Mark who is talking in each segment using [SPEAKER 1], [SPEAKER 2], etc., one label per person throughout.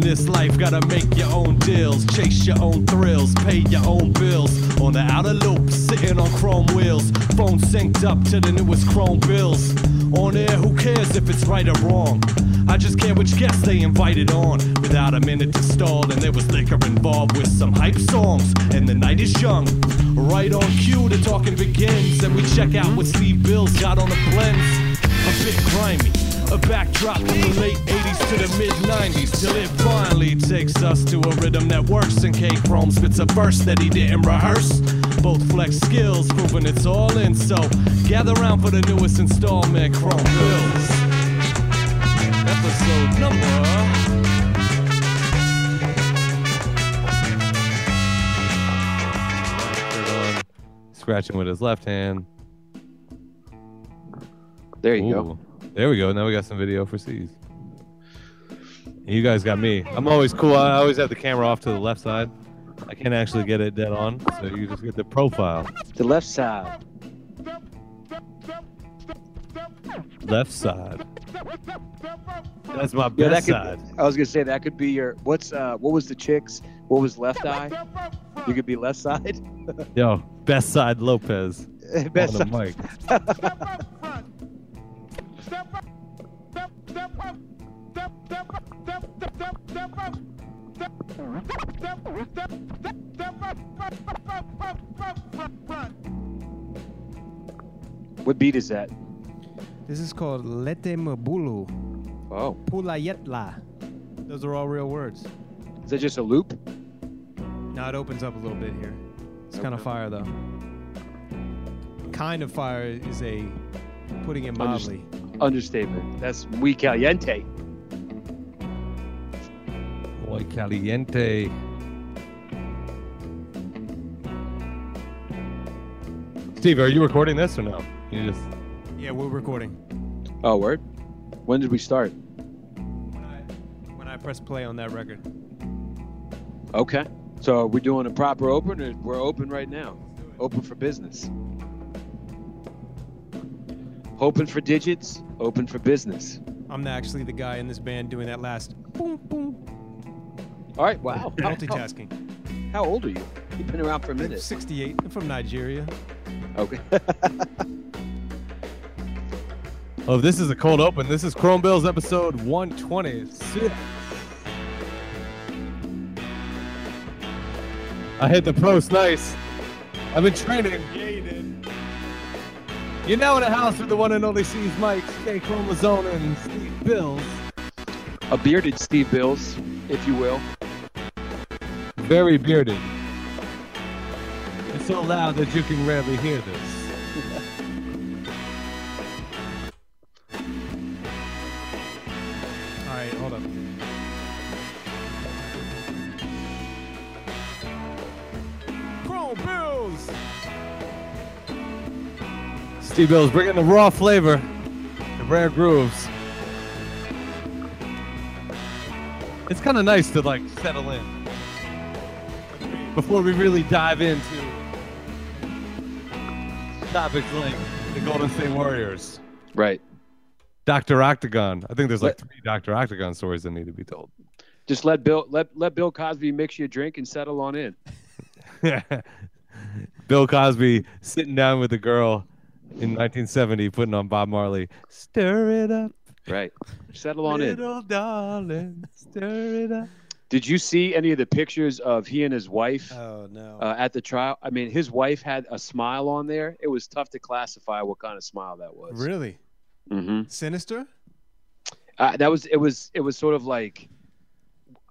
[SPEAKER 1] this life, gotta make your own deals, chase your own thrills, pay your own bills. On the outer loop, sitting on chrome wheels, phone synced up to the newest chrome bills. On air, who cares if it's right or wrong? I just care which guests they invited on. Without a minute to stall, and there was liquor involved with some hype songs, and the night is young. Right on cue, the talking begins, and we check out what Steve Bills got on the blends. A bit grimy, a backdrop from the late 80s to the mid 90s, till it finally takes us to a rhythm that works, and K Chrome spits a verse that he didn't rehearse. Both flex skills, proving it's all in, so gather round for the newest installment, Chrome Bills episode number. Scratching with his left hand.
[SPEAKER 2] There you go.
[SPEAKER 1] Ooh. There we go. Now we got some video for C's. You guys got me. I'm always cool. I always have the camera off to the left side. I can't actually get it dead on, so you just get the profile.
[SPEAKER 2] The left side.
[SPEAKER 1] Left side. That's my
[SPEAKER 2] Yeah,
[SPEAKER 1] best
[SPEAKER 2] that could-
[SPEAKER 1] side.
[SPEAKER 2] I was gonna say that could be your what's uh what was the chicks? What was left eye? You could be left side.
[SPEAKER 1] Yo, best side Lopez
[SPEAKER 2] Best
[SPEAKER 1] on
[SPEAKER 2] side.
[SPEAKER 1] the mic.
[SPEAKER 2] What beat is that?
[SPEAKER 3] This is called Lete Mabulu,
[SPEAKER 2] Oh,
[SPEAKER 3] Pulayetla. Those are all real words.
[SPEAKER 2] is that just a loop?
[SPEAKER 3] Now it opens up a little bit here. It's kind of
[SPEAKER 2] Okay.
[SPEAKER 3] fire though. Kind of fire is a putting it
[SPEAKER 2] Underst-
[SPEAKER 3] mildly.
[SPEAKER 2] Understatement. That's we caliente.
[SPEAKER 1] Muy caliente. Steve, are you recording this or no? You just
[SPEAKER 3] Yeah, we're recording.
[SPEAKER 2] Oh, word. When did we start?
[SPEAKER 3] When I, when I press play on that record.
[SPEAKER 2] Okay. So are we doing a proper open, or we're open right now? Open for business. Open for digits. Open for business.
[SPEAKER 3] I'm actually the guy in this band doing that last boom boom
[SPEAKER 2] All right. Wow. How-
[SPEAKER 3] multitasking.
[SPEAKER 2] How, how old are you? You've been around for a minute.
[SPEAKER 3] 68. I'm from Nigeria.
[SPEAKER 2] Okay.
[SPEAKER 1] Oh, this is a cold open. This is Chrome Bills episode 120. Shit. I hit the post. Nice. I've been training. Yeah, you did. You're now in a house with the one and only C's Mike, K. Chromazone, and Steve Bills.
[SPEAKER 2] a bearded Steve Bills, if you will.
[SPEAKER 1] Very bearded. It's so loud that you can rarely hear this.
[SPEAKER 3] All right, hold up. Chrome Bills.
[SPEAKER 1] Steve Bills bringing the raw flavor, the rare grooves. It's kind of nice to like settle in before we really dive into topics like the Golden State Warriors,
[SPEAKER 2] Right.
[SPEAKER 1] Doctor Octagon. I think there's like three Doctor Octagon stories that need to be told.
[SPEAKER 2] Just let Bill let let Bill Cosby mix you a drink and settle on in.
[SPEAKER 1] Bill Cosby sitting down with a girl in 1970, putting on Bob Marley, "Stir It Up."
[SPEAKER 2] Right. Settle on in.
[SPEAKER 1] Little darling, stir it up.
[SPEAKER 2] Did you see any of the pictures of he and his wife
[SPEAKER 3] Oh no.
[SPEAKER 2] uh, at the trial? I mean, his wife had a smile on there. It was tough to classify what kind of smile that was.
[SPEAKER 3] really?
[SPEAKER 2] hmm
[SPEAKER 3] Sinister?
[SPEAKER 2] Uh, that was it was it was sort of like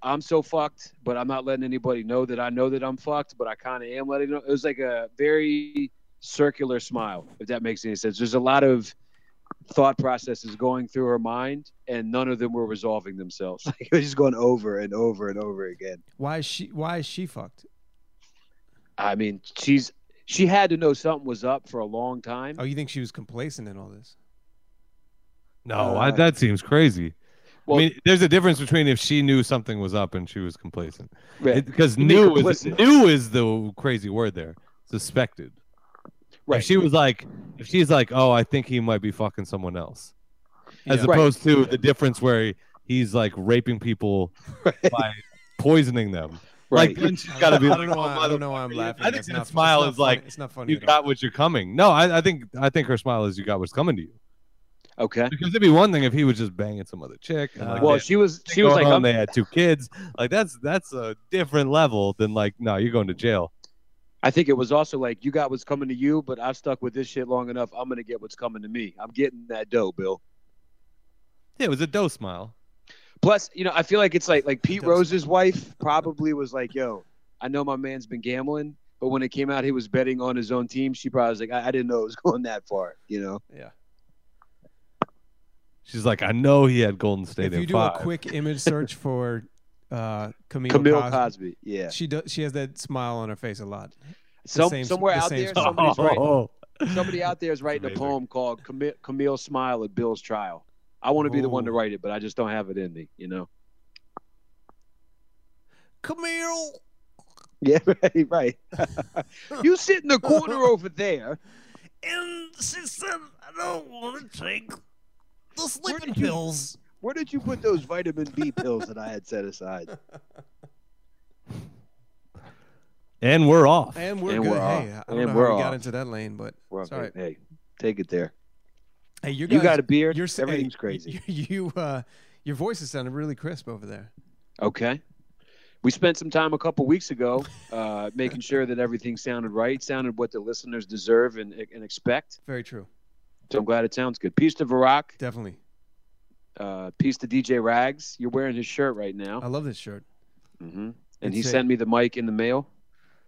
[SPEAKER 2] I'm so fucked, but I'm not letting anybody know that I know that I'm fucked, but I kind of am letting know. It was like a very circular smile, if that makes any sense. There's a lot of thought processes going through her mind, and none of them were resolving themselves. Like it was just going over and over and over again.
[SPEAKER 3] Why is she? Why is she fucked?
[SPEAKER 2] I mean, she's she had to know something was up for a long time.
[SPEAKER 3] Oh, you think she was complacent in all this?
[SPEAKER 1] No,
[SPEAKER 2] Uh,
[SPEAKER 1] I, that seems crazy.
[SPEAKER 2] well-
[SPEAKER 1] I mean, there's a difference between if she knew something was up and she was complacent.
[SPEAKER 2] Right.
[SPEAKER 1] Because
[SPEAKER 2] You mean
[SPEAKER 1] new is
[SPEAKER 2] complicit.
[SPEAKER 1] new is the crazy word there. Suspected.
[SPEAKER 2] right.
[SPEAKER 1] If she was like, if she's like, oh, I think he might be fucking someone else, as
[SPEAKER 3] Yeah.
[SPEAKER 2] Right.
[SPEAKER 1] opposed to the difference where he, he's like raping people
[SPEAKER 2] Right.
[SPEAKER 1] by poisoning them.
[SPEAKER 2] right?
[SPEAKER 1] Like, she's got to be
[SPEAKER 3] I
[SPEAKER 1] like,
[SPEAKER 3] don't know why. I
[SPEAKER 1] oh,
[SPEAKER 3] don't know why I'm laughing.
[SPEAKER 1] I think
[SPEAKER 3] It's
[SPEAKER 1] that
[SPEAKER 3] not- it's
[SPEAKER 1] smile
[SPEAKER 3] not
[SPEAKER 1] is like,
[SPEAKER 3] funny- it's not funny.
[SPEAKER 1] you
[SPEAKER 3] at all.
[SPEAKER 1] got what you're coming. No, I, I think I think her smile is you got what's coming to you.
[SPEAKER 2] okay.
[SPEAKER 1] Because it'd be one thing if he was just banging some other chick. And like
[SPEAKER 2] Well,
[SPEAKER 1] they-
[SPEAKER 2] she was she was
[SPEAKER 1] going
[SPEAKER 2] like
[SPEAKER 1] on,
[SPEAKER 2] I'm,
[SPEAKER 1] they had two kids. Like that's that's a different level than like no, you're going to jail.
[SPEAKER 2] I think it was also like you got what's coming to you, but I've stuck with this shit long enough. I'm gonna get what's coming to me. I'm getting that dough, Bill.
[SPEAKER 1] Yeah, it was a dough smile.
[SPEAKER 2] Plus, you know, I feel like it's like like Pete
[SPEAKER 3] Dough
[SPEAKER 2] Rose's wife probably was like, "Yo, I know my man's been gambling, but when it came out he was betting on his own team, she probably was like, I, I didn't know it was going that far." You know,
[SPEAKER 3] Yeah.
[SPEAKER 1] She's like, I know he had Golden State.
[SPEAKER 3] If
[SPEAKER 1] in
[SPEAKER 3] you do
[SPEAKER 1] five.
[SPEAKER 3] a quick image search for uh, Camille,
[SPEAKER 2] Camille
[SPEAKER 3] Cosby,
[SPEAKER 2] Cosby. Yeah,
[SPEAKER 3] she does. She has that smile on her face a lot.
[SPEAKER 2] Some,
[SPEAKER 3] same-
[SPEAKER 2] somewhere
[SPEAKER 3] the
[SPEAKER 2] out
[SPEAKER 3] same
[SPEAKER 2] there,
[SPEAKER 3] smile.
[SPEAKER 2] somebody's writing, somebody out there is writing a
[SPEAKER 1] Amazing.
[SPEAKER 2] poem called Camille, Camille Smile at Bill's Trial. I want to be the one to
[SPEAKER 3] Ooh.
[SPEAKER 2] write it, but I just don't have it in me. You know?
[SPEAKER 3] Camille.
[SPEAKER 2] Yeah, right. right. you sit in the corner over there.
[SPEAKER 4] And she said, I don't want to take the sleeping
[SPEAKER 2] did you-
[SPEAKER 4] pills.
[SPEAKER 2] Where did you put those vitamin B pills that I had set aside?
[SPEAKER 1] and we're off.
[SPEAKER 3] And we're
[SPEAKER 2] And
[SPEAKER 3] good.
[SPEAKER 2] we're off.
[SPEAKER 3] hey, I don't
[SPEAKER 2] And
[SPEAKER 3] know
[SPEAKER 2] we're
[SPEAKER 3] how we
[SPEAKER 2] off.
[SPEAKER 3] got into that lane, but
[SPEAKER 2] Well,
[SPEAKER 3] it's all right.
[SPEAKER 2] Hey, take it there.
[SPEAKER 3] Hey, you
[SPEAKER 2] You,
[SPEAKER 3] guys,
[SPEAKER 2] got a beard.
[SPEAKER 3] you're s- hey,
[SPEAKER 2] Everything's crazy.
[SPEAKER 3] You, uh, your voices sounded really crisp over there.
[SPEAKER 2] Okay. We spent some time a couple weeks ago uh, making sure that everything sounded right, sounded what the listeners deserve and, and expect.
[SPEAKER 3] Very true.
[SPEAKER 2] So I'm glad it sounds good. Peace to Varrock.
[SPEAKER 3] Definitely.
[SPEAKER 2] Uh, peace to DJ Rags. You're wearing his shirt right now.
[SPEAKER 3] I love this shirt.
[SPEAKER 2] hmm And he
[SPEAKER 3] It's a-
[SPEAKER 2] sent me the mic in the mail.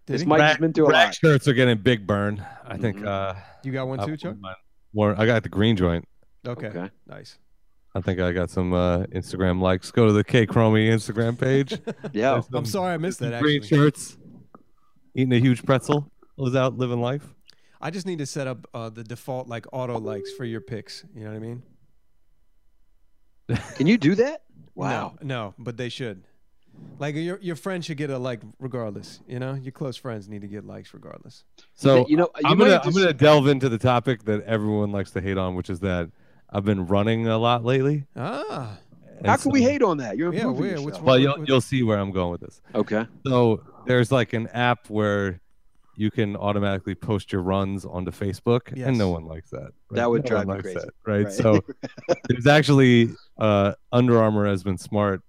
[SPEAKER 3] Did
[SPEAKER 2] this
[SPEAKER 3] he?
[SPEAKER 2] mic has
[SPEAKER 1] Rag-
[SPEAKER 2] been through a
[SPEAKER 1] Rack
[SPEAKER 2] lot.
[SPEAKER 1] shirts are getting big burn. I think.
[SPEAKER 2] Mhm.
[SPEAKER 1] Uh,
[SPEAKER 3] You got one
[SPEAKER 1] I-
[SPEAKER 3] too, Chuck?
[SPEAKER 1] Warren- I got the green joint.
[SPEAKER 3] Okay.
[SPEAKER 2] Okay.
[SPEAKER 3] Nice.
[SPEAKER 1] I think I got some uh, Instagram likes. Go to the K Chromie Instagram page.
[SPEAKER 2] Yeah.
[SPEAKER 1] There's
[SPEAKER 3] I'm
[SPEAKER 1] some-
[SPEAKER 3] sorry I missed that.
[SPEAKER 1] some Green
[SPEAKER 3] Actually,
[SPEAKER 1] shirts, eating a huge pretzel. I was out living life.
[SPEAKER 3] I just need to set up uh, the default like auto likes for your picks. You know what I mean?
[SPEAKER 2] Can you do that? Wow.
[SPEAKER 3] No, no, but they should. Like your your friends should get a like regardless. You know, your close friends need to get likes regardless.
[SPEAKER 1] So
[SPEAKER 2] you know, you
[SPEAKER 1] I'm
[SPEAKER 2] might
[SPEAKER 1] gonna
[SPEAKER 2] have
[SPEAKER 1] I'm
[SPEAKER 2] to-
[SPEAKER 1] gonna delve into the topic that everyone likes to hate on, which is that I've been running a lot lately.
[SPEAKER 3] Ah,
[SPEAKER 1] and
[SPEAKER 2] How can we
[SPEAKER 1] so-
[SPEAKER 2] hate on that? You're
[SPEAKER 3] Yeah,
[SPEAKER 2] improving
[SPEAKER 3] where- which
[SPEAKER 2] yourself.
[SPEAKER 1] Well, you'll you'll see where I'm going with this.
[SPEAKER 2] Okay.
[SPEAKER 1] So there's like an app where you can automatically post your runs onto Facebook, and no
[SPEAKER 3] Yes.
[SPEAKER 1] one likes that.
[SPEAKER 2] That would
[SPEAKER 1] No
[SPEAKER 2] drive
[SPEAKER 1] one
[SPEAKER 2] me
[SPEAKER 1] likes
[SPEAKER 2] crazy.
[SPEAKER 1] that, right?
[SPEAKER 2] Right.
[SPEAKER 1] So there's actually uh, Under Armour has been smart,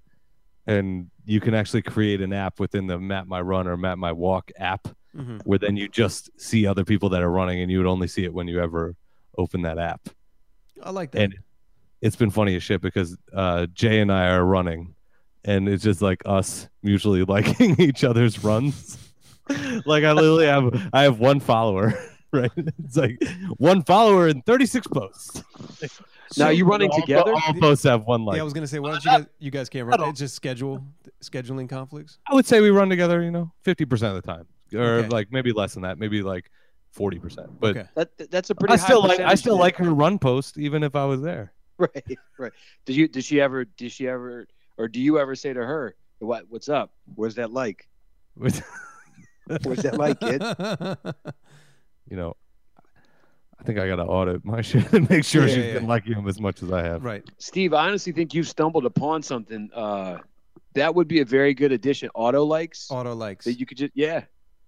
[SPEAKER 1] and you can actually create an app within the Map My Run or Map My Walk app,
[SPEAKER 3] Mhm.
[SPEAKER 1] where then you just see other people that are running, and you would only see it when you ever open that app.
[SPEAKER 3] I like that.
[SPEAKER 1] And it's been funny as shit because uh, Jay and I are running, and it's just like us mutually liking each other's runs. like I literally have I have one follower, right? It's like one follower and thirty six posts.
[SPEAKER 2] now you running
[SPEAKER 1] all,
[SPEAKER 2] together?
[SPEAKER 1] All posts have one like.
[SPEAKER 3] yeah, I was gonna say, why don't you guys you guys can't run? It's just schedule scheduling conflicts.
[SPEAKER 1] I would say we run together, you know, fifty percent of the time, or
[SPEAKER 3] Okay.
[SPEAKER 1] like maybe less than that, maybe like forty percent. But
[SPEAKER 3] Okay.
[SPEAKER 2] That, that- that's a pretty.
[SPEAKER 1] I still
[SPEAKER 2] high
[SPEAKER 1] like I
[SPEAKER 2] percentage
[SPEAKER 1] still
[SPEAKER 2] there.
[SPEAKER 1] like her run post, even if I was there.
[SPEAKER 2] Right, right. Did you? Did she ever? Did she ever? Or do you ever say to her, "What? What's up? Where's that like? Where's that like, kid?"
[SPEAKER 1] you know, I think I got to audit my shit and make sure
[SPEAKER 3] Yeah,
[SPEAKER 1] she's
[SPEAKER 3] yeah,
[SPEAKER 1] been
[SPEAKER 3] yeah.
[SPEAKER 1] liking him as much as I have.
[SPEAKER 3] right.
[SPEAKER 2] Steve, I honestly think you've stumbled upon something. Uh, that would be a very good addition. Auto likes
[SPEAKER 3] Auto likes.
[SPEAKER 2] that you could just yeah.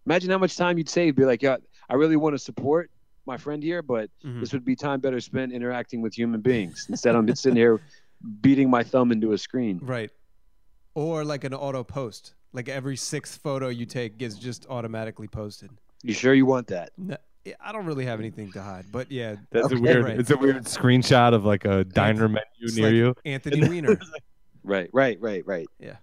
[SPEAKER 2] Imagine how much time you'd save. Be like, yeah, I really want to support my friend here, but
[SPEAKER 3] Mhm.
[SPEAKER 2] this would be time better spent interacting with human beings instead. I'm just sitting here beating my thumb into a screen.
[SPEAKER 3] Right. Or like an auto post. Like every sixth photo you take gets just automatically posted.
[SPEAKER 2] You sure you want that?
[SPEAKER 3] No, yeah, I don't really have anything to hide, but yeah,
[SPEAKER 1] That's a
[SPEAKER 2] Okay,
[SPEAKER 1] weird.
[SPEAKER 3] right.
[SPEAKER 1] It's a weird screenshot of like a diner menu
[SPEAKER 3] it's
[SPEAKER 1] near
[SPEAKER 3] like-
[SPEAKER 1] you.
[SPEAKER 3] Anthony Weiner.
[SPEAKER 2] Right, right, right, right.
[SPEAKER 3] Yeah.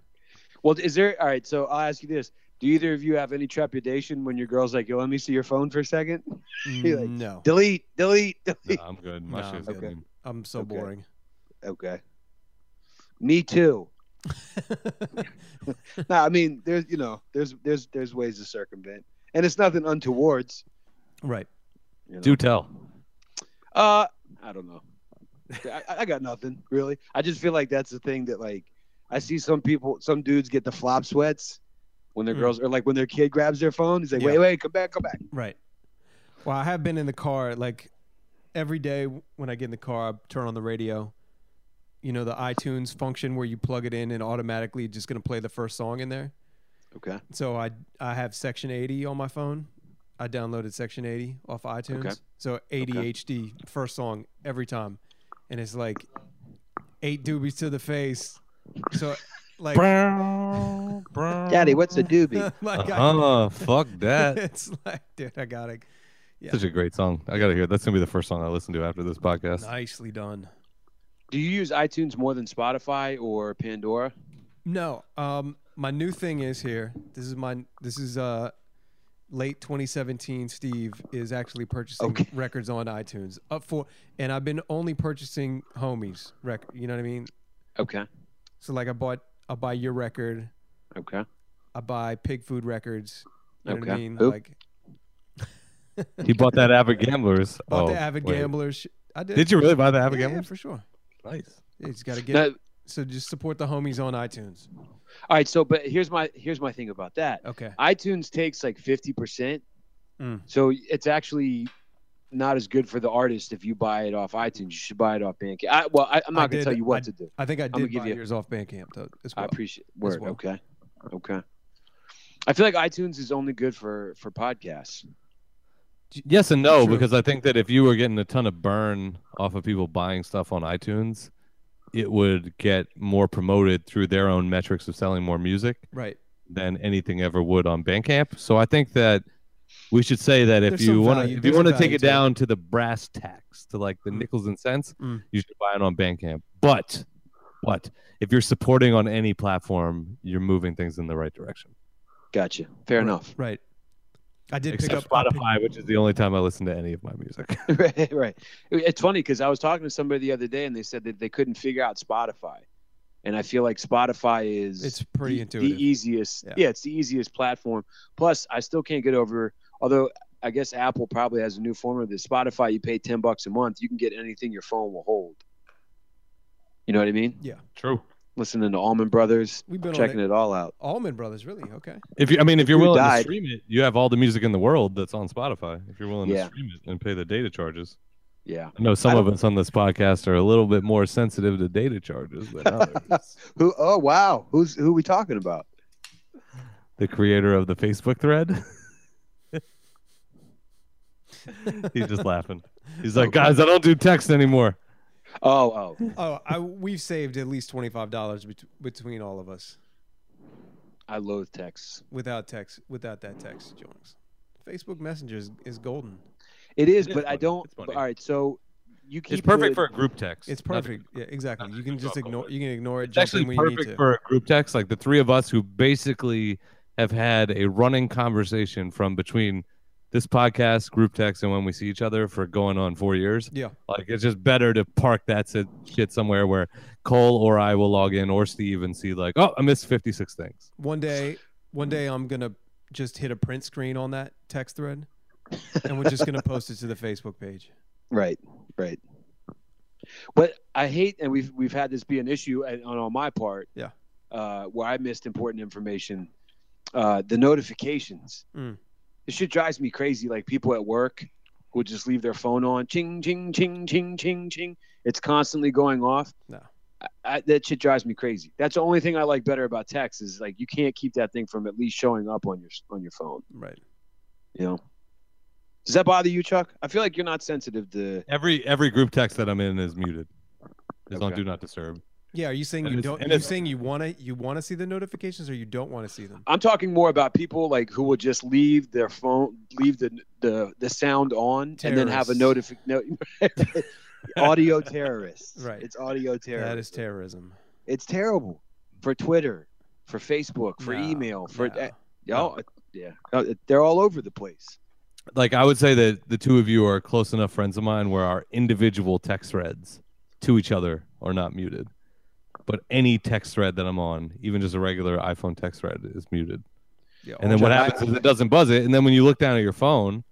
[SPEAKER 2] Well, is there? All right. So I'll ask you this: Do either of you have any trepidation when your girl's like, "Yo, let me see your phone for a second? You're like,
[SPEAKER 3] no,
[SPEAKER 2] Delete, delete,
[SPEAKER 1] No,
[SPEAKER 2] delete."
[SPEAKER 1] I'm good. My
[SPEAKER 3] No,
[SPEAKER 1] shit's
[SPEAKER 3] I'm good.
[SPEAKER 1] clean.
[SPEAKER 3] I'm so
[SPEAKER 2] okay.
[SPEAKER 3] boring.
[SPEAKER 2] Okay. Me too. No, I mean, there's you know, there's there's there's ways to circumvent, and it's nothing untowards.
[SPEAKER 3] right.
[SPEAKER 2] You know?
[SPEAKER 1] Do tell.
[SPEAKER 2] Uh, I don't know. I, I got nothing really. I just feel like that's the thing that like I see some people, some dudes get the flop sweats when their
[SPEAKER 3] Mm.
[SPEAKER 2] girls or like when their kid grabs their phone. He's like,
[SPEAKER 3] Yeah.
[SPEAKER 2] wait, wait, come back, come back.
[SPEAKER 3] Right. Well, I have been in the car like every day when I get in the car, I turn on the radio, you know, the iTunes function where you plug it in and automatically just gonna play the first song in there.
[SPEAKER 2] Okay.
[SPEAKER 3] So I I have Section 80 on my phone. I downloaded Section 80 off iTunes.
[SPEAKER 2] Okay.
[SPEAKER 3] So ADHD first song every time, and it's like eight doobies to the face. So like
[SPEAKER 2] Daddy, what's a
[SPEAKER 3] Um,
[SPEAKER 2] doobie?
[SPEAKER 3] like I,
[SPEAKER 1] Uh-huh, fuck that.
[SPEAKER 3] it's like dude, I got it
[SPEAKER 1] Such a great song. I gotta hear. it. That's gonna be the first song I listen to after this podcast.
[SPEAKER 3] nicely done.
[SPEAKER 2] Do you use iTunes more than Spotify or Pandora?
[SPEAKER 3] No. Um, my new thing is here. This is my. This is uh, late 2017. Steve is actually purchasing
[SPEAKER 2] Okay.
[SPEAKER 3] records on iTunes up for, and I've been only purchasing homies record. You know what I mean?
[SPEAKER 2] Okay.
[SPEAKER 3] So like I bought, I buy your record.
[SPEAKER 2] Okay.
[SPEAKER 3] I buy Pig Food Records. You know what I
[SPEAKER 2] Okay.
[SPEAKER 3] mean?
[SPEAKER 2] Oop.
[SPEAKER 3] Like
[SPEAKER 1] He bought that Avid Gamblers.
[SPEAKER 3] bought
[SPEAKER 1] Oh,
[SPEAKER 3] the Avid
[SPEAKER 1] wait.
[SPEAKER 3] Gamblers. I did.
[SPEAKER 1] Did you really buy the Avid
[SPEAKER 3] Yeah, yeah,
[SPEAKER 1] Gamblers?
[SPEAKER 3] for sure.
[SPEAKER 1] Nice.
[SPEAKER 3] You just got to get.
[SPEAKER 2] Now-
[SPEAKER 3] so just support the homies on iTunes.
[SPEAKER 2] all right. So, but here's my here's my thing about that.
[SPEAKER 3] Okay.
[SPEAKER 2] iTunes takes like fifty percent,
[SPEAKER 3] Mm.
[SPEAKER 2] so it's actually not as good for the artist if you buy it off iTunes. You should buy it off Bandcamp. I, well, I, I'm
[SPEAKER 3] I
[SPEAKER 2] not going
[SPEAKER 3] did-
[SPEAKER 2] to tell you what
[SPEAKER 3] I-
[SPEAKER 2] to do.
[SPEAKER 3] I think I
[SPEAKER 2] gonna
[SPEAKER 3] did
[SPEAKER 2] give
[SPEAKER 3] buy
[SPEAKER 2] you-
[SPEAKER 3] yours off Bandcamp though. As
[SPEAKER 2] I
[SPEAKER 3] well.
[SPEAKER 2] appreciate word.
[SPEAKER 3] well.
[SPEAKER 2] Okay, okay. I feel like iTunes is only good for for podcasts.
[SPEAKER 1] Yes and no,
[SPEAKER 3] True.
[SPEAKER 1] because I think that if you were getting a ton of burn off of people buying stuff on iTunes, it would get more promoted through their own metrics of selling more music
[SPEAKER 3] right.
[SPEAKER 1] than anything ever would on Bandcamp. So I think that we should say that if
[SPEAKER 3] There's
[SPEAKER 1] you
[SPEAKER 3] some
[SPEAKER 1] want
[SPEAKER 3] value-
[SPEAKER 1] to if you
[SPEAKER 3] there's
[SPEAKER 1] want to
[SPEAKER 3] some
[SPEAKER 1] take
[SPEAKER 3] value
[SPEAKER 1] it
[SPEAKER 3] to it.
[SPEAKER 1] down to the brass tacks, to like the
[SPEAKER 3] Mm.
[SPEAKER 1] nickels and cents,
[SPEAKER 3] Mm.
[SPEAKER 1] you should buy it on Bandcamp. But but if you're supporting on any platform, you're moving things in the right direction.
[SPEAKER 2] Gotcha. Fair enough.
[SPEAKER 3] Right. I did pick
[SPEAKER 1] Except
[SPEAKER 3] up I picked-
[SPEAKER 1] Spotify, which is the only time I listen to any of my music.
[SPEAKER 2] right, right. It's funny because I was talking to somebody the other day and they said that they couldn't figure out Spotify, and I feel like Spotify is
[SPEAKER 3] It's pretty
[SPEAKER 2] the,
[SPEAKER 3] intuitive.
[SPEAKER 2] The easiest,
[SPEAKER 3] Yeah.
[SPEAKER 2] yeah. it's the easiest platform. Plus, I still can't get over. Although I guess Apple probably has a new form of this. Spotify, you pay ten bucks a month, you can get anything your phone will hold. You know what I mean?
[SPEAKER 1] True.
[SPEAKER 2] Listening to Allman Brothers,
[SPEAKER 3] We've been
[SPEAKER 2] checking
[SPEAKER 3] on it.
[SPEAKER 2] it all out.
[SPEAKER 3] Allman Brothers, really? Okay.
[SPEAKER 1] If you, I mean, if you're
[SPEAKER 2] Dude
[SPEAKER 1] willing to
[SPEAKER 2] died.
[SPEAKER 1] stream it, you have all the music in the world that's on Spotify. If you're willing
[SPEAKER 2] Yeah.
[SPEAKER 1] to stream it and pay the data charges,
[SPEAKER 2] Yeah.
[SPEAKER 1] I know some
[SPEAKER 2] I
[SPEAKER 1] of us on this podcast are a little bit more sensitive to data charges than others.
[SPEAKER 2] Who? Oh wow. Who's who? we talking about?
[SPEAKER 1] the creator of the Facebook thread, he's just laughing. He's like, guys, I don't do text anymore.
[SPEAKER 2] Oh oh.
[SPEAKER 3] Oh, I, we've saved at least twenty five dollars bet- between all of us
[SPEAKER 2] I loathe texts.
[SPEAKER 3] without text, without that text, Jones. Facebook Messenger is, is golden.
[SPEAKER 2] It is,
[SPEAKER 1] It is
[SPEAKER 2] but I
[SPEAKER 1] funny.
[SPEAKER 2] don't.
[SPEAKER 1] It's
[SPEAKER 2] but-
[SPEAKER 1] funny.
[SPEAKER 2] all right, so you keep
[SPEAKER 1] It's perfect
[SPEAKER 2] it-
[SPEAKER 1] for a group text.
[SPEAKER 3] It's
[SPEAKER 1] Not-
[SPEAKER 3] perfect. Yeah, exactly.
[SPEAKER 1] not
[SPEAKER 3] You
[SPEAKER 1] to
[SPEAKER 3] can
[SPEAKER 1] jump
[SPEAKER 3] just
[SPEAKER 1] off
[SPEAKER 3] ignore.
[SPEAKER 1] it.
[SPEAKER 3] You can ignore it.
[SPEAKER 1] It's
[SPEAKER 3] jump
[SPEAKER 1] actually
[SPEAKER 3] in when you need
[SPEAKER 1] perfect
[SPEAKER 3] to.
[SPEAKER 1] for a group text, like the three of us who basically have had a running conversation from between this podcast, group text, and when we see each other for going on four years.
[SPEAKER 3] Yeah.
[SPEAKER 1] Like it's just better to park that si- shit somewhere where Cole or I will log in or Steve and see like, oh, I missed fifty six things.
[SPEAKER 3] One day, one day, I'm gonna just hit a print screen on that text thread, and we're just gonna post it to the Facebook page.
[SPEAKER 2] Right, right. But I hate, and we've we've had this be an issue and, on on my part.
[SPEAKER 3] Yeah.
[SPEAKER 2] Uh, where I missed important information, uh, the notifications.
[SPEAKER 3] Mm.
[SPEAKER 2] This shit drives me crazy. Like people at work who just leave their phone on, ching ching ching ching ching ching. It's constantly going off.
[SPEAKER 3] No.
[SPEAKER 2] I, I, that shit drives me crazy. That's the only thing I like better about text is like you can't keep that thing from at least showing up on your on your phone.
[SPEAKER 3] Right.
[SPEAKER 2] You know. Does that bother you, Chuck? I feel like you're not sensitive to.
[SPEAKER 1] Every every group text that I'm in is muted. It's on
[SPEAKER 2] Okay.
[SPEAKER 1] do not disturb.
[SPEAKER 3] Yeah. Are you saying
[SPEAKER 1] And
[SPEAKER 3] you
[SPEAKER 1] it's-
[SPEAKER 3] don't?
[SPEAKER 1] and
[SPEAKER 3] Are you
[SPEAKER 1] it's-
[SPEAKER 3] saying you wanna you wanna see the notifications, or you don't want to see them?
[SPEAKER 2] I'm talking more about people like who will just leave their phone, leave the the, the sound on, and then have a
[SPEAKER 3] Terrorists.
[SPEAKER 2] notification. audio terrorists.
[SPEAKER 3] Right.
[SPEAKER 2] It's audio terrorists.
[SPEAKER 3] That is terrorism.
[SPEAKER 2] it's terrible for Twitter, for Facebook, for
[SPEAKER 3] No,
[SPEAKER 2] email, for
[SPEAKER 3] no.
[SPEAKER 2] uh, y'all. Yeah, Uh, they're all over the place.
[SPEAKER 1] like I would say that the two of you are close enough friends of mine where our individual text threads to each other are not muted. But any text thread that I'm on, even just a regular iPhone text thread, is muted.
[SPEAKER 3] Yeah,
[SPEAKER 1] And then what
[SPEAKER 2] I-
[SPEAKER 1] happens is it doesn't buzz it. And then when you look down at your phone,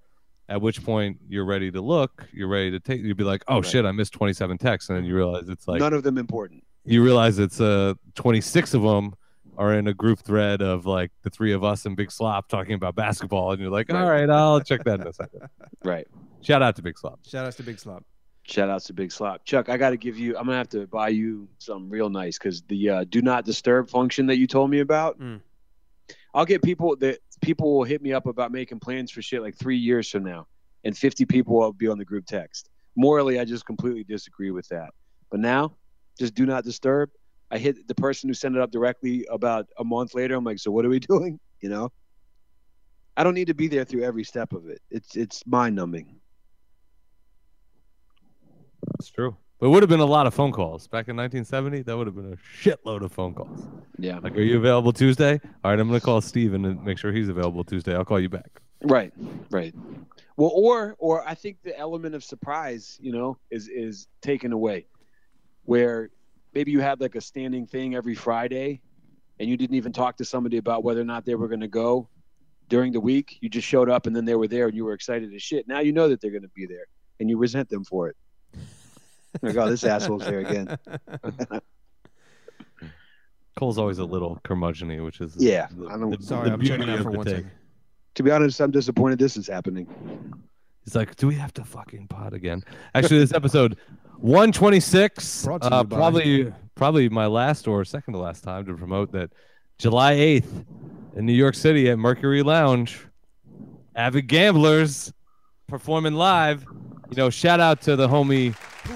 [SPEAKER 1] at which point you're ready to look, you're ready to take, you'd be like, oh
[SPEAKER 2] Right.
[SPEAKER 1] shit, I missed 27 texts. And then you realize it's like,
[SPEAKER 2] None of them important.
[SPEAKER 1] you realize it's uh 26 of them are in a group thread of like the three of us and Big Slop talking about basketball. And you're like, all right, I'll check that in a second.
[SPEAKER 2] Right.
[SPEAKER 1] Shout out to Big Slop.
[SPEAKER 3] Shout outs to Big Slop.
[SPEAKER 2] Shout outs to Big Slop. Chuck, I got to give you, I'm going to have to buy you something real nice because the uh, do not disturb function that you told me about,
[SPEAKER 3] Mm.
[SPEAKER 2] I'll get people that people will hit me up about making plans for shit like three years from now, and 50 people will be on the group text. Morally, I just completely disagree with that. But now, just do not disturb. I hit the person who sent it up directly about a month later. I'm like, so what are we doing? You know? I don't need to be there through every step of it. It's it's mind numbing.
[SPEAKER 1] It's true. But it would have been a lot of phone calls back in 1970. That would have been a shitload of phone calls.
[SPEAKER 2] Yeah.
[SPEAKER 1] Like, are you available Tuesday? All right, I'm gonna call Steven and make sure he's available Tuesday. I'll call you back.
[SPEAKER 2] Right, right. Well, or or I think the element of surprise, you know, is is taken away, where maybe you had like a standing thing every Friday, and you didn't even talk to somebody about whether or not they were going to go during the week. You just showed up, and then they were there, and you were excited as shit. Now you know that they're going to be there, and you resent them for it. Like, oh, this asshole's there again.
[SPEAKER 1] Cole's always a little curmudgeon which is
[SPEAKER 2] Yeah,
[SPEAKER 1] the-
[SPEAKER 2] I don't-
[SPEAKER 1] the-
[SPEAKER 3] Sorry,
[SPEAKER 1] the
[SPEAKER 3] I'm checking
[SPEAKER 1] beauty
[SPEAKER 3] out
[SPEAKER 1] of
[SPEAKER 3] for
[SPEAKER 1] the
[SPEAKER 3] one
[SPEAKER 1] take.
[SPEAKER 3] second.
[SPEAKER 2] To be honest, I'm disappointed this is happening.
[SPEAKER 1] It's like, do we have to fucking pod again? Actually, this episode 126,
[SPEAKER 3] Brought to
[SPEAKER 1] uh,
[SPEAKER 3] you by-
[SPEAKER 1] probably probably my last or second to last time to promote that July 8th in New York City at Mercury Lounge, Avid Gamblers performing live. You know, shout out to the homie.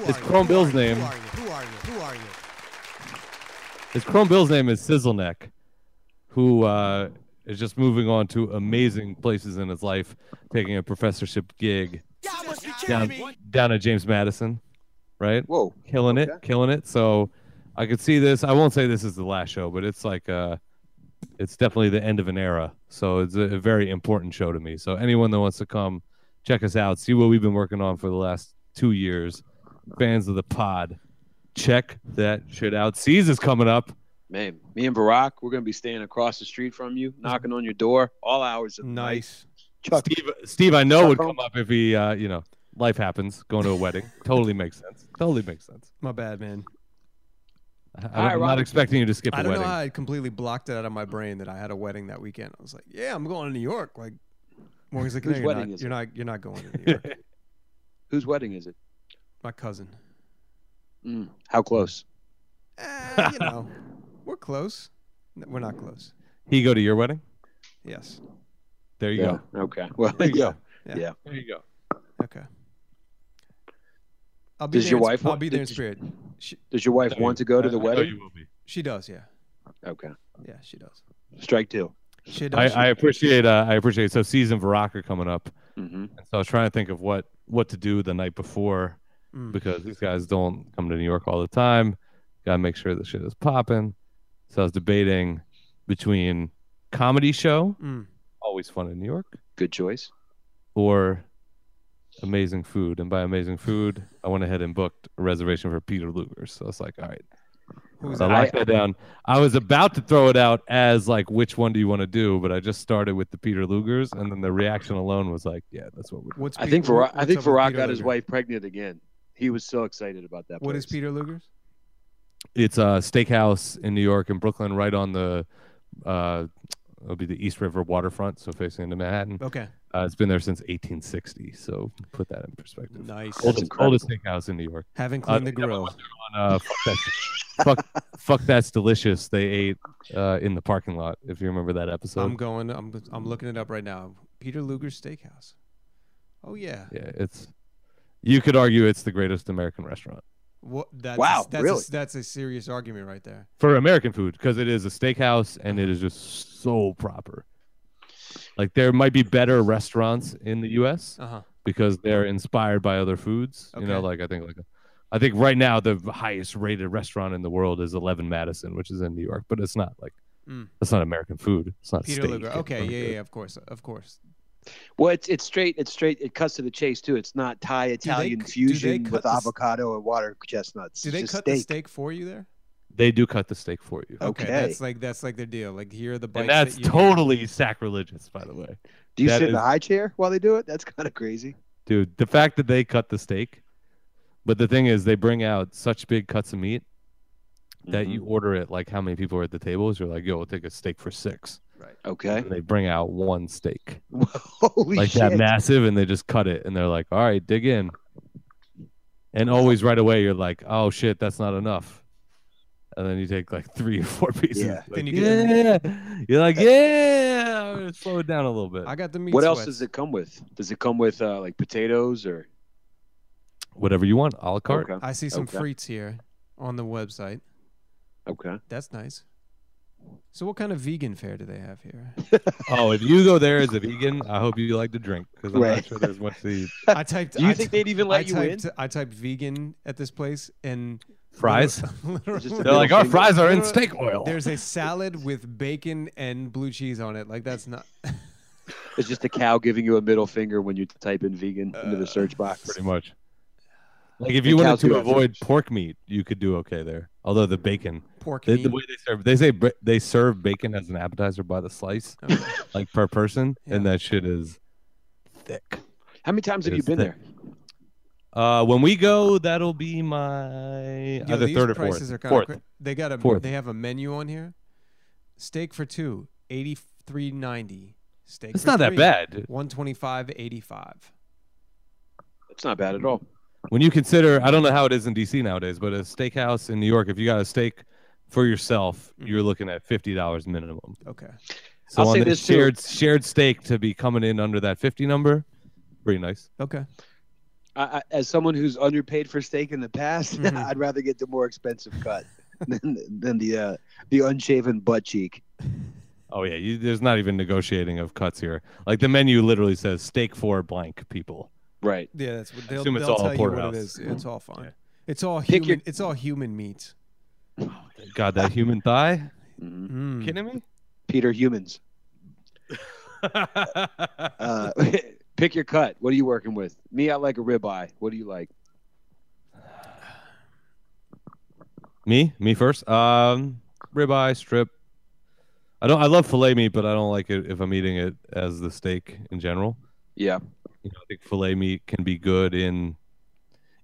[SPEAKER 1] It's Chrome Bill's name.
[SPEAKER 5] Who are you? Who are you?
[SPEAKER 1] His Chrome Bill's name is Sizzleneck, who uh, is just moving on to amazing places in his life, taking a professorship gig
[SPEAKER 5] Y'all must be kidding
[SPEAKER 1] down
[SPEAKER 5] me.
[SPEAKER 1] down at James Madison, right?
[SPEAKER 2] Whoa,
[SPEAKER 1] killing it,
[SPEAKER 2] Okay.
[SPEAKER 1] killing it. So I could see this. I won't say this is the last show, but it's like uh it's definitely the end of an era. So it's a, a very important show to me. So anyone that wants to come check us out, see what we've been working on for the last 2 years, fans of the pod, check that shit out. Seas is coming up.
[SPEAKER 2] man! Me and Barack, we're going to be staying across the street from you, knocking on your door all hours of the night.
[SPEAKER 3] Nice.
[SPEAKER 2] Chuck,
[SPEAKER 1] Steve, Steve I know would
[SPEAKER 2] Chuck,
[SPEAKER 1] come up if he uh, you know, life happens, going to a wedding. totally makes sense. Totally makes sense.
[SPEAKER 3] My bad, man.
[SPEAKER 1] I,
[SPEAKER 2] right,
[SPEAKER 1] I'm not
[SPEAKER 2] Robert.
[SPEAKER 1] expecting you to skip a
[SPEAKER 3] I don't
[SPEAKER 1] wedding.
[SPEAKER 3] know how I completely blocked it out of my brain that I had a wedding that weekend. I was like, yeah, I'm going to New York. Like, Morgan's like, no,
[SPEAKER 2] Whose
[SPEAKER 3] you're
[SPEAKER 2] wedding
[SPEAKER 3] not,
[SPEAKER 2] is
[SPEAKER 3] you're not, you're not going to New York.
[SPEAKER 2] whose wedding is it?
[SPEAKER 3] my cousin.
[SPEAKER 2] Mm, how close?
[SPEAKER 3] Eh, you know, we're close. No, we're not close.
[SPEAKER 1] he go to your wedding?
[SPEAKER 3] Yes.
[SPEAKER 1] There you go.
[SPEAKER 2] Okay. Well,
[SPEAKER 1] There you
[SPEAKER 2] yeah.
[SPEAKER 1] There you go.
[SPEAKER 3] Okay. I'll be
[SPEAKER 2] Does
[SPEAKER 3] there
[SPEAKER 2] your
[SPEAKER 3] in-
[SPEAKER 2] wife
[SPEAKER 3] I'll
[SPEAKER 2] want-
[SPEAKER 3] be there in
[SPEAKER 2] does-
[SPEAKER 3] spirit. She,
[SPEAKER 2] Does your wife want to go to the
[SPEAKER 1] I- I know
[SPEAKER 2] wedding?
[SPEAKER 1] you will be.
[SPEAKER 3] she does, yeah.
[SPEAKER 2] Okay.
[SPEAKER 3] Yeah, she does.
[SPEAKER 2] Strike 2
[SPEAKER 3] She
[SPEAKER 1] I,
[SPEAKER 3] does.
[SPEAKER 1] I appreciate. Uh, I appreciate. So season Varrock are coming up,
[SPEAKER 2] Mm-hmm.
[SPEAKER 1] and so I was trying to think of what what to do the night before
[SPEAKER 3] Mm.
[SPEAKER 1] because these guys don't come to New York all the time. Got to make sure the shit is popping. So I was debating between comedy show,
[SPEAKER 3] Mm.
[SPEAKER 1] always fun in New York,
[SPEAKER 2] Good choice.
[SPEAKER 1] or amazing food. And by amazing food, I went ahead and booked a reservation for Peter Luger's. So it's like, all right.
[SPEAKER 3] Who's
[SPEAKER 1] So I
[SPEAKER 3] that?
[SPEAKER 1] locked that down. I was about to throw it out as like, which one do you want to do? But I just started with the Peter Lugers, and then the reaction alone was like, yeah, that's what we're.
[SPEAKER 3] What's
[SPEAKER 2] I
[SPEAKER 3] Pe-
[SPEAKER 2] think Varrock,
[SPEAKER 3] what-
[SPEAKER 2] I
[SPEAKER 3] what's
[SPEAKER 2] think
[SPEAKER 3] up with
[SPEAKER 2] Varrock
[SPEAKER 3] Peter
[SPEAKER 2] got his
[SPEAKER 3] Luger?
[SPEAKER 2] wife pregnant again. He was so excited about that.
[SPEAKER 3] What
[SPEAKER 2] place.
[SPEAKER 3] is Peter Luger's?
[SPEAKER 1] It's a steakhouse in New York and Brooklyn, right on the, uh, it'll be the East River waterfront, so facing into Manhattan.
[SPEAKER 3] Okay.
[SPEAKER 1] Uh, it's been there since 1860. So put that in perspective.
[SPEAKER 3] Nice.
[SPEAKER 1] Oldest,
[SPEAKER 2] incredible.
[SPEAKER 1] oldest steakhouse in New York.
[SPEAKER 3] Haven't
[SPEAKER 1] Uh,
[SPEAKER 3] cleaned the
[SPEAKER 1] yeah, but
[SPEAKER 3] grill.
[SPEAKER 1] when they're on, uh, fuck, that's, fuck, fuck that's delicious. They ate uh, in the parking lot. If you remember that episode.
[SPEAKER 3] I'm going. I'm I'm looking it up right now. Peter Luger's Steakhouse. Oh yeah.
[SPEAKER 1] Yeah, it's. You could argue it's the greatest American restaurant
[SPEAKER 3] What? That's
[SPEAKER 2] Wow,
[SPEAKER 3] that's
[SPEAKER 2] really?
[SPEAKER 3] A, that's a serious argument right there.
[SPEAKER 1] for American food because it is a steakhouse and it is just so proper. Like there might be better restaurants in the U.S.
[SPEAKER 3] Uh huh.
[SPEAKER 1] because they're inspired by other foods. You know,
[SPEAKER 3] Okay.
[SPEAKER 1] like I think like. I think right now the highest rated restaurant in the world is Eleven Madison, which is in New York, but it's not like
[SPEAKER 3] Mm.
[SPEAKER 1] that's not American food. It's not
[SPEAKER 3] Peter
[SPEAKER 1] steak.
[SPEAKER 3] Luger.
[SPEAKER 1] It's
[SPEAKER 3] Okay.
[SPEAKER 1] not
[SPEAKER 3] Yeah,
[SPEAKER 1] good.
[SPEAKER 3] yeah. Of course. Of course.
[SPEAKER 2] Well, it's it's straight. It's straight. It cuts to the chase too. It's not Thai Italian
[SPEAKER 3] do they
[SPEAKER 2] fusion
[SPEAKER 3] cut
[SPEAKER 2] with
[SPEAKER 3] the s-
[SPEAKER 2] avocado and water chestnuts.
[SPEAKER 3] Do they
[SPEAKER 2] It's just
[SPEAKER 3] cut the
[SPEAKER 2] steak.
[SPEAKER 3] steak for you there?
[SPEAKER 1] They do cut the steak for you,
[SPEAKER 2] Okay.
[SPEAKER 3] That's like that's like their deal. Like here are the Oh, bites.
[SPEAKER 1] and that's
[SPEAKER 3] that you
[SPEAKER 1] totally sacrilegious, by the way.
[SPEAKER 2] Do you
[SPEAKER 1] That
[SPEAKER 2] sit in a
[SPEAKER 1] is-
[SPEAKER 2] high chair while they do it? That's kind of crazy.
[SPEAKER 1] dude the fact that they cut the steak but the thing is they bring out such big cuts of meat
[SPEAKER 2] Mhm.
[SPEAKER 1] that
[SPEAKER 3] Mm-hmm.
[SPEAKER 1] you order it like how many people are at the tables you're like yo we'll take a steak for six
[SPEAKER 2] Mm-hmm. Okay.
[SPEAKER 1] and they bring out one steak
[SPEAKER 2] Holy
[SPEAKER 1] like
[SPEAKER 2] shit.
[SPEAKER 1] that massive and they just cut it and they're like all right dig in and always right away you're like, oh shit, that's not enough, and then you take like three or four pieces.
[SPEAKER 2] Yeah.
[SPEAKER 1] Like,
[SPEAKER 3] Then you
[SPEAKER 1] yeah.
[SPEAKER 3] get-
[SPEAKER 1] You're like, yeah, I'm gonna slow it down a little bit.
[SPEAKER 3] I got the meat.
[SPEAKER 2] What else
[SPEAKER 3] sweats.
[SPEAKER 2] does it come with? Does it come with uh, like potatoes or?
[SPEAKER 1] Whatever you want, a la carte.
[SPEAKER 2] Okay.
[SPEAKER 3] I see some
[SPEAKER 2] Okay.
[SPEAKER 3] frites here on the website.
[SPEAKER 2] okay.
[SPEAKER 3] That's nice. So, what kind of vegan fare do they have here?
[SPEAKER 1] Oh, if you go there as a vegan, I hope you like to drink because I'm
[SPEAKER 2] Right.
[SPEAKER 1] not sure there's much to eat.
[SPEAKER 3] I typed.
[SPEAKER 2] Do you
[SPEAKER 3] I
[SPEAKER 2] think
[SPEAKER 3] t-
[SPEAKER 2] they'd even
[SPEAKER 3] I
[SPEAKER 2] let you in?
[SPEAKER 3] typed, I typed vegan at this place and
[SPEAKER 1] Fries?
[SPEAKER 3] literally-
[SPEAKER 2] Just a
[SPEAKER 1] They're like, our fries are in
[SPEAKER 3] Literally-
[SPEAKER 1] steak oil.
[SPEAKER 3] There's a salad with bacon and blue cheese on it. Like that's not.
[SPEAKER 2] It's just a cow giving you a middle finger when you type in vegan into the search box.
[SPEAKER 1] pretty much. Like if
[SPEAKER 2] The
[SPEAKER 1] you wanted
[SPEAKER 2] cows do
[SPEAKER 1] to
[SPEAKER 2] it.
[SPEAKER 1] avoid pork meat, you could do okay there. Although the bacon,
[SPEAKER 3] Pork
[SPEAKER 1] the,
[SPEAKER 3] meat.
[SPEAKER 1] the way they serve, they say ba- they serve bacon as an appetizer by the slice,
[SPEAKER 3] Okay.
[SPEAKER 1] like per person, and
[SPEAKER 3] Oh, Yeah.
[SPEAKER 1] that shit is thick.
[SPEAKER 2] How many times have you
[SPEAKER 1] It's
[SPEAKER 2] been
[SPEAKER 1] thick.
[SPEAKER 2] there?
[SPEAKER 1] Uh, when we go, that'll be my
[SPEAKER 3] Yo,
[SPEAKER 1] either
[SPEAKER 3] these
[SPEAKER 1] third or
[SPEAKER 3] prices
[SPEAKER 1] fourth.
[SPEAKER 3] are kinda
[SPEAKER 1] fourth.
[SPEAKER 3] cra- they got a.
[SPEAKER 1] Fourth.
[SPEAKER 3] They have a menu on here. Steak for two, eighty three ninety. Steak.
[SPEAKER 1] It's
[SPEAKER 3] for
[SPEAKER 1] not that
[SPEAKER 3] three,
[SPEAKER 1] bad
[SPEAKER 3] 125 85
[SPEAKER 2] It's not bad at all.
[SPEAKER 1] when you consider. I don't know how it is in DC nowadays, but a steakhouse in New York, if you got a steak for yourself, you're looking at fifty dollars minimum.
[SPEAKER 3] okay
[SPEAKER 1] So
[SPEAKER 2] Mm-hmm. I'll
[SPEAKER 1] on
[SPEAKER 2] say
[SPEAKER 1] this
[SPEAKER 2] this, too.
[SPEAKER 1] shared shared stake to be coming in under that fifty number, pretty nice.
[SPEAKER 3] okay
[SPEAKER 2] I, I, as someone who's underpaid for steak in the past,
[SPEAKER 3] Mhm.
[SPEAKER 2] I'd rather get the more expensive cut than, than the uh, the unshaven butt cheek.
[SPEAKER 1] Oh yeah, you, there's not even negotiating of cuts here. Like the menu literally says steak for blank people.
[SPEAKER 2] Right.
[SPEAKER 3] yeah that's what they'll,
[SPEAKER 1] assume it's
[SPEAKER 3] they'll
[SPEAKER 1] all
[SPEAKER 3] tell you what
[SPEAKER 1] porterhouse.
[SPEAKER 3] it is it's all fine it's all
[SPEAKER 2] Pick
[SPEAKER 3] human
[SPEAKER 2] your-
[SPEAKER 3] it's all human meat
[SPEAKER 1] God, that human thigh?
[SPEAKER 2] hmm
[SPEAKER 3] Mm.
[SPEAKER 1] Kidding me?
[SPEAKER 2] Peter Humans. Uh, pick your cut. What are you working with? Me, I like a ribeye. What do you like?
[SPEAKER 1] me? Me first. Um, ribeye strip. I don't. I love filet meat, but I don't like it if I'm eating it as the steak in general.
[SPEAKER 2] Yeah.
[SPEAKER 1] you know, I think filet meat can be good in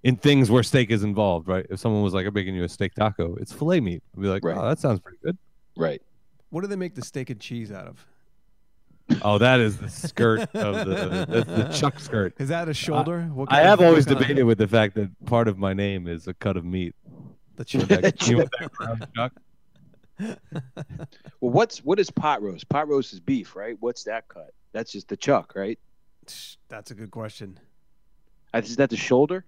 [SPEAKER 1] in things where steak is involved, right? If someone was like, "I'm making you a steak taco," it's filet meat. I'd be like,
[SPEAKER 2] Right.
[SPEAKER 1] "Oh, that sounds pretty good."
[SPEAKER 2] Right.
[SPEAKER 3] what do they make the steak and cheese out of
[SPEAKER 1] oh, that is the skirt of the that's the chuck skirt.
[SPEAKER 3] is that a shoulder what
[SPEAKER 1] I
[SPEAKER 3] kind
[SPEAKER 1] have
[SPEAKER 3] of-
[SPEAKER 1] always
[SPEAKER 3] what kind of-
[SPEAKER 1] debated with the fact that part of my name is a cut of meat.
[SPEAKER 3] the
[SPEAKER 1] You know
[SPEAKER 3] chuck.
[SPEAKER 1] that- you know that ground chuck?
[SPEAKER 2] Well, what's what is pot roast? Pot roast is beef, right? What's that cut? That's just the chuck, right?
[SPEAKER 3] that's a good question
[SPEAKER 2] Uh, Is that the shoulder?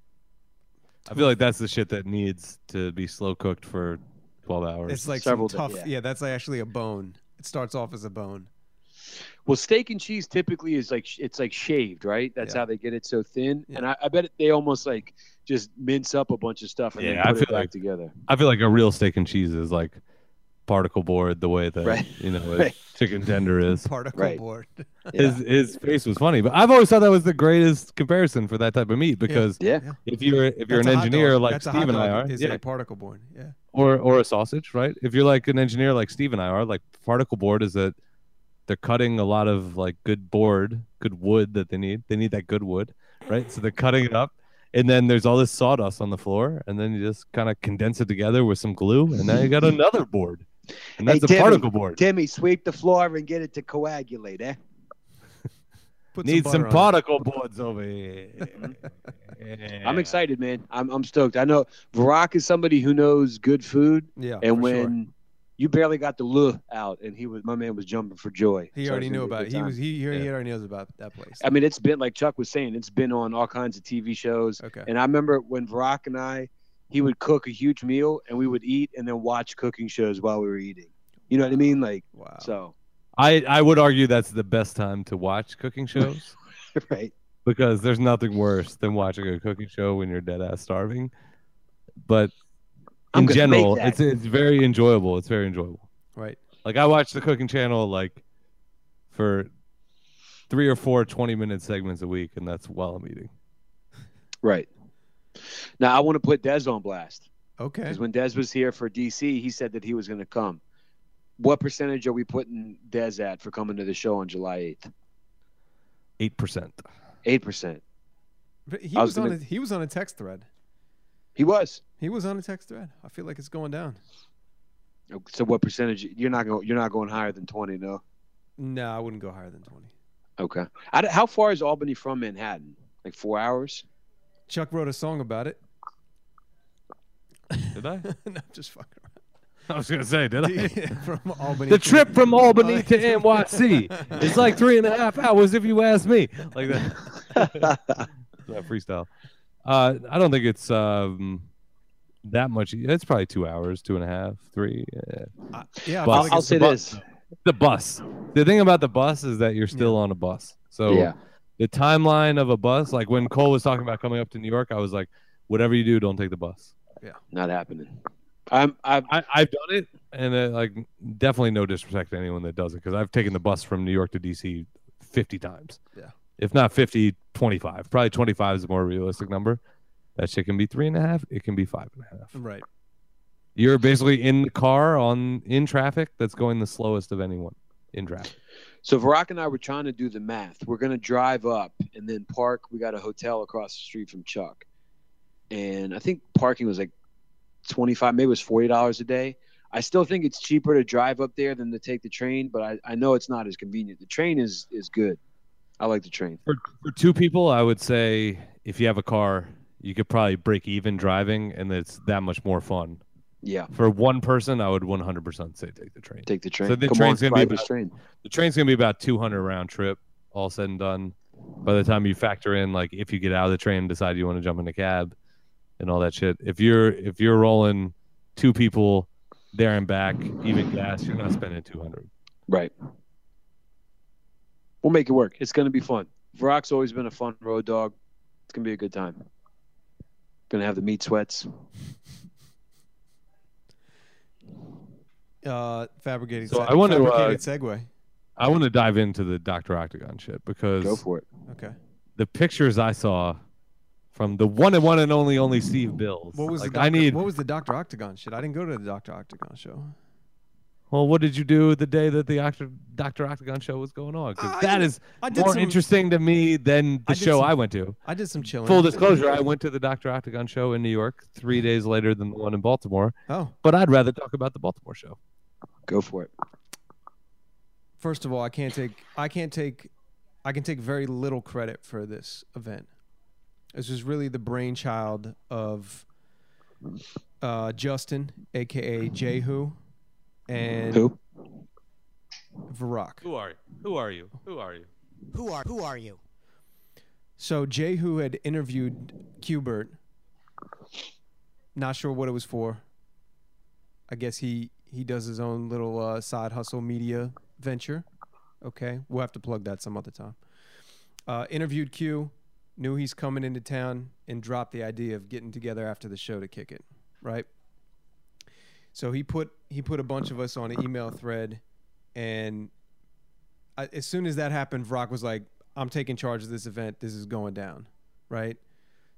[SPEAKER 1] I feel like that's the shit that needs to be slow cooked for twelve hours.
[SPEAKER 3] it's like
[SPEAKER 2] Several di-
[SPEAKER 3] some tough
[SPEAKER 2] yeah.
[SPEAKER 3] yeah. that's like actually a bone it starts off as a bone
[SPEAKER 2] Well, steak and cheese typically is like it's like shaved, right? That's
[SPEAKER 3] Yeah.
[SPEAKER 2] how they get it so thin.
[SPEAKER 3] Yeah.
[SPEAKER 2] And I, I bet they almost like just mince up a bunch of stuff and
[SPEAKER 1] Yeah,
[SPEAKER 2] then
[SPEAKER 1] I
[SPEAKER 2] put it
[SPEAKER 1] feel
[SPEAKER 2] back
[SPEAKER 1] like-
[SPEAKER 2] together.
[SPEAKER 1] I feel like a real steak and cheese is like particle board the way that
[SPEAKER 2] Right.
[SPEAKER 1] you know a
[SPEAKER 2] Right.
[SPEAKER 1] chicken tender is.
[SPEAKER 3] particle
[SPEAKER 2] Right.
[SPEAKER 3] board
[SPEAKER 1] his his face was funny. But I've always thought that was the greatest comparison for that type of meat because
[SPEAKER 2] Yeah.
[SPEAKER 1] if you're if you're
[SPEAKER 3] That's a
[SPEAKER 1] an
[SPEAKER 3] hot
[SPEAKER 1] engineer
[SPEAKER 3] dog.
[SPEAKER 1] like
[SPEAKER 3] that's a
[SPEAKER 1] Steve
[SPEAKER 3] hot
[SPEAKER 1] and I
[SPEAKER 3] dog
[SPEAKER 1] are,
[SPEAKER 3] is
[SPEAKER 1] yeah,
[SPEAKER 3] a particle board yeah
[SPEAKER 1] or or a sausage, right? If you're like an engineer like Steve and I are, like particle board is that they're cutting a lot of like good board, good wood that they need. They need that good wood, right? So they're cutting it up. And then there's all this sawdust on the floor, and then you just kind of condense it together with some glue, and now you got another board, and
[SPEAKER 2] Hey,
[SPEAKER 1] that's a
[SPEAKER 2] Timmy,
[SPEAKER 1] particle board.
[SPEAKER 2] Timmy, sweep the floor and get it to coagulate, eh?
[SPEAKER 3] Put
[SPEAKER 1] Need
[SPEAKER 3] butter
[SPEAKER 1] some
[SPEAKER 3] on it.
[SPEAKER 1] particle boards over here.
[SPEAKER 2] I'm
[SPEAKER 1] Yeah.
[SPEAKER 2] excited, man. I'm, I'm stoked. I know Barack is somebody who knows good food,
[SPEAKER 3] yeah
[SPEAKER 2] and
[SPEAKER 3] Oh, for sure.
[SPEAKER 2] when you barely got the "luh" out, and he was my man was jumping for joy.
[SPEAKER 3] He
[SPEAKER 2] So
[SPEAKER 3] already
[SPEAKER 2] it's
[SPEAKER 3] knew
[SPEAKER 2] gonna be a
[SPEAKER 3] about
[SPEAKER 2] good
[SPEAKER 3] it. He
[SPEAKER 2] time.
[SPEAKER 3] was he, he already-
[SPEAKER 1] Yeah.
[SPEAKER 3] already knows about that place.
[SPEAKER 2] I mean, it's been like Chuck was saying, it's been on all kinds of TV shows,
[SPEAKER 3] okay.
[SPEAKER 2] and I remember when Barack and I, he would cook a huge meal, and we would eat, and then watch cooking shows while we were eating. You know what I mean? Like
[SPEAKER 3] Wow.
[SPEAKER 2] so,
[SPEAKER 1] I, I would argue that's the best time to watch cooking shows
[SPEAKER 2] right?
[SPEAKER 1] because there's nothing worse than watching a cooking show when you're dead ass starving. But
[SPEAKER 2] I'm
[SPEAKER 1] in
[SPEAKER 2] gonna
[SPEAKER 1] general,
[SPEAKER 2] make that.
[SPEAKER 1] it's it's very enjoyable. It's very enjoyable.
[SPEAKER 3] right.
[SPEAKER 1] Like I watch the cooking channel like for three or four 20 minute segments a week, and that's while I'm eating.
[SPEAKER 2] Right. Now I want to put Dez on blast
[SPEAKER 3] Okay.
[SPEAKER 2] because when Dez was here for DC, he said that he was going to come. What percentage are we putting Dez at for coming to the show on July eighth?
[SPEAKER 1] Eight percent.
[SPEAKER 2] Eight percent.
[SPEAKER 3] But he
[SPEAKER 2] I
[SPEAKER 3] was,
[SPEAKER 2] was
[SPEAKER 3] on
[SPEAKER 2] gonna-
[SPEAKER 3] a, he was on a text thread.
[SPEAKER 2] He was.
[SPEAKER 3] He was on a text thread. I feel like it's going down.
[SPEAKER 2] So what percentage? You're not going. You're not going higher than twenty, no.
[SPEAKER 3] No, I wouldn't go higher than 20.
[SPEAKER 2] Okay. I d how far is Albany from Manhattan? Like four hours?
[SPEAKER 3] Chuck wrote a song about it.
[SPEAKER 1] Did I?
[SPEAKER 3] no, I'm just fucking
[SPEAKER 1] I was gonna say, did I?
[SPEAKER 3] around. from Albany.
[SPEAKER 1] The
[SPEAKER 3] to-
[SPEAKER 1] trip from Albany to NYC is like three and a half hours, if you ask me. Like that. that freestyle. Uh, I don't think it's um, that much. e, It's probably two hours, two and a half, three. yeah.
[SPEAKER 3] Uh, yeah, I
[SPEAKER 1] Well,
[SPEAKER 3] feel
[SPEAKER 2] I'll,
[SPEAKER 3] like
[SPEAKER 2] I'll
[SPEAKER 3] it's
[SPEAKER 2] say
[SPEAKER 3] about-
[SPEAKER 2] this.
[SPEAKER 1] The bus. The thing about the bus is that you're still on a bus. So
[SPEAKER 2] yeah.
[SPEAKER 1] the timeline of a bus, like when Cole was talking about coming up to New York, I was like, whatever you do, don't take the bus.
[SPEAKER 2] Not happening. I'm. I've.
[SPEAKER 1] I, I've done it, and uh, like definitely no disrespect to anyone that does it because I've taken the bus from New York to DC 50 times.
[SPEAKER 3] Yeah.
[SPEAKER 1] If not 50, 25. Probably 25 is a more realistic number. That shit can be three and a half. It can be five and a half.
[SPEAKER 3] Right.
[SPEAKER 1] You're basically in the car on in traffic that's going the slowest of anyone in traffic.
[SPEAKER 2] So Varrock and I were trying to do the math. We're gonna drive up and then park. We got a hotel across the street from Chuck, and I think parking was like twenty five, maybe it was forty dollars a day. I still think it's cheaper to drive up there than to take the train, but I, I know it's not as convenient. The train is is good. I like the train.
[SPEAKER 1] For, for two people, I would say if you have a car, you could probably break even driving, and it's that much more fun.
[SPEAKER 2] Yeah,
[SPEAKER 1] For one person, I would 100% say take the train.
[SPEAKER 2] take the train.
[SPEAKER 1] So the
[SPEAKER 2] Come
[SPEAKER 1] train's
[SPEAKER 2] on,
[SPEAKER 1] gonna be
[SPEAKER 2] ride this
[SPEAKER 1] about-
[SPEAKER 2] train.
[SPEAKER 1] the train's gonna be about 200 round trip all said and done by the time you factor in like if you get out of the train and decide you want to jump in a cab and all that shit if you're if you're rolling two people there and back even gas you're not spending 200
[SPEAKER 2] Right. We'll make it work. It's going to be fun. Varrock's always been a fun road dog. It's going to be a good time. Going to have the meat sweats.
[SPEAKER 3] Uh, fabricated.
[SPEAKER 1] So
[SPEAKER 3] seg-
[SPEAKER 1] I want to, uh,
[SPEAKER 3] fabricated segue.
[SPEAKER 1] i want to dive into the dr octagon shit
[SPEAKER 2] Go
[SPEAKER 1] because
[SPEAKER 2] for it.
[SPEAKER 3] Okay.
[SPEAKER 1] the pictures i saw from the one and one and only only steve bills
[SPEAKER 3] What was
[SPEAKER 1] like,
[SPEAKER 3] the
[SPEAKER 1] i
[SPEAKER 3] Dr.
[SPEAKER 1] need
[SPEAKER 3] What was the Doctor Octagon shit? I didn't go to the Doctor Octagon show.
[SPEAKER 1] well what did you do the day that the Octa- dr octagon show was going on
[SPEAKER 3] I
[SPEAKER 1] because that
[SPEAKER 3] did-
[SPEAKER 1] is
[SPEAKER 3] I did
[SPEAKER 1] more
[SPEAKER 3] some.
[SPEAKER 1] interesting to me than the
[SPEAKER 3] I did
[SPEAKER 1] show
[SPEAKER 3] some-
[SPEAKER 1] i went to
[SPEAKER 3] I did some chilling.
[SPEAKER 1] Full disclosure, I went to the Dr. Octagon show in New York three days later than the one in Baltimore,
[SPEAKER 3] Oh,
[SPEAKER 1] but I'd rather talk about the Baltimore show.
[SPEAKER 2] Go for it.
[SPEAKER 3] first of all, I can't take. I can't take. I can take very little credit for this event. This was really the brainchild of uh, Justin, aka Jehu, and
[SPEAKER 2] Who?
[SPEAKER 3] Varrock.
[SPEAKER 1] Who are you? Who are you? Who are you?
[SPEAKER 5] Who are who are you?
[SPEAKER 3] So Jehu had interviewed Qbert. Not sure what it was for. I guess he he does his own little uh, side hustle media venture. Okay, we'll have to plug that some other time. Uh, interviewed Q, knew he's coming into town, and dropped the idea of getting together after the show to kick it. Right. So he put he put a bunch of us on an email thread, and I, as soon as that happened, Vrock was like, "I'm taking charge of this event. This is going down." Right.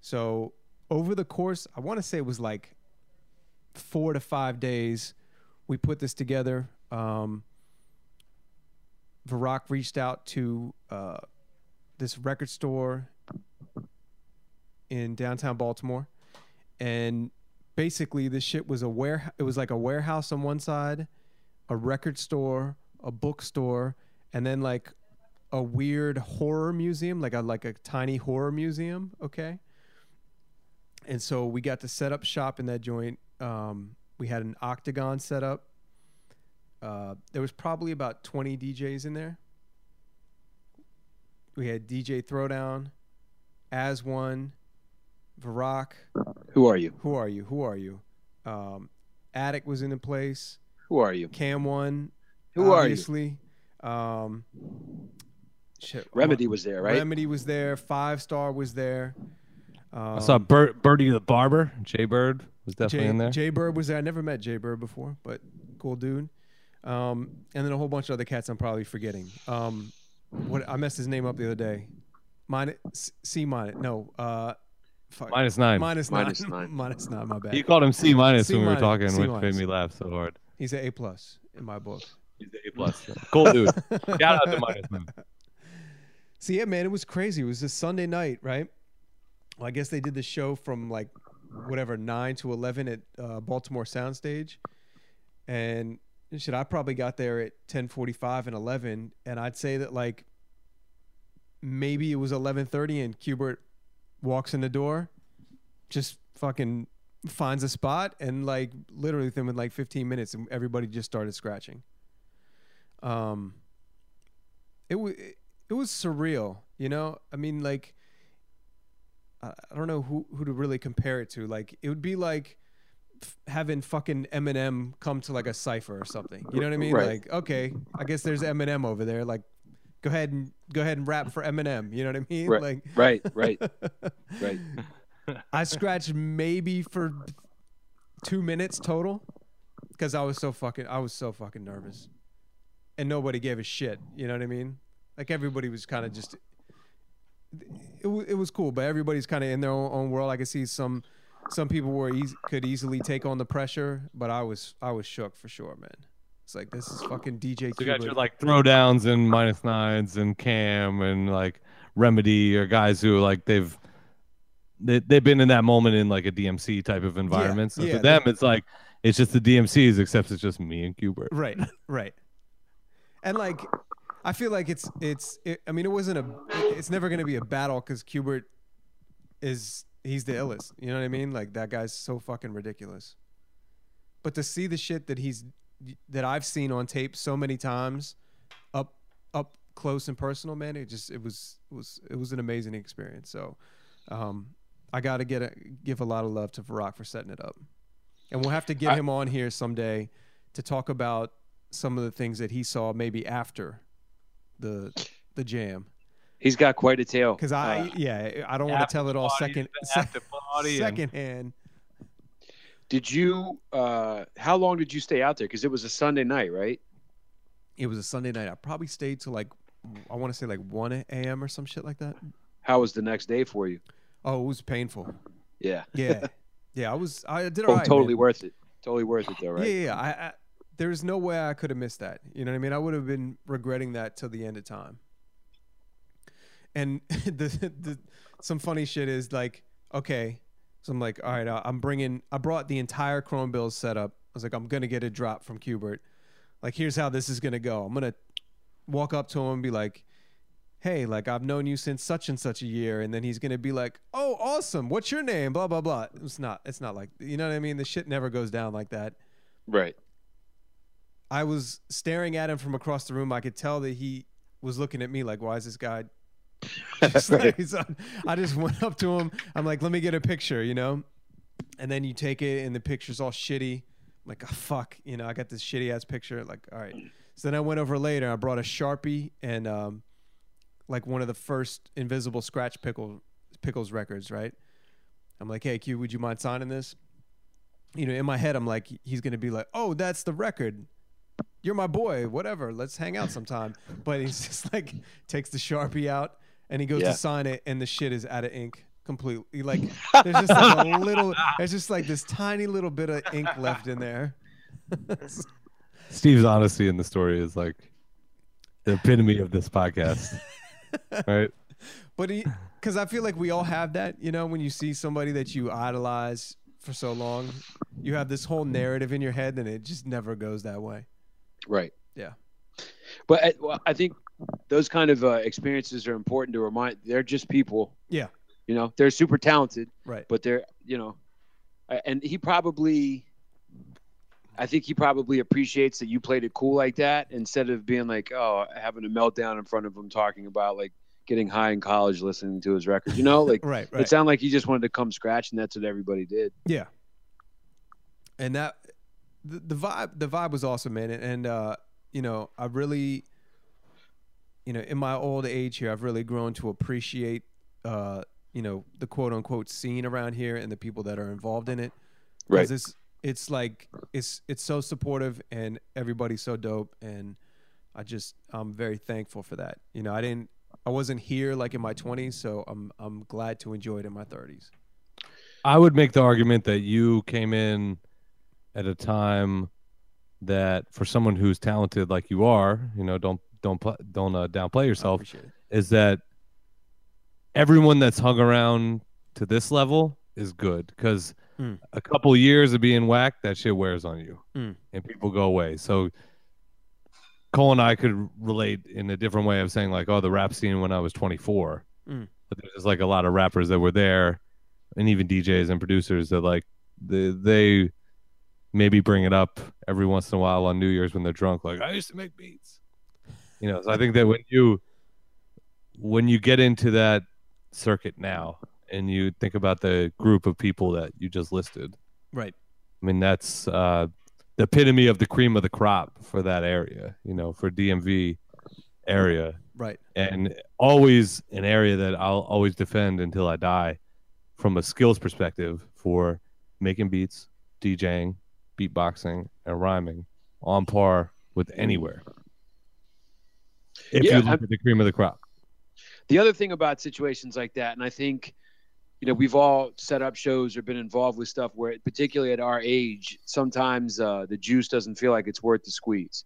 [SPEAKER 3] So over the course, I want to say it was like four to five days, we put this together. Um, Varrock reached out to uh, this record store in downtown Baltimore, and basically this shit was a ware. It was like a warehouse on one side, a record store, a bookstore, and then like a weird horror museum, like a like a tiny horror museum. Okay. And so we got to set up shop in that joint. Um, we had an octagon set up. Uh, there was probably about 20 DJs in there. We had DJ Throwdown, As One, Varrock.
[SPEAKER 2] Who are you?
[SPEAKER 3] Who are you? Who are you? Um, Attic was in the place.
[SPEAKER 2] Who are you?
[SPEAKER 3] Cam One.
[SPEAKER 2] Who are you?
[SPEAKER 3] obviously. are you? Um, shit.
[SPEAKER 2] Remedy was there, right?
[SPEAKER 3] Remedy was there. Five Star was there. Um,
[SPEAKER 1] I saw Bir- Birdie the Barber. Jay Bird was definitely
[SPEAKER 3] Jay,
[SPEAKER 1] in there.
[SPEAKER 3] Jay Bird was there. I never met Jay Bird before, but cool dude. Um, and then a whole bunch of other cats I'm probably forgetting. Um, what I messed his name up the other day. Mine C minus no uh fuck.
[SPEAKER 1] Minus nine.
[SPEAKER 3] minus nine
[SPEAKER 2] Minus nine.
[SPEAKER 3] minus nine my
[SPEAKER 1] you
[SPEAKER 3] bad.
[SPEAKER 1] called him C minus
[SPEAKER 3] C
[SPEAKER 1] when we were
[SPEAKER 3] minus,
[SPEAKER 1] talking,
[SPEAKER 3] C
[SPEAKER 1] which made
[SPEAKER 3] minus.
[SPEAKER 1] me laugh so hard.
[SPEAKER 3] He's an A plus in my book.
[SPEAKER 1] He's an A plus. Cool dude. Shout out to minus nine.
[SPEAKER 3] So yeah, man, it was crazy. It was a Sunday night, right? Well, I guess they did the show from like whatever nine to eleven at uh, Baltimore Soundstage, and shit, I probably got there at ten forty-five and eleven, and I'd say that like maybe it was eleven thirty, and Cubert walks in the door, just fucking finds a spot and like literally within like 15 minutes and everybody just started scratching um it was it was surreal you know i mean like i I don't know who who to really compare it to like it would be like f- having fucking eminem come to like a cipher or something you know what i mean
[SPEAKER 2] Right.
[SPEAKER 3] like okay i guess there's eminem over there like go ahead and go ahead and rap for eminem you know what i mean
[SPEAKER 2] Right.
[SPEAKER 3] like
[SPEAKER 2] Right, right, right.
[SPEAKER 3] I scratched maybe for two minutes total because I was so fucking I was so fucking nervous, and nobody gave a shit. You know what I mean? Like everybody was kind of just. It, wa- it was cool, but everybody's kind of in their own, own world. I could see some some people were eas- could easily take on the pressure, but I was I was shook for sure, man. It's like this is fucking DJ
[SPEAKER 1] So you got
[SPEAKER 3] Cuba.
[SPEAKER 1] your like throwdowns and minus nines and Cam and like Remedy or guys who like they've they they've been in that moment in like a DMC type of environment. so
[SPEAKER 3] yeah,
[SPEAKER 1] for them, it's like it's just the DMCs, except it's just me and Cubert.
[SPEAKER 3] Right, right. And like, I feel like it's it's. It, I mean, it wasn't a. It's never gonna be a battle because Cubert is he's the illest. You know what I mean? Like that guy's so fucking ridiculous. But to see the shit that he's that I've seen on tape so many times, up up close and personal, man, it just it was was it was an amazing experience. So, um, I gotta get a, give a lot of love to Varrock for setting it up, and we'll have to get him on here someday to talk about some of the things that he saw maybe after the the jam
[SPEAKER 2] He's got quite a tail.
[SPEAKER 3] because I
[SPEAKER 2] Uh,
[SPEAKER 3] yeah I don't want to tell it all second
[SPEAKER 1] after
[SPEAKER 3] second
[SPEAKER 1] and-
[SPEAKER 3] secondhand.
[SPEAKER 2] did you? Uh, how long did you stay out there? Because it was a Sunday night, right?
[SPEAKER 3] It was a Sunday night. I probably stayed till like I want to say like one a.m. or some shit like that.
[SPEAKER 2] How was the next day for you?
[SPEAKER 3] Oh, it was painful.
[SPEAKER 2] Yeah,
[SPEAKER 3] Yeah, yeah. I was I did all
[SPEAKER 2] oh,
[SPEAKER 3] right.
[SPEAKER 2] totally
[SPEAKER 3] man.
[SPEAKER 2] worth it. Totally worth it, though, right?
[SPEAKER 3] Yeah, yeah. yeah. I, I there's no way I could have missed that. You know what I mean? I would have been regretting that till the end of time. And the, the some funny shit is like, okay, so I'm like, all right, I- I'm bringing, I brought the entire Chrome Bills setup. I was like, I'm gonna get a drop from Cubert. Like, here's how this is gonna go. I'm gonna walk up to him and be like, hey, like I've known you since such and such a year, and then he's gonna be like, oh, awesome, what's your name? Blah blah blah. It's not, it's not like, you know what I mean? The shit never goes down like that.
[SPEAKER 2] Right.
[SPEAKER 3] I was staring at him from across the room. I could tell that he was looking at me like, "Why is this guy?" Just
[SPEAKER 2] Right.
[SPEAKER 3] like- so I just went up to him. I'm like, "Let me get a picture," you know. And then you take it, and the picture's all shitty. I'm like, oh, "Fuck," you know. I got this shitty ass picture. Like, all right. So then I went over later. I brought a sharpie and um, like one of the first invisible scratch pickle pickles records, right? I'm like, "Hey, Q, would you mind signing this?" You know, in my head, I'm like, he's gonna be like, "Oh, that's the record." you're my boy, whatever. Let's hang out sometime. But he's just like takes the sharpie out and he goes
[SPEAKER 2] Yeah.
[SPEAKER 3] to sign it, and the shit is out of ink completely. Like there's just like a little, there's just like this tiny little bit of ink left in there.
[SPEAKER 1] Steve's honesty in the story is like the epitome of this podcast. right?
[SPEAKER 3] But he, because I feel like we all have that, you know, when you see somebody that you idolize for so long, you have this whole narrative in your head, and it just never goes that way.
[SPEAKER 2] Right.
[SPEAKER 3] Yeah.
[SPEAKER 2] But I, well, I think those kind of uh, experiences are important to remind. They're just people.
[SPEAKER 3] Yeah.
[SPEAKER 2] You know, they're super talented,
[SPEAKER 3] Right.
[SPEAKER 2] but they're you know, I- and he probably, I think he probably appreciates that you played it cool like that instead of being like, oh, having a meltdown in front of him talking about like getting high in college listening to his record. You know, like
[SPEAKER 3] Right.
[SPEAKER 2] it sounded like he just wanted to come scratch, and that's what everybody did.
[SPEAKER 3] Yeah. And that the, the vibe the vibe was awesome, man. And, and uh, you know, I really you know, in my old age here, I've really grown to appreciate uh, you know, the quote unquote scene around here and the people that are involved in it. 'Cause
[SPEAKER 2] Right.
[SPEAKER 3] It's it's like it's it's so supportive and everybody's so dope and I just I'm very thankful for that. You know, I didn't I wasn't here like in my 20s, so I'm I'm glad to enjoy it in my 30s.
[SPEAKER 1] I would make the argument that you came in at a time that for someone who's talented like you are, you know, don't don't pl- don't uh, downplay
[SPEAKER 3] I
[SPEAKER 1] yourself.
[SPEAKER 3] appreciate it.
[SPEAKER 1] Is that everyone that's hung around to this level is good because
[SPEAKER 3] Hmm.
[SPEAKER 1] a couple years of being whacked, that shit wears on you,
[SPEAKER 3] Hmm.
[SPEAKER 1] and people go away. So Cole and I could relate in a different way of saying like, oh, the rap scene when I was 24,
[SPEAKER 3] Hmm.
[SPEAKER 1] but there's just like a lot of rappers that were there, and even DJs and producers that like They, they maybe bring it up every once in a while on New Year's when they're drunk, like I used to make beats. You know, so I think that when you when you get into that circuit now and you think about the group of people that you just listed,
[SPEAKER 3] Right.
[SPEAKER 1] I mean, that's uh, the epitome of the cream of the crop for that area, you know, for DMV area.
[SPEAKER 3] Right.
[SPEAKER 1] And always an area that I'll always defend until I die from a skills perspective for making beats, DJing, beatboxing, and rhyming on par with anywhere. If
[SPEAKER 2] Yeah,
[SPEAKER 1] you look
[SPEAKER 2] I'm-
[SPEAKER 1] at the cream of the crop.
[SPEAKER 2] the other thing about situations like that, and I think, you know, we've all set up shows or been involved with stuff where, particularly at our age, sometimes uh, the juice doesn't feel like it's worth the squeeze.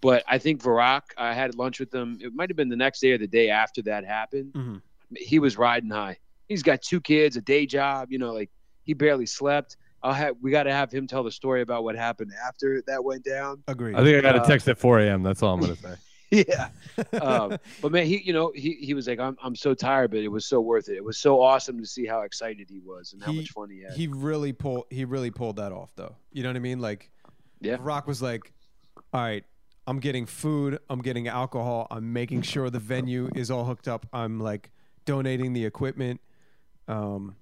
[SPEAKER 2] But I think Verac, I had lunch with him. It might have been the next day or the day after that happened.
[SPEAKER 3] Mhm.
[SPEAKER 2] He was riding high. He's got two kids, a day job. You know, like he barely slept. I'll have, we got to have him tell the story about what happened after that went down.
[SPEAKER 3] Agreed.
[SPEAKER 1] I think I got
[SPEAKER 2] Uh,
[SPEAKER 1] a text at 4 a.m. That's all I'm going to say.
[SPEAKER 2] yeah.
[SPEAKER 1] uh,
[SPEAKER 2] um, but man, he you know he, he was like I'm I'm so tired, but it was so worth it. It was so awesome to see how excited he was and how
[SPEAKER 3] He-
[SPEAKER 2] much fun he had.
[SPEAKER 3] he really pulled he really pulled that off though. You know what I mean? Like
[SPEAKER 2] Yeah.
[SPEAKER 3] Rock was like, All right, I'm getting food, I'm getting alcohol, I'm making sure the venue is all hooked up, I'm like donating the equipment. Um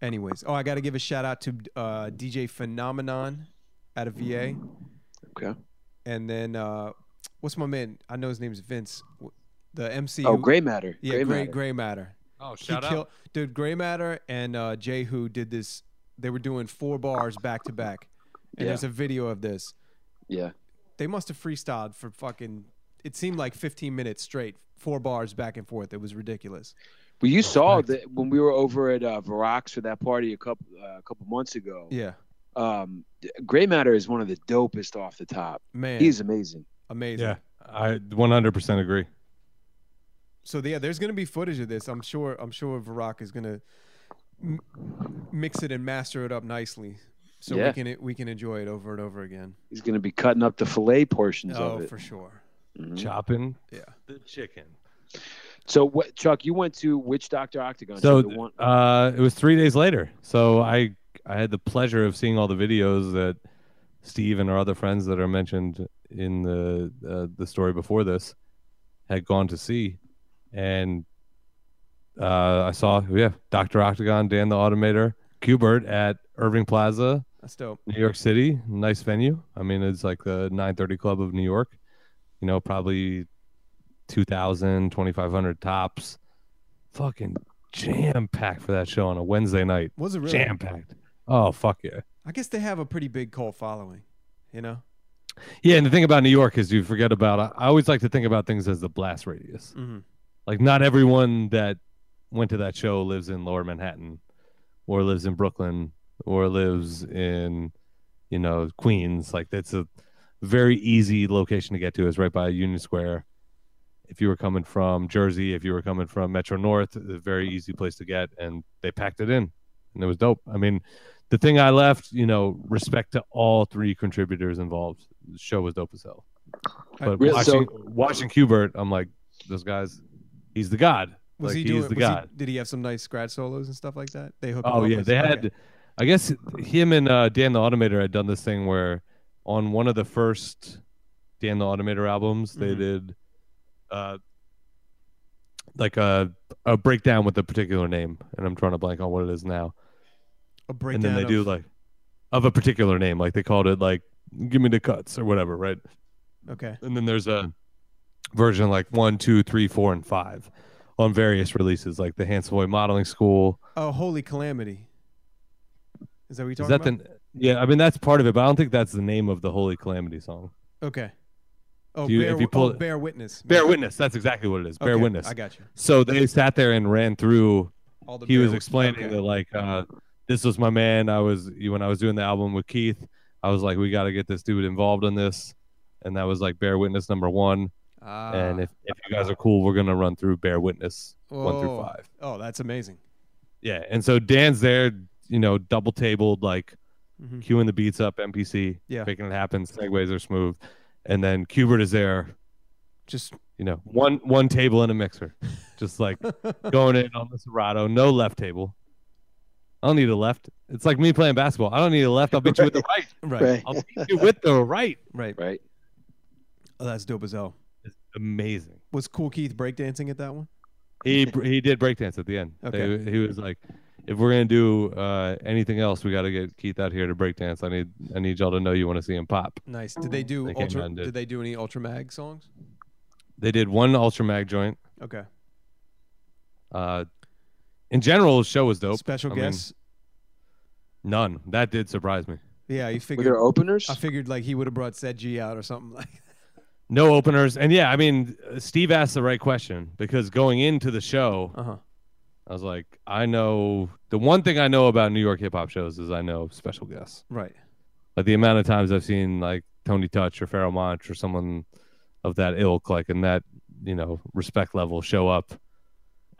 [SPEAKER 3] anyways. Oh, I gotta give a shout out to uh DJ Phenomenon out of VA.
[SPEAKER 2] Okay.
[SPEAKER 3] And then uh what's my man? I know his name's Vince. W- The MC
[SPEAKER 2] oh,
[SPEAKER 3] who-
[SPEAKER 2] gray matter.
[SPEAKER 3] Yeah,
[SPEAKER 2] gray,
[SPEAKER 3] Gray
[SPEAKER 2] matter.
[SPEAKER 3] Gray Matter
[SPEAKER 1] Oh,
[SPEAKER 3] he killed, dude. Gray Matter and uh, Jay Who did this. They were doing four bars back to back, and
[SPEAKER 2] Yeah.
[SPEAKER 3] there's a video of this.
[SPEAKER 2] Yeah,
[SPEAKER 3] They must have freestyled for fucking. It seemed like 15 minutes straight, four bars back and forth. It was ridiculous.
[SPEAKER 2] well, you saw that when we were over at uh, Verax for that party a couple uh, a couple months ago.
[SPEAKER 3] Yeah,
[SPEAKER 2] Um, gray matter is one of the dopest off the top.
[SPEAKER 3] man,
[SPEAKER 2] He's amazing.
[SPEAKER 3] amazing.
[SPEAKER 1] Yeah, I 100% agree.
[SPEAKER 3] Mm-hmm. So yeah, there's gonna be footage of this. I'm sure. I'm sure Varrock is gonna m- mix it and master it up nicely, so
[SPEAKER 2] Yeah.
[SPEAKER 3] we can we can enjoy it over and over again.
[SPEAKER 2] He's going to be cutting up the fillet portions
[SPEAKER 3] Oh,
[SPEAKER 2] of it.
[SPEAKER 3] for sure.
[SPEAKER 2] Mhm.
[SPEAKER 1] Chopping
[SPEAKER 3] Yeah.
[SPEAKER 1] the chicken.
[SPEAKER 2] So what, Chuck? You went to which Doctor Octagon?
[SPEAKER 1] So
[SPEAKER 2] the one-
[SPEAKER 1] uh, it was three days later. So I I had the pleasure of seeing all the videos that Steve and our other friends that are mentioned in the uh, the story before this had gone to see, and uh, I saw yeah Doctor Octagon, Dan the Automator, Qbert at Irving Plaza.
[SPEAKER 3] That's dope.
[SPEAKER 1] New York City, nice venue. I mean, it's like the 930 Club of New York. You know, probably 2,000, 2,500 tops. Fucking jam packed for that show on a Wednesday night.
[SPEAKER 3] Was it really?
[SPEAKER 1] Jam packed. Oh fuck yeah.
[SPEAKER 3] I guess they have a pretty big cult following. You know.
[SPEAKER 1] Yeah, and the thing about New York is you forget about. I- I always like to think about things as the blast radius.
[SPEAKER 3] Mm-hmm.
[SPEAKER 1] Like not everyone that went to that show lives in Lower Manhattan, or lives in Brooklyn, or lives in, you know, Queens. Like that's a very easy location to get to. Is right by Union Square. If you were coming from Jersey, if you were coming from Metro North, a very easy place to get, and they packed it in, and it was dope. I mean, the thing I left, you know, respect to all three contributors involved. The show was dope as hell. But
[SPEAKER 2] Really?
[SPEAKER 1] watching, watching Qbert, I'm like, this guy's, he's the god.
[SPEAKER 3] Was
[SPEAKER 1] like,
[SPEAKER 3] he
[SPEAKER 1] he's
[SPEAKER 3] doing?
[SPEAKER 1] the
[SPEAKER 3] was he-
[SPEAKER 1] god.
[SPEAKER 3] did he have some nice scratch solos and stuff like that? They hooked. him
[SPEAKER 1] Oh
[SPEAKER 3] up
[SPEAKER 1] yeah,
[SPEAKER 3] with-
[SPEAKER 1] they
[SPEAKER 3] okay.
[SPEAKER 1] had. I guess him and uh, Dan the Automator had done this thing where, on one of the first Dan the Automator albums, they
[SPEAKER 3] Mhm.
[SPEAKER 1] did, uh, like a a breakdown with a particular name, and I'm trying to blank on what it is now.
[SPEAKER 3] a breakdown.
[SPEAKER 1] and then they
[SPEAKER 3] of,
[SPEAKER 1] do like of a particular name, like they called it like "Give Me the Cuts" or whatever, right?
[SPEAKER 3] Okay.
[SPEAKER 1] And then there's a version like one, two, three, four, and five on various releases, like the Handsome Boy Modeling School.
[SPEAKER 3] Oh, holy calamity. Is that what you
[SPEAKER 1] Is
[SPEAKER 3] talking
[SPEAKER 1] that
[SPEAKER 3] about?
[SPEAKER 1] the? Yeah, I mean that's part of it, but I don't think that's the name of the Holy Calamity song.
[SPEAKER 3] okay. Oh,
[SPEAKER 1] Do you-
[SPEAKER 3] bear,
[SPEAKER 1] if you
[SPEAKER 3] oh,
[SPEAKER 1] pull-
[SPEAKER 3] bear witness.
[SPEAKER 1] Bear witness. That's exactly what it is. Bear
[SPEAKER 3] Okay,
[SPEAKER 1] witness.
[SPEAKER 3] I got you.
[SPEAKER 1] So they sat there and ran through
[SPEAKER 3] All the
[SPEAKER 1] he
[SPEAKER 3] Bear
[SPEAKER 1] was
[SPEAKER 3] Witness-
[SPEAKER 1] explaining
[SPEAKER 3] okay.
[SPEAKER 1] that like uh, this was my man. I was when I was doing the album with Keith, I was like, we got to get this dude involved in this, and that was like Bear Witness number one.
[SPEAKER 3] Ah,
[SPEAKER 1] and if, if you guys are cool, we're gonna run through Bear Witness one through
[SPEAKER 3] oh,
[SPEAKER 1] five.
[SPEAKER 3] Oh, that's amazing.
[SPEAKER 1] Yeah, and so Dan's there, you know, double tabled, like
[SPEAKER 3] Mhm.
[SPEAKER 1] queuing the beats up, MPC,
[SPEAKER 3] Yeah.
[SPEAKER 1] making it happen. Segues are smooth, and then Cubert is there,
[SPEAKER 3] Just
[SPEAKER 1] you know, one one table and a mixer, just like going in on the Serato, no left table, I don't need a left. It's like me playing basketball. I don't need a left. I'll beat you with the right.
[SPEAKER 3] Right.
[SPEAKER 1] I'll beat you with the right.
[SPEAKER 3] Right.
[SPEAKER 2] right?
[SPEAKER 3] Oh, that's dope as hell.
[SPEAKER 1] It's amazing.
[SPEAKER 3] Was Cool Keith breakdancing at that one?
[SPEAKER 1] He he did breakdance at the end.
[SPEAKER 3] Okay.
[SPEAKER 1] They- he was like, if we're gonna do uh, anything else, we got to get Keith out here to breakdance. I need I need y'all to know you want to see him pop.
[SPEAKER 3] Nice. Did they do
[SPEAKER 1] They came
[SPEAKER 3] ultra?
[SPEAKER 1] out and
[SPEAKER 3] Did.
[SPEAKER 1] did.
[SPEAKER 3] they do any ultra mag songs?
[SPEAKER 1] They did one ultra mag joint.
[SPEAKER 3] Okay.
[SPEAKER 1] Uh, in general, the show was dope.
[SPEAKER 3] Special
[SPEAKER 1] I mean,
[SPEAKER 3] guests.
[SPEAKER 1] none. That did surprise me.
[SPEAKER 3] yeah, you
[SPEAKER 2] Were
[SPEAKER 3] figured.
[SPEAKER 2] there openers?
[SPEAKER 3] I figured like he would have brought Set G out or something like.
[SPEAKER 1] No openers, and yeah, I mean, uh, Steve asked the right question because going into the show,
[SPEAKER 3] Uh huh.
[SPEAKER 1] I was like, I know the one thing I know about New York hip hop shows is I know special guests.
[SPEAKER 3] Right.
[SPEAKER 1] Like the amount of times I've seen like Tony Touch or Pharaoh Monch or someone of that ilk, like in that, you know, respect level show up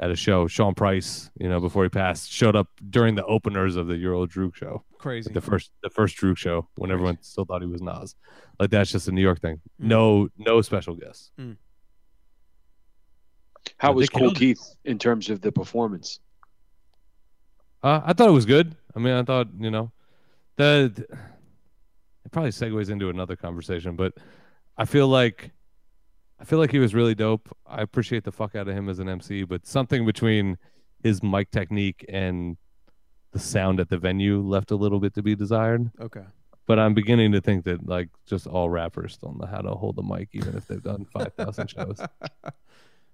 [SPEAKER 1] at a show. Sean Price, you know, before he passed, showed up during the openers of the Euro Droog show.
[SPEAKER 3] Crazy.
[SPEAKER 1] The first the first Droog show when everyone still thought he was Nas. Like that's just a New York thing. No no special guests.
[SPEAKER 2] How
[SPEAKER 1] They
[SPEAKER 2] was Cool
[SPEAKER 1] killed it.
[SPEAKER 2] Keith in terms of the performance?
[SPEAKER 1] Uh, I thought it was good. I mean, I thought you know, the th- it probably segues into another conversation, but I feel like I feel like he was really dope. I appreciate the fuck out of him as an MC, but something between his mic technique and the sound at the venue left a little bit to be desired.
[SPEAKER 3] Okay.
[SPEAKER 1] But I'm beginning to think that like just all rappers don't know how to hold a mic, even if they've done five thousand shows.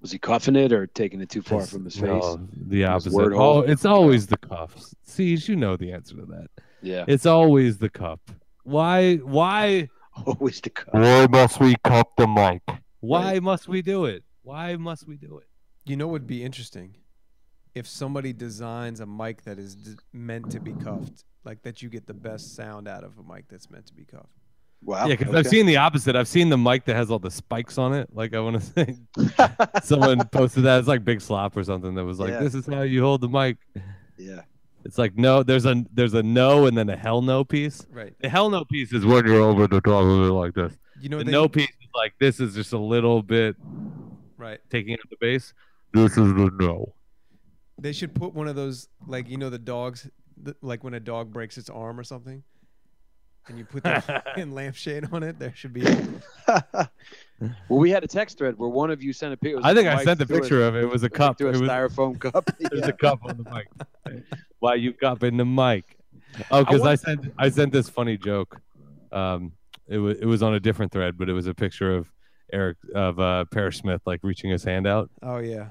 [SPEAKER 2] Was he cuffing it or taking it too far
[SPEAKER 1] It's-
[SPEAKER 2] from his face?
[SPEAKER 1] no, the opposite.
[SPEAKER 2] word
[SPEAKER 1] Oh,
[SPEAKER 2] hole.
[SPEAKER 1] it's always the cuffs. See, you know the answer to that.
[SPEAKER 2] Yeah,
[SPEAKER 1] It's always the cup. Why? Why?
[SPEAKER 2] always the cuff.
[SPEAKER 1] Why must we cup the mic? Why must we do it? Why must we do it?
[SPEAKER 3] You know what would be interesting? If somebody designs a mic that is d- meant to be cuffed, like that you get the best sound out of a mic that's meant to be cuffed.
[SPEAKER 2] Wow.
[SPEAKER 1] yeah, because I've seen the opposite. I've seen the mic that has all the spikes on it. Like I want to say, someone posted that. It's like Big Slop or something that was like,
[SPEAKER 2] Yeah.
[SPEAKER 1] "This is how you hold the mic."
[SPEAKER 2] Yeah.
[SPEAKER 1] It's like no, there's a there's a no and then a hell no piece.
[SPEAKER 3] Right.
[SPEAKER 1] The hell no piece is when you're over the top of it like this.
[SPEAKER 3] You know
[SPEAKER 1] The
[SPEAKER 3] they,
[SPEAKER 1] no piece is like this is just a little bit
[SPEAKER 3] Right.
[SPEAKER 1] taking up the bass. This is the no.
[SPEAKER 3] They should put one of those like you know the dogs th- like when a dog breaks its arm or something and you put the fucking lampshade on it, there should be
[SPEAKER 2] well, we had a text thread where one of you sent a picture.
[SPEAKER 1] I think I sent the picture of it. It was a cup.
[SPEAKER 2] To a
[SPEAKER 1] It was,
[SPEAKER 2] styrofoam cup.
[SPEAKER 1] there's
[SPEAKER 2] Yeah.
[SPEAKER 1] a cup on the mic. Why you cup in the mic? Oh, because I, sent I sent this funny joke. Um, it was it was on a different thread, but it was a picture of Eric of uh, Parrish Smith like reaching his hand out.
[SPEAKER 3] Oh yeah.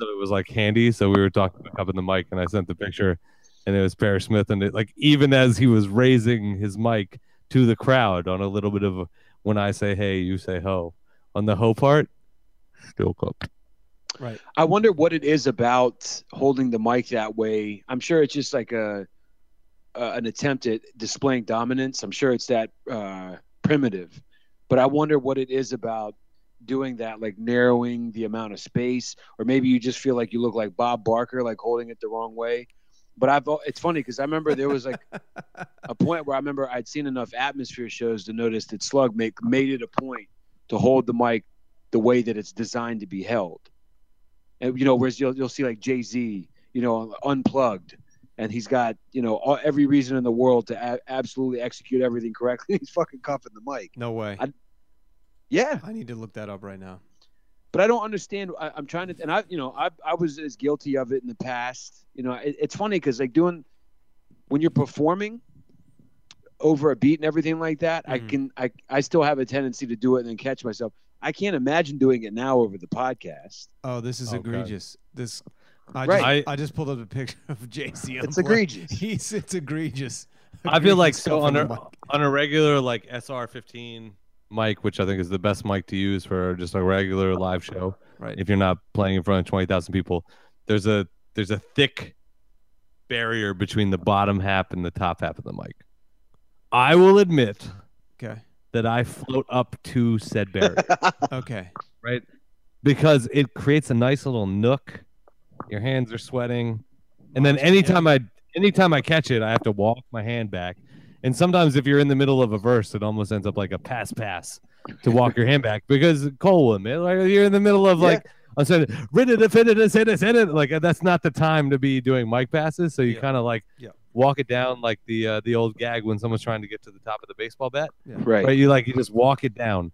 [SPEAKER 1] So it was like handy. So we were talking about cup in the mic, and I sent the picture, and it was Parrish Smith, and it like even as he was raising his mic to the crowd on a little bit of a, when I say hey, you say ho on the ho part, still cup.
[SPEAKER 2] I wonder what it is about holding the mic that way. I'm sure it's just like a uh, an attempt at displaying dominance. I'm sure it's that uh, primitive, but I wonder what it is about doing that, like narrowing the amount of space, or maybe you just feel like you look like Bob Barker, like holding it the wrong way. But I've al- it's funny because I remember there was like a point where I remember I'd seen enough atmosphere shows to notice that Slug make made it a point to hold the mic the way that it's designed to be held. And you know, whereas you'll you'll see like Jay Z, you know, unplugged, and he's got you know all, every reason in the world to a- absolutely execute everything correctly. he's fucking cuffing the mic.
[SPEAKER 3] No way.
[SPEAKER 2] I- Yeah,
[SPEAKER 3] I need to look that up right now.
[SPEAKER 2] but I don't understand. I, I'm trying to, and I, you know, I, I was as guilty of it in the past. You know, it, it's funny because like doing when you're performing over a beat and everything like that, I
[SPEAKER 3] Mhm.
[SPEAKER 2] can, I, I still have a tendency to do it and then catch myself. I can't imagine doing it now over the podcast.
[SPEAKER 3] Oh, this is
[SPEAKER 1] Oh, God.
[SPEAKER 3] egregious. This I
[SPEAKER 2] Right.
[SPEAKER 3] just I, just pulled up a picture of JC.
[SPEAKER 2] It's egregious.
[SPEAKER 3] He's it's egregious.
[SPEAKER 1] I feel like
[SPEAKER 3] Egregious
[SPEAKER 1] so
[SPEAKER 3] cuff
[SPEAKER 1] on
[SPEAKER 3] the
[SPEAKER 1] a
[SPEAKER 3] mic.
[SPEAKER 1] on a regular like SR15 mic, which I think is the best mic to use for just a regular live show.
[SPEAKER 3] Right.
[SPEAKER 1] If you're not playing in front of 20,000 people, there's a there's a thick barrier between the bottom half and the top half of the mic. I will admit
[SPEAKER 3] Okay.
[SPEAKER 1] that I float up to said barrier
[SPEAKER 3] Okay.
[SPEAKER 1] because it creates a nice little nook. Your hands are sweating, and then anytime I anytime I catch it, I have to walk my hand back. And sometimes if you're in the middle of a verse, it almost ends up like a pass pass to walk your hand back because Cole would man, like you're in the middle of
[SPEAKER 2] Yeah.
[SPEAKER 1] like I'm saying rid it, fit it, hit it, hit it, like that's not the time to be doing mic passes. So you
[SPEAKER 3] Yeah.
[SPEAKER 1] kind of like
[SPEAKER 3] Yeah.
[SPEAKER 1] walk it down like the uh, the old gag when someone's trying to get to the top of the baseball bat.
[SPEAKER 2] Right.
[SPEAKER 1] Right? You like you just walk it down.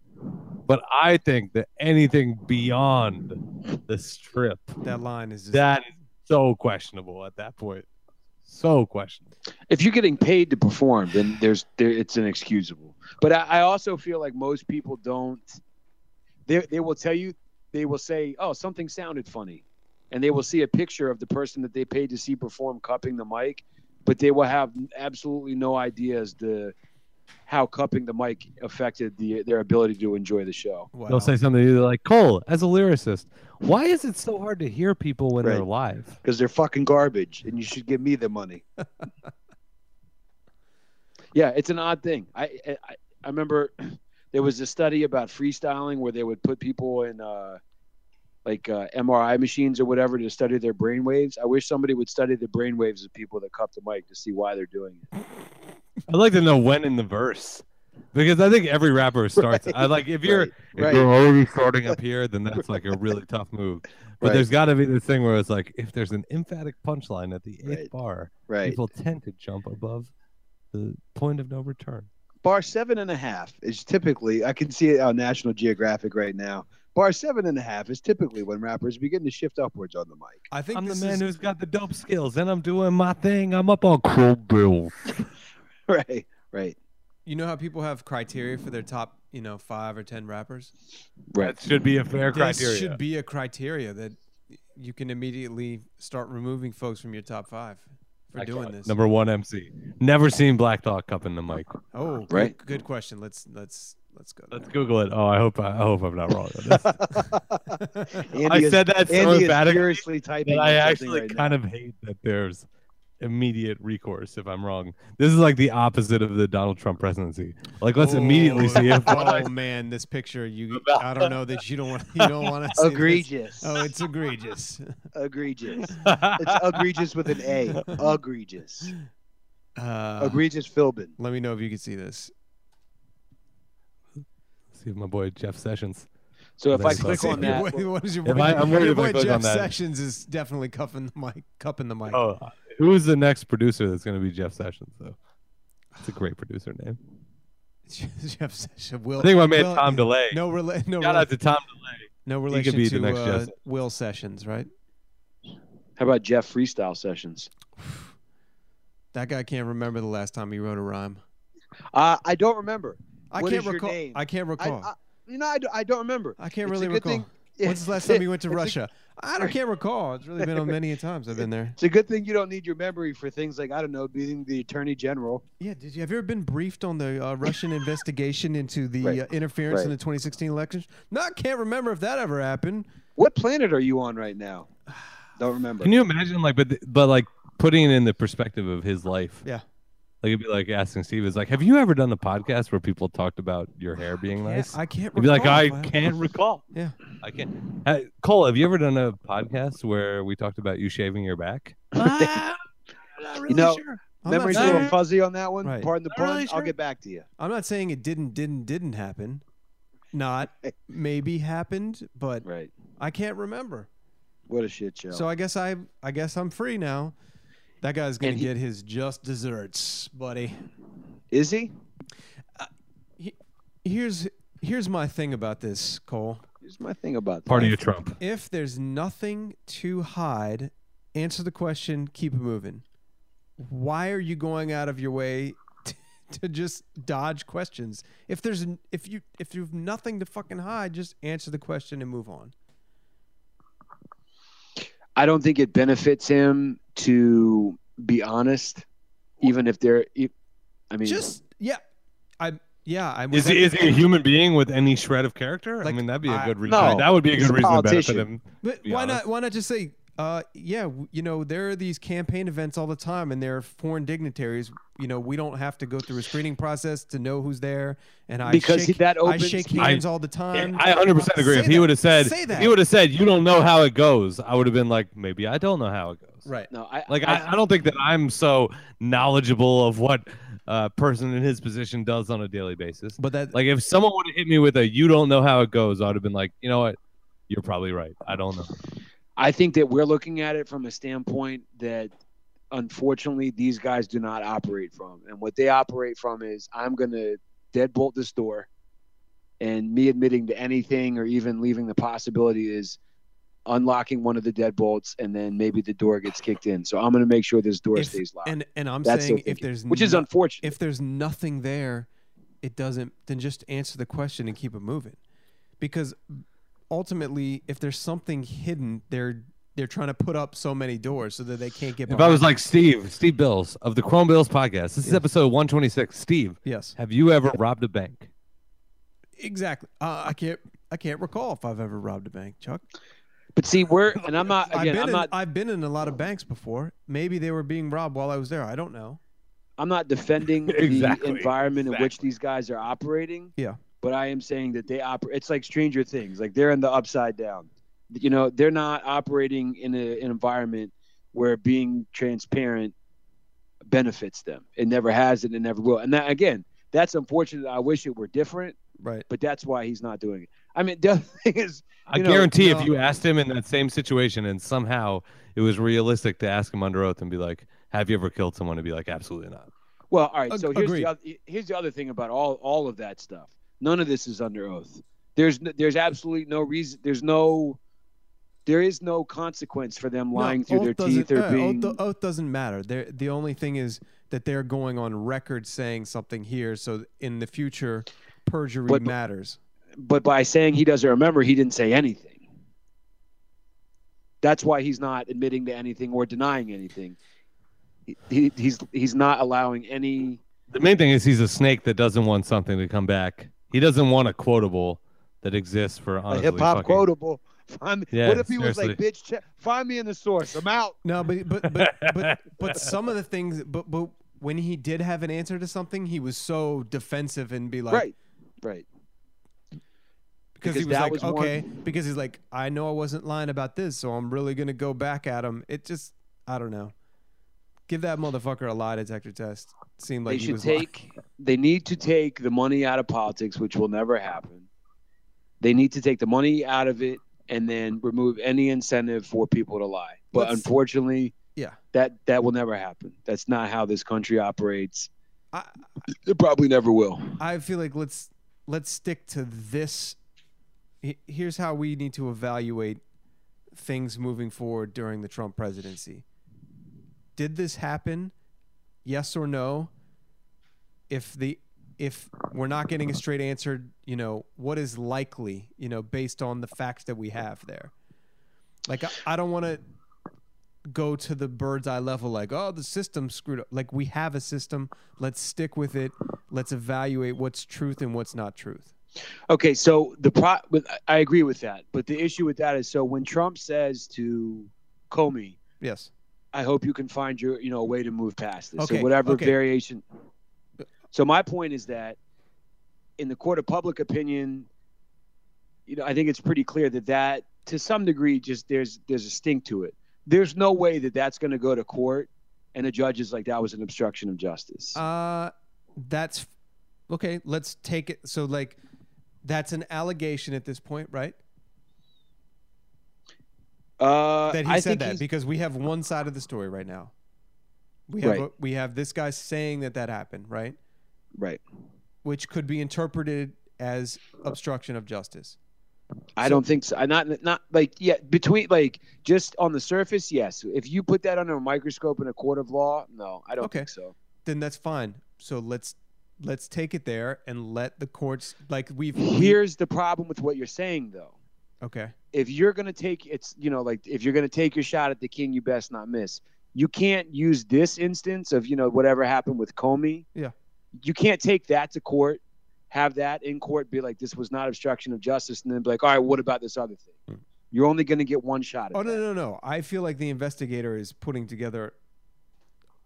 [SPEAKER 1] But I think that anything beyond the strip
[SPEAKER 3] That line is just
[SPEAKER 1] that is so questionable at that point. So questionable.
[SPEAKER 2] If you're getting paid to perform, then there's there, it's inexcusable. But I, I also feel like most people don't. They they will tell you they will say, "Oh, something sounded funny," and they will see a picture of the person that they paid to see perform cupping the mic, but they will have absolutely no idea as to how cupping the mic affected the their ability to enjoy the show.
[SPEAKER 3] wow.
[SPEAKER 1] They'll say something either like Cole, as a lyricist, why is it so hard to hear people when they're
[SPEAKER 2] Right.
[SPEAKER 1] live?
[SPEAKER 2] because they're fucking garbage and you should give me the money. yeah, it's an odd thing. I, I I remember there was a study about freestyling where they would put people in uh, like uh, MRI machines or whatever to study their brain waves. I wish somebody would study the brain waves of people that cup the mic to see why they're doing it.
[SPEAKER 1] I'd like to know when in the verse. Because I think every rapper starts. I like if you're if
[SPEAKER 2] right.
[SPEAKER 1] you're already starting up here, then that's like a really tough move. But
[SPEAKER 2] Right.
[SPEAKER 1] there's got to be this thing where it's like if there's an emphatic punchline at the eighth
[SPEAKER 2] Right.
[SPEAKER 1] bar,
[SPEAKER 2] Right.
[SPEAKER 1] people tend to jump above the point of no return.
[SPEAKER 2] bar seven and a half is typically I can see it on National Geographic right now. Bar seven and a half is typically when rappers begin to shift upwards on the mic.
[SPEAKER 3] I think
[SPEAKER 1] I'm the
[SPEAKER 3] this
[SPEAKER 1] man
[SPEAKER 3] is-
[SPEAKER 1] who's got the dope skills, and I'm doing my thing. I'm up on cool bills.
[SPEAKER 2] Right. Right.
[SPEAKER 3] you know how people have criteria for their top, you know, five or ten rappers.
[SPEAKER 1] That should be a fair
[SPEAKER 3] This
[SPEAKER 1] criteria.
[SPEAKER 3] should be a criteria that you can immediately start removing folks from your top five for
[SPEAKER 1] Black
[SPEAKER 3] doing
[SPEAKER 1] Dog,
[SPEAKER 3] this.
[SPEAKER 1] Number one MC. Never seen Black Dog cup in the mic.
[SPEAKER 3] oh, good-
[SPEAKER 2] Right.
[SPEAKER 3] Good, question. Let's let's let's go.
[SPEAKER 1] Let's
[SPEAKER 3] there.
[SPEAKER 1] Google it. Oh, I hope I, I hope I'm not wrong. on this. I
[SPEAKER 2] is-
[SPEAKER 1] said that so
[SPEAKER 2] Andy is
[SPEAKER 1] emphatically
[SPEAKER 2] furiously typing.
[SPEAKER 1] that I
[SPEAKER 2] on something
[SPEAKER 1] actually
[SPEAKER 2] right
[SPEAKER 1] kind of hate that there's immediate recourse if I'm wrong. This is like the opposite of the Donald Trump presidency. Like let's immediately
[SPEAKER 3] Oh,
[SPEAKER 1] see if
[SPEAKER 3] Oh man, this picture you. I don't know that you don't want. You don't want to.
[SPEAKER 2] now. egregious.
[SPEAKER 3] Oh, it's egregious.
[SPEAKER 2] egregious. It's egregious with an A. Egregious.
[SPEAKER 3] Uh,
[SPEAKER 2] Egregious Philbin.
[SPEAKER 3] Let me know if you can see this.
[SPEAKER 1] see if my boy Jeff Sessions.
[SPEAKER 2] So if I
[SPEAKER 1] That's
[SPEAKER 2] click
[SPEAKER 1] awesome.
[SPEAKER 2] on that,
[SPEAKER 3] Wait, what is your
[SPEAKER 1] If
[SPEAKER 3] boy-
[SPEAKER 1] I- I'm worried
[SPEAKER 3] your
[SPEAKER 1] if I
[SPEAKER 3] boy
[SPEAKER 1] click
[SPEAKER 3] Jeff
[SPEAKER 1] on that.
[SPEAKER 3] Sessions is definitely cuffing the mic. Cupping the mic.
[SPEAKER 1] Oh, who's the next producer that's going to be Jeff Sessions though? It's a great producer name.
[SPEAKER 3] Jeff Sessions. Will.
[SPEAKER 1] I think my man
[SPEAKER 3] Will-
[SPEAKER 1] Tom DeLay.
[SPEAKER 3] No, rela- no,
[SPEAKER 1] Shout
[SPEAKER 3] rela-
[SPEAKER 1] out to Tom DeLay.
[SPEAKER 3] no
[SPEAKER 1] he
[SPEAKER 3] relation
[SPEAKER 1] could be
[SPEAKER 3] to
[SPEAKER 1] the next Jeff
[SPEAKER 3] uh,
[SPEAKER 1] Sessions.
[SPEAKER 3] Will Sessions, right?
[SPEAKER 2] how about Jeff Freestyle Sessions?
[SPEAKER 3] That guy can't remember the last time he wrote a rhyme.
[SPEAKER 2] Uh, I don't remember.
[SPEAKER 3] I
[SPEAKER 2] What
[SPEAKER 3] can't
[SPEAKER 2] is your
[SPEAKER 3] recall.
[SPEAKER 2] name?
[SPEAKER 3] I can't
[SPEAKER 2] I,
[SPEAKER 3] recall.
[SPEAKER 2] I, you know, I, d- I don't remember.
[SPEAKER 3] I,
[SPEAKER 2] it's
[SPEAKER 3] can't really
[SPEAKER 2] a good
[SPEAKER 3] recall.
[SPEAKER 2] thing-
[SPEAKER 3] When's the last time you went to
[SPEAKER 2] It's a-
[SPEAKER 3] Russia? I don't, can't recall. It's really been on many a times I've been there.
[SPEAKER 2] It's a good thing you don't need your memory for things like I don't know being the attorney general.
[SPEAKER 3] Yeah, did you have you ever been briefed on the uh, Russian investigation into the
[SPEAKER 2] Right.
[SPEAKER 3] uh, interference in
[SPEAKER 2] Right.
[SPEAKER 3] the 2016 elections? No, I can't remember if that ever happened.
[SPEAKER 2] What planet are you on right now? Don't remember.
[SPEAKER 1] Can you imagine like but but like putting it in the perspective of his life?
[SPEAKER 3] Yeah.
[SPEAKER 1] Like it'd be like asking Steve is like, have you ever done a podcast where people talked about your hair being
[SPEAKER 3] Yeah,
[SPEAKER 1] nice?
[SPEAKER 3] I can't.
[SPEAKER 1] It'd be like,
[SPEAKER 3] recall
[SPEAKER 1] I
[SPEAKER 3] if have-
[SPEAKER 1] can't recall.
[SPEAKER 3] Yeah.
[SPEAKER 1] I can't. Hey, Cole, have you ever done a podcast where we talked about you shaving your back?
[SPEAKER 2] You know,
[SPEAKER 3] I'm not,
[SPEAKER 2] Memory's a
[SPEAKER 3] saying,
[SPEAKER 2] little fuzzy on that one.
[SPEAKER 3] Right.
[SPEAKER 2] Pardon the
[SPEAKER 1] Not
[SPEAKER 2] pun.
[SPEAKER 1] really
[SPEAKER 2] I'll
[SPEAKER 1] sure.
[SPEAKER 2] get back to you.
[SPEAKER 3] I'm not saying it didn't didn't didn't happen. Not maybe happened, but
[SPEAKER 2] Right.
[SPEAKER 3] I can't remember.
[SPEAKER 2] What a shit show.
[SPEAKER 3] So I guess I I guess I'm free now. That guy's gonna
[SPEAKER 2] And he-
[SPEAKER 3] get his just desserts, buddy.
[SPEAKER 2] Is he?
[SPEAKER 3] Here's here's my thing about this, Cole.
[SPEAKER 2] Here's my thing about that.
[SPEAKER 1] Part of your Trump.
[SPEAKER 3] If there's nothing to hide, answer the question. Keep it moving. Why are you going out of your way t- to just dodge questions? If there's n- if you if you've nothing to fucking hide, just answer the question and move on.
[SPEAKER 2] I don't think it benefits him to be honest, even if they're. e- I mean,
[SPEAKER 3] Just yeah, I yeah I was
[SPEAKER 1] Is he,
[SPEAKER 3] at-
[SPEAKER 1] is he a human being with any shred of character?
[SPEAKER 3] Like,
[SPEAKER 1] I mean, that'd be a
[SPEAKER 3] I-
[SPEAKER 1] good reason.
[SPEAKER 2] No.
[SPEAKER 1] that would be a
[SPEAKER 2] He's
[SPEAKER 1] good
[SPEAKER 2] a
[SPEAKER 1] reason to benefit
[SPEAKER 2] politician.
[SPEAKER 1] him.
[SPEAKER 3] But
[SPEAKER 1] be
[SPEAKER 3] why
[SPEAKER 1] honest.
[SPEAKER 3] not? Why not just say, uh, yeah, w- you know, there are these campaign events all the time, and there are foreign dignitaries. You know, we don't have to go through a screening process to know who's there, and I
[SPEAKER 2] Because
[SPEAKER 3] shake,
[SPEAKER 2] that
[SPEAKER 3] I
[SPEAKER 2] opens.
[SPEAKER 3] shake
[SPEAKER 1] I-
[SPEAKER 3] hands all the time.
[SPEAKER 1] I 100 percent agree.
[SPEAKER 3] Say
[SPEAKER 1] If he
[SPEAKER 3] that.
[SPEAKER 1] would have said,
[SPEAKER 3] say
[SPEAKER 1] if
[SPEAKER 3] that,
[SPEAKER 1] he would have said, you don't know how it goes. I would have been like, maybe I don't know how it goes.
[SPEAKER 3] right.
[SPEAKER 2] no, I,
[SPEAKER 1] Like I, I don't think that I'm so knowledgeable of what a person in his position does on a daily basis.
[SPEAKER 3] But that,
[SPEAKER 1] Like if someone would have hit me with a "you don't know how it goes," I'd have been like, you know what, you're probably right. I don't know.
[SPEAKER 2] I think that we're looking at it from a standpoint that uh, unfortunately these guys do not operate from. And what they operate from is I'm gonna deadbolt this door, and me admitting to anything or even leaving the possibility is unlocking one of the deadbolts and then maybe the door gets kicked in. So I'm gonna make sure this door
[SPEAKER 3] If-
[SPEAKER 2] stays locked.
[SPEAKER 3] And and I'm
[SPEAKER 2] That's
[SPEAKER 3] saying
[SPEAKER 2] their
[SPEAKER 3] if
[SPEAKER 2] thinking,
[SPEAKER 3] there's
[SPEAKER 2] which is
[SPEAKER 3] no-
[SPEAKER 2] unfortunate.
[SPEAKER 3] if there's nothing there, it doesn't. Then just answer the question and keep it moving, because ultimately, if there's something hidden, they're they're trying to put up so many doors so that they can't get.
[SPEAKER 1] If I
[SPEAKER 3] behind
[SPEAKER 1] was
[SPEAKER 3] it.
[SPEAKER 1] like Steve, Steve Bills of the Chrome Bills podcast, this is episode 126. Steve,
[SPEAKER 3] yes,
[SPEAKER 1] have you ever robbed a bank?
[SPEAKER 3] exactly. Uh, I can't I can't recall if I've ever robbed a bank, Chuck.
[SPEAKER 2] But see, we're and I'm not
[SPEAKER 3] I've
[SPEAKER 2] again.
[SPEAKER 3] been
[SPEAKER 2] I'm
[SPEAKER 3] in,
[SPEAKER 2] not.
[SPEAKER 3] I've been in a lot of banks before. Maybe they were being robbed while I was there. I don't know.
[SPEAKER 2] I'm not defending
[SPEAKER 1] Exactly,
[SPEAKER 2] the environment in which these guys are operating.
[SPEAKER 3] Yeah.
[SPEAKER 2] But I am saying that they operate. It's like Stranger Things. Like they're in the upside down. You know, they're not operating in a, an environment where being transparent benefits them. It never has, and it never will. And that again, that's unfortunate. I wish it were different,
[SPEAKER 3] Right.
[SPEAKER 2] but that's why he's not doing it. I mean, the other thing is,
[SPEAKER 1] I
[SPEAKER 2] You know,
[SPEAKER 1] guarantee
[SPEAKER 3] no.
[SPEAKER 1] if you asked him in that same situation and somehow it was realistic to ask him under oath and be like, have you ever killed someone? And be like, absolutely not.
[SPEAKER 2] Well, all right.
[SPEAKER 3] Ag-
[SPEAKER 2] So here's
[SPEAKER 3] agreed.
[SPEAKER 2] the other, here's the other thing about all all of that stuff. None of this is under oath. There's n- there's absolutely no reason. There's no there is no consequence for them lying
[SPEAKER 3] No,
[SPEAKER 2] through their
[SPEAKER 3] oath doesn't-
[SPEAKER 2] teeth or
[SPEAKER 3] yeah,
[SPEAKER 2] being.
[SPEAKER 3] oath, oath doesn't matter. They're, the only thing is that they're going on record saying something here, so in the future, perjury
[SPEAKER 2] But-
[SPEAKER 3] matters.
[SPEAKER 2] but by saying he doesn't remember, he didn't say anything. That's why he's not admitting to anything or denying anything. He- He, he's he's not allowing any.
[SPEAKER 1] The main thing is he's a snake that doesn't want something to come back. He doesn't want a quotable that exists for
[SPEAKER 2] a
[SPEAKER 1] honestly.
[SPEAKER 2] hip hop
[SPEAKER 1] fucking-
[SPEAKER 2] quotable. Find me-
[SPEAKER 1] Yeah,
[SPEAKER 2] what if he was like,
[SPEAKER 1] seriously.
[SPEAKER 2] "Bitch, check, find me in the source. I'm out."
[SPEAKER 3] No, but but but but, but some of the things, but but when he did have an answer to something, he was so defensive and be like,
[SPEAKER 2] right, right.
[SPEAKER 3] because, he
[SPEAKER 2] because
[SPEAKER 3] was
[SPEAKER 2] that
[SPEAKER 3] like,
[SPEAKER 2] was one-
[SPEAKER 3] okay, because he's like, I know I wasn't lying about this, so I'm really gonna go back at him. It just, I don't know. Give that motherfucker a lie detector test. Seemed like
[SPEAKER 2] they
[SPEAKER 3] he
[SPEAKER 2] should
[SPEAKER 3] was lying.
[SPEAKER 2] take they need to take the money out of politics which will never happen they need to take the money out of it and then remove any incentive for people to lie but
[SPEAKER 3] Let's-
[SPEAKER 2] unfortunately
[SPEAKER 3] Yeah.
[SPEAKER 2] that that will never happen that's not how this country operates
[SPEAKER 3] I-
[SPEAKER 2] it probably never will
[SPEAKER 3] I feel like let's let's stick to this. He- Here's how we need to evaluate things moving forward during the Trump presidency. Did this happen? Yes or no? If the if we're not getting a straight answer, you know, what is likely, you know, based on the facts that we have there. Like I, I don't want to go to the bird's eye level like oh the system screwed up like we have a system let's stick with it let's evaluate what's truth and what's not truth
[SPEAKER 2] Okay, so the pro, but I- I agree with that. But the issue with that is, so when Trump says to Comey,
[SPEAKER 3] yes
[SPEAKER 2] I hope you can find your, you know, a way to move past this.
[SPEAKER 3] Okay,
[SPEAKER 2] So whatever
[SPEAKER 3] okay.
[SPEAKER 2] variation. So my point is that in the court of public opinion, you know, I think it's pretty clear that that to some degree just there's there's a stink to it. There's no way that that's going to go to court and the judge is like that was an obstruction of justice.
[SPEAKER 3] uh that's okay let's take it so like that's an allegation at this point right
[SPEAKER 2] Uh,
[SPEAKER 3] that he
[SPEAKER 2] I
[SPEAKER 3] said
[SPEAKER 2] think
[SPEAKER 3] that
[SPEAKER 2] he's-
[SPEAKER 3] because we have one side of the story right now we have
[SPEAKER 2] Right.
[SPEAKER 3] a- we have this guy saying that that happened right
[SPEAKER 2] right.
[SPEAKER 3] which could be interpreted as obstruction of justice
[SPEAKER 2] I don't think so. I not not like yeah between like just on the surface, yes. If you put that under a microscope in a court of law, no, I don't
[SPEAKER 3] Okay.
[SPEAKER 2] think so.
[SPEAKER 3] then that's fine so let's let's take it there and let the courts like we've
[SPEAKER 2] Here's the problem with what you're saying though.
[SPEAKER 3] okay
[SPEAKER 2] if you're gonna take it's you know like if you're gonna take your shot at the king, you best not miss. You can't use this instance of you know whatever happened with Comey.
[SPEAKER 3] Yeah.
[SPEAKER 2] You can't take that to court, have that in court be like this was not obstruction of justice, and then be like, all right, what about this other thing? You're only gonna get one shot at
[SPEAKER 3] Oh no
[SPEAKER 2] that.
[SPEAKER 3] no no! I feel like the investigator is putting together.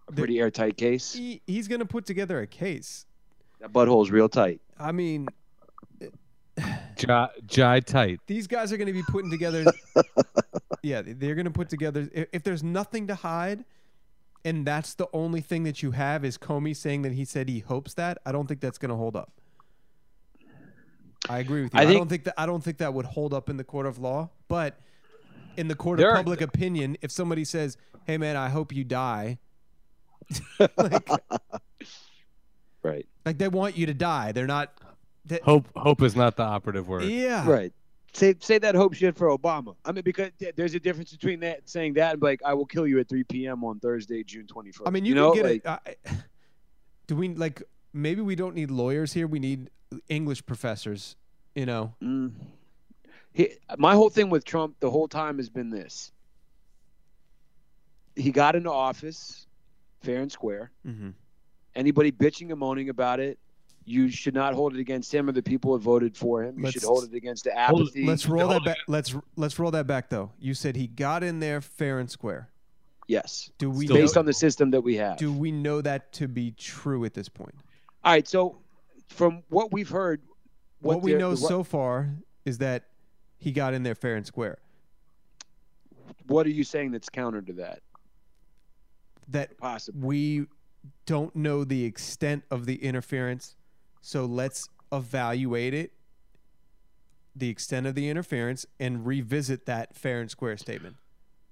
[SPEAKER 2] a pretty airtight case.
[SPEAKER 3] He, he's going to put together a case.
[SPEAKER 2] That butthole's real tight.
[SPEAKER 3] I mean,
[SPEAKER 1] Jai, Jai tight.
[SPEAKER 3] these guys are going to be putting together. yeah, they're going to put together. i- If there's nothing to hide, and that's the only thing that you have is Comey saying that he said he hopes that. I don't think that's going to hold up. I agree with you.
[SPEAKER 2] I
[SPEAKER 3] I,
[SPEAKER 2] think-
[SPEAKER 3] don't think that. I don't think that would hold up in the court of law, but in the court
[SPEAKER 2] There
[SPEAKER 3] of
[SPEAKER 2] are-
[SPEAKER 3] public opinion, if somebody says, "Hey man, I hope you die," like,
[SPEAKER 2] Right.
[SPEAKER 3] like they want you to die. They're not. They,
[SPEAKER 1] Hope hope is not the operative word.
[SPEAKER 3] yeah.
[SPEAKER 2] Right. Say say that hope shit for Obama. I mean, because th- there's a difference between that saying that and like I will kill you at 3 p.m. on Thursday, June 21st.
[SPEAKER 3] I mean, you,
[SPEAKER 2] know,
[SPEAKER 3] can get
[SPEAKER 2] like,
[SPEAKER 3] it. I- do we like? Maybe we don't need lawyers here. We need English professors. You know.
[SPEAKER 2] mm. He- my whole thing with Trump the whole time has been this: he got into office fair and square.
[SPEAKER 3] Mm-hmm.
[SPEAKER 2] Anybody bitching and moaning about it. You should not hold it against him or the people that voted for him. You
[SPEAKER 3] Let's-
[SPEAKER 2] should hold it against the
[SPEAKER 1] hold it-
[SPEAKER 2] apathy.
[SPEAKER 3] Let's roll that
[SPEAKER 1] hold it.
[SPEAKER 3] back. Let's let's roll that back though. You said he got in there fair and square.
[SPEAKER 2] yes,
[SPEAKER 3] Do we
[SPEAKER 1] Still-
[SPEAKER 3] know,
[SPEAKER 2] based on the system that we have.
[SPEAKER 3] do we know that to be true at this point?
[SPEAKER 2] All right, so from what we've heard,
[SPEAKER 3] What, we
[SPEAKER 2] they're-
[SPEAKER 3] know
[SPEAKER 2] the-
[SPEAKER 3] so far is that he got in there fair and square.
[SPEAKER 2] what are you saying that's counter to that?
[SPEAKER 3] That
[SPEAKER 2] Possibly.
[SPEAKER 3] we don't know the extent of the interference, so let's evaluate it, the extent of the interference, and revisit that fair and square statement.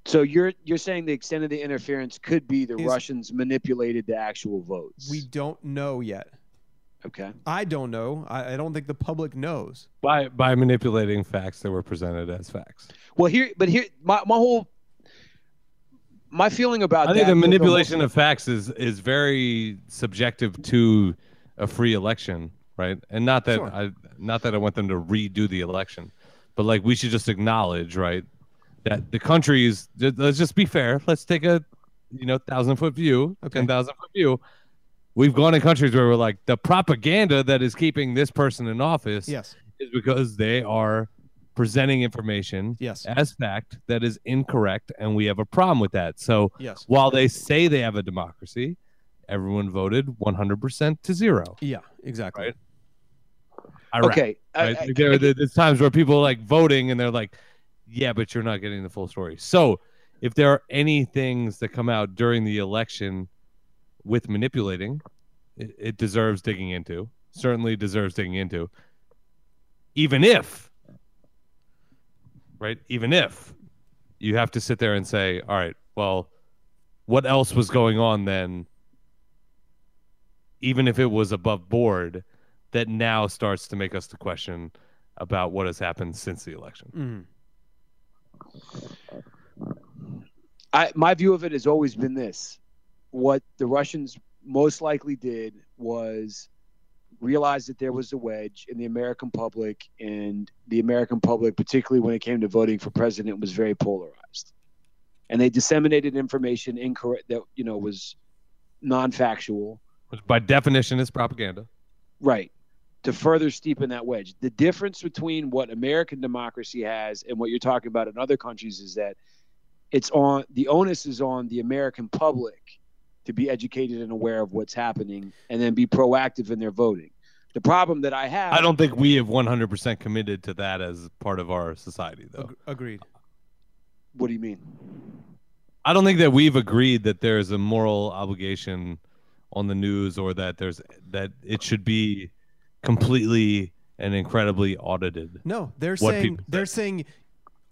[SPEAKER 2] So you're you're saying the extent of the interference could be the
[SPEAKER 3] Is-
[SPEAKER 2] Russians manipulated the actual votes.
[SPEAKER 3] We don't know yet.
[SPEAKER 2] okay.
[SPEAKER 3] I don't know. I, I don't think the public knows.
[SPEAKER 1] By by manipulating facts that were presented as facts.
[SPEAKER 2] Well, here, but here, my, my whole my feeling about
[SPEAKER 1] I think
[SPEAKER 2] that-
[SPEAKER 1] the manipulation of facts is is very subjective to a free election, right? And not that
[SPEAKER 3] Sure.
[SPEAKER 1] I not that I want them to redo the election, but like we should just acknowledge, right, that the country's. ju- Let's just be fair. Let's take a you know thousand foot view,
[SPEAKER 3] Okay.
[SPEAKER 1] ten thousand foot view. We've gone in countries where we're like the propaganda that is keeping this person in office
[SPEAKER 3] Yes.
[SPEAKER 1] is because they are presenting information
[SPEAKER 3] Yes.
[SPEAKER 1] as fact that is incorrect, and we have a problem with that. So
[SPEAKER 3] Yes.
[SPEAKER 1] while they say they have a democracy, everyone voted 100% to zero.
[SPEAKER 3] Yeah. Exactly.
[SPEAKER 1] Right. Iraq,
[SPEAKER 2] okay. I-
[SPEAKER 1] right?
[SPEAKER 2] I-
[SPEAKER 1] Like, there, there- there's times where people are like voting and they're like, yeah, but you're not getting the full story. So if there are any things that come out during the election with manipulating, it, it deserves digging into. Certainly deserves digging into. Even if, right? Even if you have to sit there and say, all right, well, what else was going on then? Even if it was above board, that now starts to make us to question about what has happened since the election.
[SPEAKER 3] Mhm.
[SPEAKER 2] I, my view of it has always been this: what the Russians most likely did was realize that there was a wedge in the American public, and the American public, particularly when it came to voting for president, was very polarized, and they disseminated information incorrect that you know was non-factual,
[SPEAKER 1] Which by definition is propaganda.
[SPEAKER 2] Right. To further steepen that wedge. The difference between what American democracy has and what you're talking about in other countries is that it's on the onus is on the American public to be educated and aware of what's happening and then be proactive in their voting. The problem that I have
[SPEAKER 1] I don't think we have 100% committed to that as part of our society, though.
[SPEAKER 3] Ag- agreed.
[SPEAKER 2] what do you mean?
[SPEAKER 1] I don't think that we've agreed that there is a moral obligation on the news or that there's that it should be completely and incredibly audited.
[SPEAKER 3] No, they're
[SPEAKER 1] what
[SPEAKER 3] saying
[SPEAKER 1] people
[SPEAKER 3] they're saying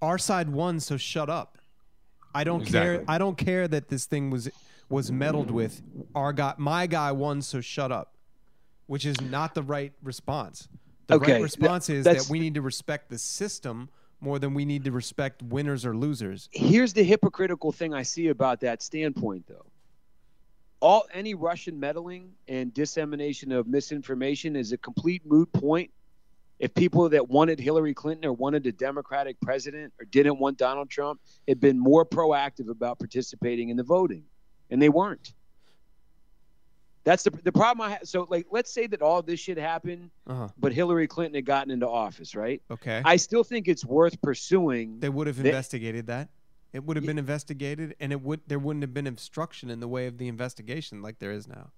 [SPEAKER 3] our side won, so shut up. I don't care.
[SPEAKER 1] Exactly.
[SPEAKER 3] I don't care that this thing was was meddled with. Our guy, my guy, won, so shut up, which is not the right response. The
[SPEAKER 2] Okay,
[SPEAKER 3] right response is that
[SPEAKER 2] that's-
[SPEAKER 3] we need to respect the system more than we need to respect winners or losers.
[SPEAKER 2] Here's the hypocritical thing I see about that standpoint though. All any Russian meddling and dissemination of misinformation is a complete moot point if people that wanted Hillary Clinton or wanted a Democratic president or didn't want Donald Trump had been more proactive about participating in the voting, and they weren't. That's the the problem I have. So, like, let's say that all this shit happened,
[SPEAKER 3] Uh-huh.
[SPEAKER 2] but Hillary Clinton had gotten into office, right?
[SPEAKER 3] Okay,
[SPEAKER 2] I still think it's worth pursuing.
[SPEAKER 3] they would have
[SPEAKER 2] They-
[SPEAKER 3] investigated that. It would have
[SPEAKER 2] Ye-
[SPEAKER 3] been investigated, and it would there wouldn't have been obstruction in the way of the investigation like there is now.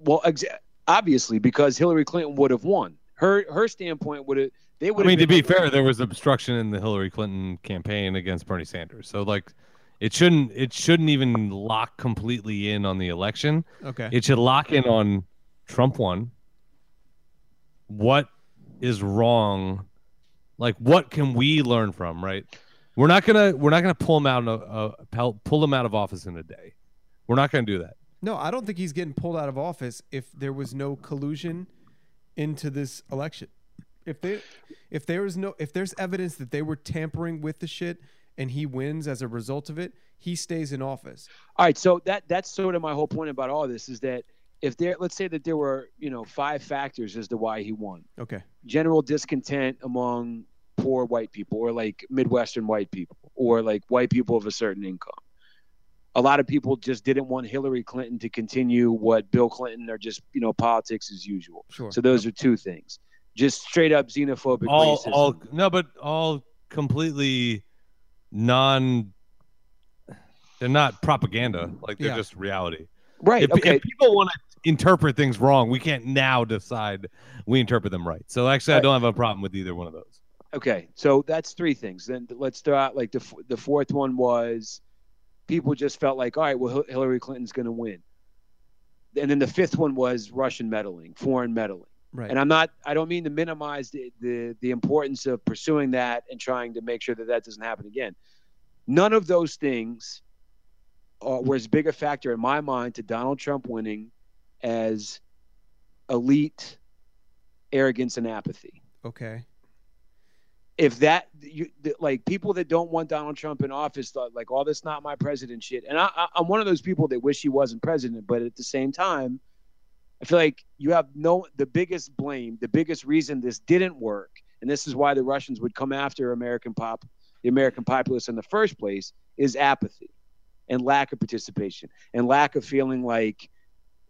[SPEAKER 2] Well, ex- obviously, because Hillary Clinton would have won. Her her standpoint would have. They
[SPEAKER 1] I
[SPEAKER 2] would. have
[SPEAKER 1] mean, to
[SPEAKER 2] been
[SPEAKER 1] be fair, there was obstruction in the Hillary Clinton campaign against Bernie Sanders. So like it shouldn't it shouldn't even lock completely in on the election.
[SPEAKER 3] Okay,
[SPEAKER 1] It should lock in on Trump one. What is wrong? Like, what can we learn uh, from? Right? We're not gonna we're not gonna pull him out in a, a pull him out of office in a day. We're not going to do that.
[SPEAKER 3] No, I don't think he's getting pulled out of office if there was no collusion into this election. If they if there is no if there's evidence that they were tampering with the shit and he wins as a result of it, he stays in office.
[SPEAKER 2] All right, so that that's sort of my whole point about all this is that if there, let's say that there were, you know, five factors as to why he won.
[SPEAKER 3] Okay.
[SPEAKER 2] general discontent among poor white people or like midwestern white people or like white people of a certain income a lot of people just didn't want hillary clinton to continue what bill clinton or just you know politics as usual
[SPEAKER 3] Sure.
[SPEAKER 2] so those are two things just straight up xenophobic
[SPEAKER 1] all,
[SPEAKER 2] racism.
[SPEAKER 1] all no, but all completely non. They're not propaganda. Like they're
[SPEAKER 3] Yeah.
[SPEAKER 1] just reality.
[SPEAKER 2] right
[SPEAKER 1] if,
[SPEAKER 2] okay
[SPEAKER 1] if people want to interpret things wrong, we can't now decide we interpret them right. So actually, I
[SPEAKER 2] Right.
[SPEAKER 1] don't have a problem with either one of those.
[SPEAKER 2] okay so that's three things then let's throw out like the, f- the fourth one was people just felt like all right well Hil- hillary clinton's going to win and then the fifth one was russian meddling foreign meddling
[SPEAKER 3] right.
[SPEAKER 2] and I'm not I don't mean to minimize the, the the importance of pursuing that and trying to make sure that that doesn't happen again. None of those things uh, were as big a factor in my mind to Donald Trump winning as elite arrogance and apathy.
[SPEAKER 3] okay.
[SPEAKER 2] If that you th- like people that don't want Donald Trump in office thought like all this not my president shit, and I, I, I'm one of those people that wish he wasn't president, but at the same time, I feel like you have no the biggest blame, the biggest reason this didn't work, and this is why the Russians would come after American pop, the American populace in the first place, is apathy, and lack of participation, and lack of feeling like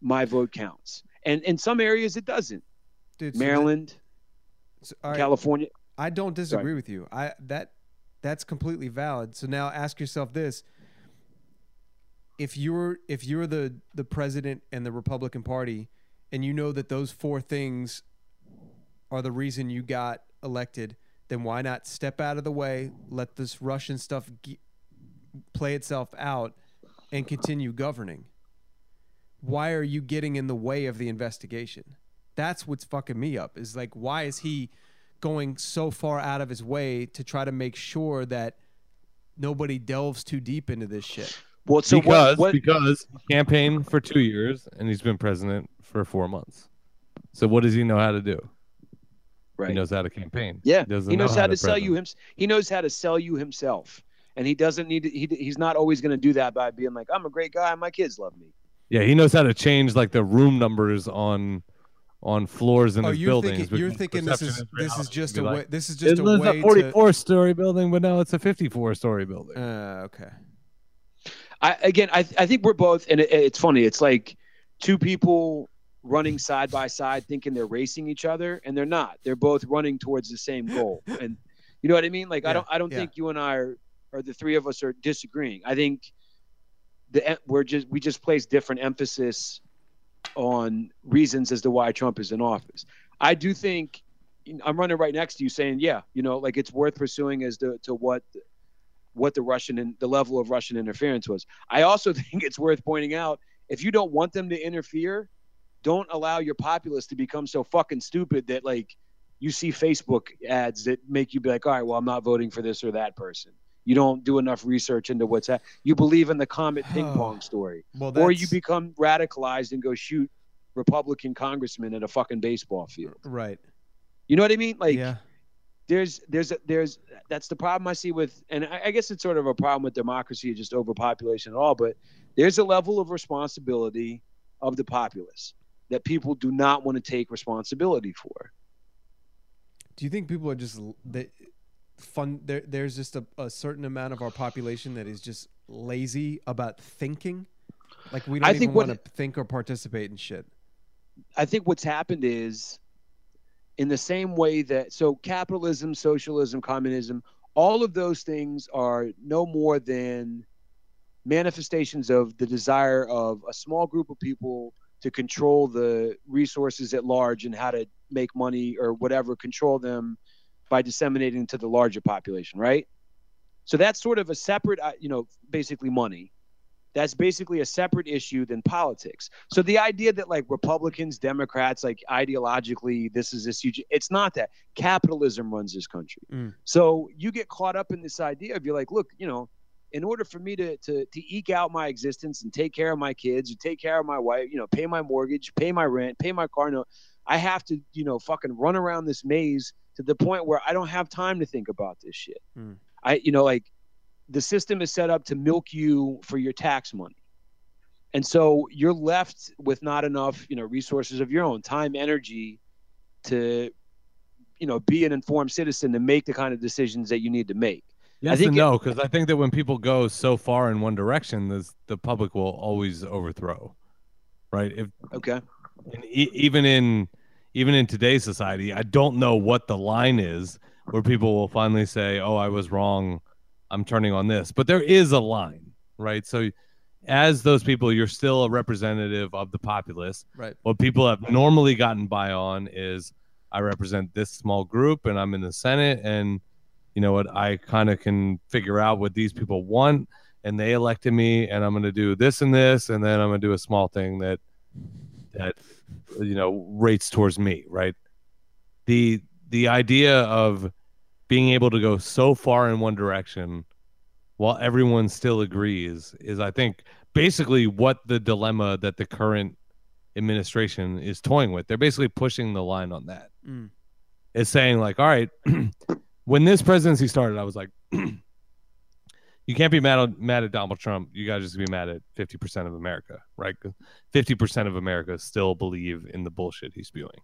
[SPEAKER 2] my vote counts. And in some areas it doesn't.
[SPEAKER 3] Dude, so that-
[SPEAKER 2] Maryland,
[SPEAKER 3] so- all right,
[SPEAKER 2] California.
[SPEAKER 3] I don't disagree with you. I that that's completely valid. So now ask yourself this: if you're if you're the the president and the Republican Party, and you know that those four things are the reason you got elected, then why not step out of the way, let this Russian stuff ge- play itself out, and continue governing? Why are you getting in the way of the investigation? That's what's fucking me up. Is like, why is he? going so far out of his way to try to make sure that nobody delves too deep into this shit.
[SPEAKER 2] Well, so
[SPEAKER 1] because
[SPEAKER 2] what, what,
[SPEAKER 1] because he campaigned for two years and he's been president for four months. So what does he know how to do?
[SPEAKER 2] right.
[SPEAKER 1] He knows how to campaign.
[SPEAKER 2] Yeah,
[SPEAKER 1] doesn't
[SPEAKER 2] he knows
[SPEAKER 1] know
[SPEAKER 2] how, to sell
[SPEAKER 1] present.
[SPEAKER 2] you him. He knows how to sell you himself, and he doesn't need. To, he, he's not always going to do that by being like, "I'm a great guy. My kids love me."
[SPEAKER 1] Yeah, he knows how to change like the room numbers on on floors in
[SPEAKER 3] oh,
[SPEAKER 1] his
[SPEAKER 3] you're
[SPEAKER 1] buildings.
[SPEAKER 3] thinking you're
[SPEAKER 1] between
[SPEAKER 3] thinking this
[SPEAKER 1] perception
[SPEAKER 3] is
[SPEAKER 1] and
[SPEAKER 3] this is
[SPEAKER 1] reality.
[SPEAKER 3] just
[SPEAKER 1] Be
[SPEAKER 3] a
[SPEAKER 1] like,
[SPEAKER 3] way this is
[SPEAKER 1] It
[SPEAKER 3] just a
[SPEAKER 1] was
[SPEAKER 3] way
[SPEAKER 1] a 44 story building, but now it's a 54 story building.
[SPEAKER 3] to. Uh, okay.
[SPEAKER 2] I again, I I think we're both, and it, it's funny. It's like two people running side by side, thinking they're racing each other, and they're not. They're both running towards the same goal, and you know what I mean. Like
[SPEAKER 3] Yeah,
[SPEAKER 2] I don't, I don't
[SPEAKER 3] yeah.
[SPEAKER 2] think you and I are, or the three of us are disagreeing. I think the em- we're just we just place different emphasis on reasons as to why Trump is in office. I do think I'm running right next to you, saying, yeah, you know, like it's worth pursuing as to, to what what the Russian and the level of Russian interference was. I also think it's worth pointing out if you don't want them to interfere, don't allow your populace to become so fucking stupid that like you see Facebook ads that make you be like, all right, well, I'm not voting for this or that person. You don't do enough research into what's that. You believe in the Comet ping pong story,
[SPEAKER 3] Well, that's,
[SPEAKER 2] or you become radicalized and go shoot Republican congressmen at a fucking baseball field.
[SPEAKER 3] right.
[SPEAKER 2] You know what I mean? Like,
[SPEAKER 3] yeah.
[SPEAKER 2] there's there's there's that's the problem I see with and I, I guess it's sort of a problem with democracy just overpopulation at all but there's a level of responsibility of the populace that people do not want to take responsibility for
[SPEAKER 3] Do you think people are just l- they fun? There, there's just a, a certain amount of our population that is just lazy about thinking. Like we don't
[SPEAKER 2] I
[SPEAKER 3] even
[SPEAKER 2] think what-
[SPEAKER 3] want to think or participate in shit.
[SPEAKER 2] I think what's happened is in the same way that so capitalism socialism communism all of those things are no more than manifestations of the desire of a small group of people to control the resources at large and how to make money or whatever control them by disseminating to the larger population right so that's sort of a separate uh, you know basically money that's basically a separate issue than politics so the idea that like republicans democrats like ideologically this is this huge it's not that capitalism runs this country
[SPEAKER 3] Mm.
[SPEAKER 2] so you get caught up in this idea of you're like look you know in order for me to, to to eke out my existence and take care of my kids, and take care of my wife, you know, pay my mortgage, pay my rent, pay my car note, I have to, you know, fucking run around this maze to the point where I don't have time to think about this shit.
[SPEAKER 3] Hmm.
[SPEAKER 2] I, you know, like the system is set up to milk you for your tax money. And so you're left with not enough, you know, resources of your own, time, energy to, you know, be an informed citizen to make the kind of decisions that you need to make.
[SPEAKER 1] Yes
[SPEAKER 2] think
[SPEAKER 1] and
[SPEAKER 2] it-
[SPEAKER 1] no, because I think that when people go so far in one direction, this, the public will always overthrow, right? If
[SPEAKER 2] Okay.
[SPEAKER 1] and e- even in even in today's society, I don't know what the line is where people will finally say, "Oh, I was wrong. I'm turning on this." But there is a line, right? So as those people, you're still a representative of the populace.
[SPEAKER 3] Right.
[SPEAKER 1] What people have normally gotten by on is I represent this small group and I'm in the Senate and you know what I kind of can figure out what these people want and they elected me and I'm going to do this and this and then I'm going to do a small thing that that you know rates towards me right the the idea of being able to go so far in one direction while everyone still agrees is i think basically what the dilemma that the current administration is toying with they're basically pushing the line on that
[SPEAKER 3] Mm.
[SPEAKER 1] it's saying like all right when this presidency started i was like you can't be mad, on, mad at donald trump you gotta just be mad at 50% of america right 'Cause 50% of america still believe in the bullshit he's spewing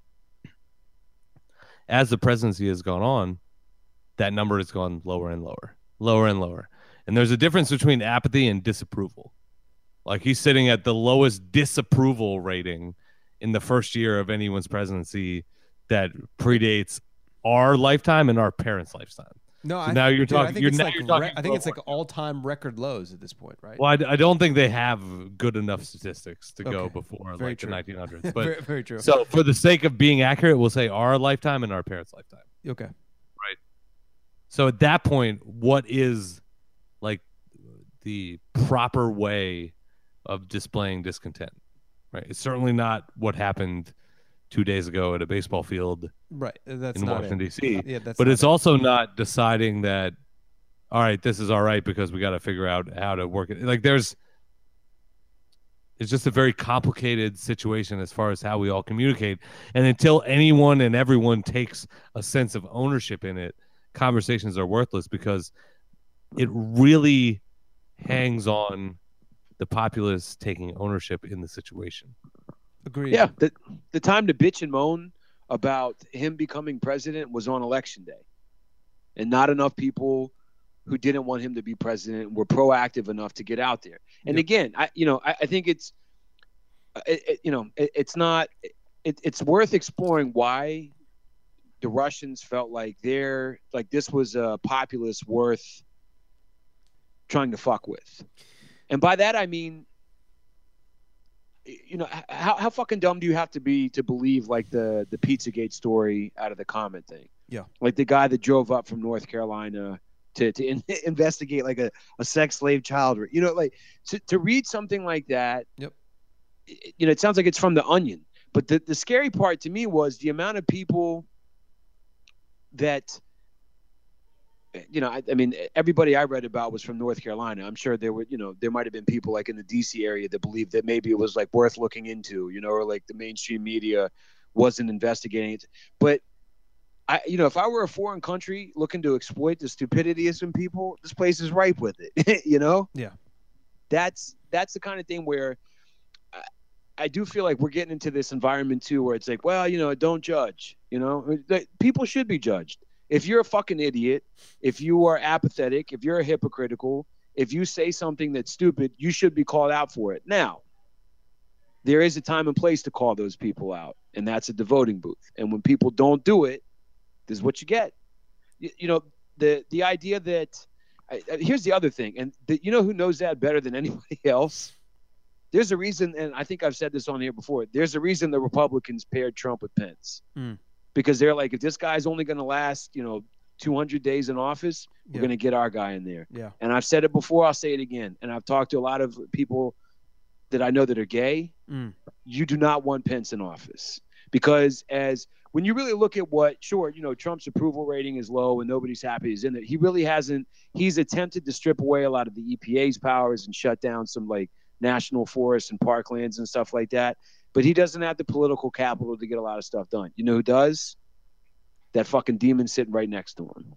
[SPEAKER 1] as the presidency has gone on that number has gone lower and lower lower and lower and there's a difference between apathy and disapproval like he's sitting at the lowest disapproval rating in the first year of anyone's presidency that predates our lifetime and our parents' lifetime.
[SPEAKER 3] No, I
[SPEAKER 1] So now you're
[SPEAKER 3] dude, I
[SPEAKER 1] talking-
[SPEAKER 3] think
[SPEAKER 1] you're
[SPEAKER 3] it's
[SPEAKER 1] now
[SPEAKER 3] like
[SPEAKER 1] you're talking
[SPEAKER 3] re- I think it's
[SPEAKER 1] lower.
[SPEAKER 3] like all-time record lows at this point, right?
[SPEAKER 1] Well, I, I don't think they have good enough statistics to go
[SPEAKER 3] Okay.
[SPEAKER 1] before
[SPEAKER 3] Very
[SPEAKER 1] like
[SPEAKER 3] true.
[SPEAKER 1] the 1900s. But
[SPEAKER 3] very, very true.
[SPEAKER 1] so, for the sake of being accurate, we'll say our lifetime and our parents' lifetime.
[SPEAKER 3] okay.
[SPEAKER 1] So at that point, what is like the proper way of displaying discontent? Right. It's certainly not what happened two days ago at a baseball field
[SPEAKER 3] Right. uh, That's
[SPEAKER 1] in
[SPEAKER 3] not
[SPEAKER 1] Washington
[SPEAKER 3] it.
[SPEAKER 1] D.C.
[SPEAKER 3] Yeah, that's
[SPEAKER 1] but
[SPEAKER 3] not
[SPEAKER 1] it's
[SPEAKER 3] it.
[SPEAKER 1] also not deciding that all right this is all right because we got to figure out how to work it like there's it's just a very complicated situation as far as how we all communicate and until anyone and everyone takes a sense of ownership in it conversations are worthless because it really hangs on the populace taking ownership in the situation
[SPEAKER 3] agreed.
[SPEAKER 2] Yeah. The, the time to bitch and moan about him becoming president was on election day. And not enough people who didn't want him to be president were proactive enough to get out there. And
[SPEAKER 3] Yep.
[SPEAKER 2] again, I, you know, I, I think it's, uh, it, it- you know, it, it's not, it, it's worth exploring why the Russians felt like they're, like this was a populace worth trying to fuck with. And by that, I mean, you know h- how, how fucking dumb do you have to be to believe like the the pizzagate story out of the comment thing
[SPEAKER 3] Yeah.
[SPEAKER 2] like the guy that drove up from north carolina to, to in, investigate like a, a sex slave child ra- you know like to, to read something like that
[SPEAKER 3] Yep.
[SPEAKER 2] it- you know it sounds like it's from the onion but the, the scary part to me was the amount of people that you know, I, I mean, everybody I read about was from North Carolina. I'm sure there were, you know, there might have been people like in the D.C. area that believed that maybe it was like worth looking into, you know, or like the mainstream media wasn't investigating it. But I, you know, if I were a foreign country looking to exploit the stupidity of some people, this place is ripe with it. you know?
[SPEAKER 3] Yeah.
[SPEAKER 2] That's that's the kind of thing where I, I do feel like we're getting into this environment too, where it's like, well, you know, don't judge. You know, Like, people should be judged. If you're a fucking idiot, if you are apathetic, if you're hypocritical, if you say something that's stupid, you should be called out for it. Now, there is a time and place to call those people out, and that's at the voting booth. And when people don't do it, this is what you get. You, you know, the the idea that I, I- here's the other thing, and the, you know who knows that better than anybody else. There's a reason, and I think I've said this on here before. There's a reason the Republicans paired Trump with Pence,
[SPEAKER 3] Mm.
[SPEAKER 2] because they're like, if this guy's only going to last, you know, 200 days in office, we're
[SPEAKER 3] Yeah.
[SPEAKER 2] going to get our guy in there.
[SPEAKER 3] Yeah.
[SPEAKER 2] And I've said it before, I'll say it again. And I've talked to a lot of people that I know that are gay.
[SPEAKER 3] Mm.
[SPEAKER 2] You do not want Pence in office because as when you really look at what, sure, you know, Trump's approval rating is low and nobody's happy he's in it. He really hasn't. He's attempted to strip away a lot of the EPA's powers and shut down some like national forests and parklands and stuff like that. But he doesn't have the political capital to get a lot of stuff done. You know who does? That fucking demon sitting right next to him.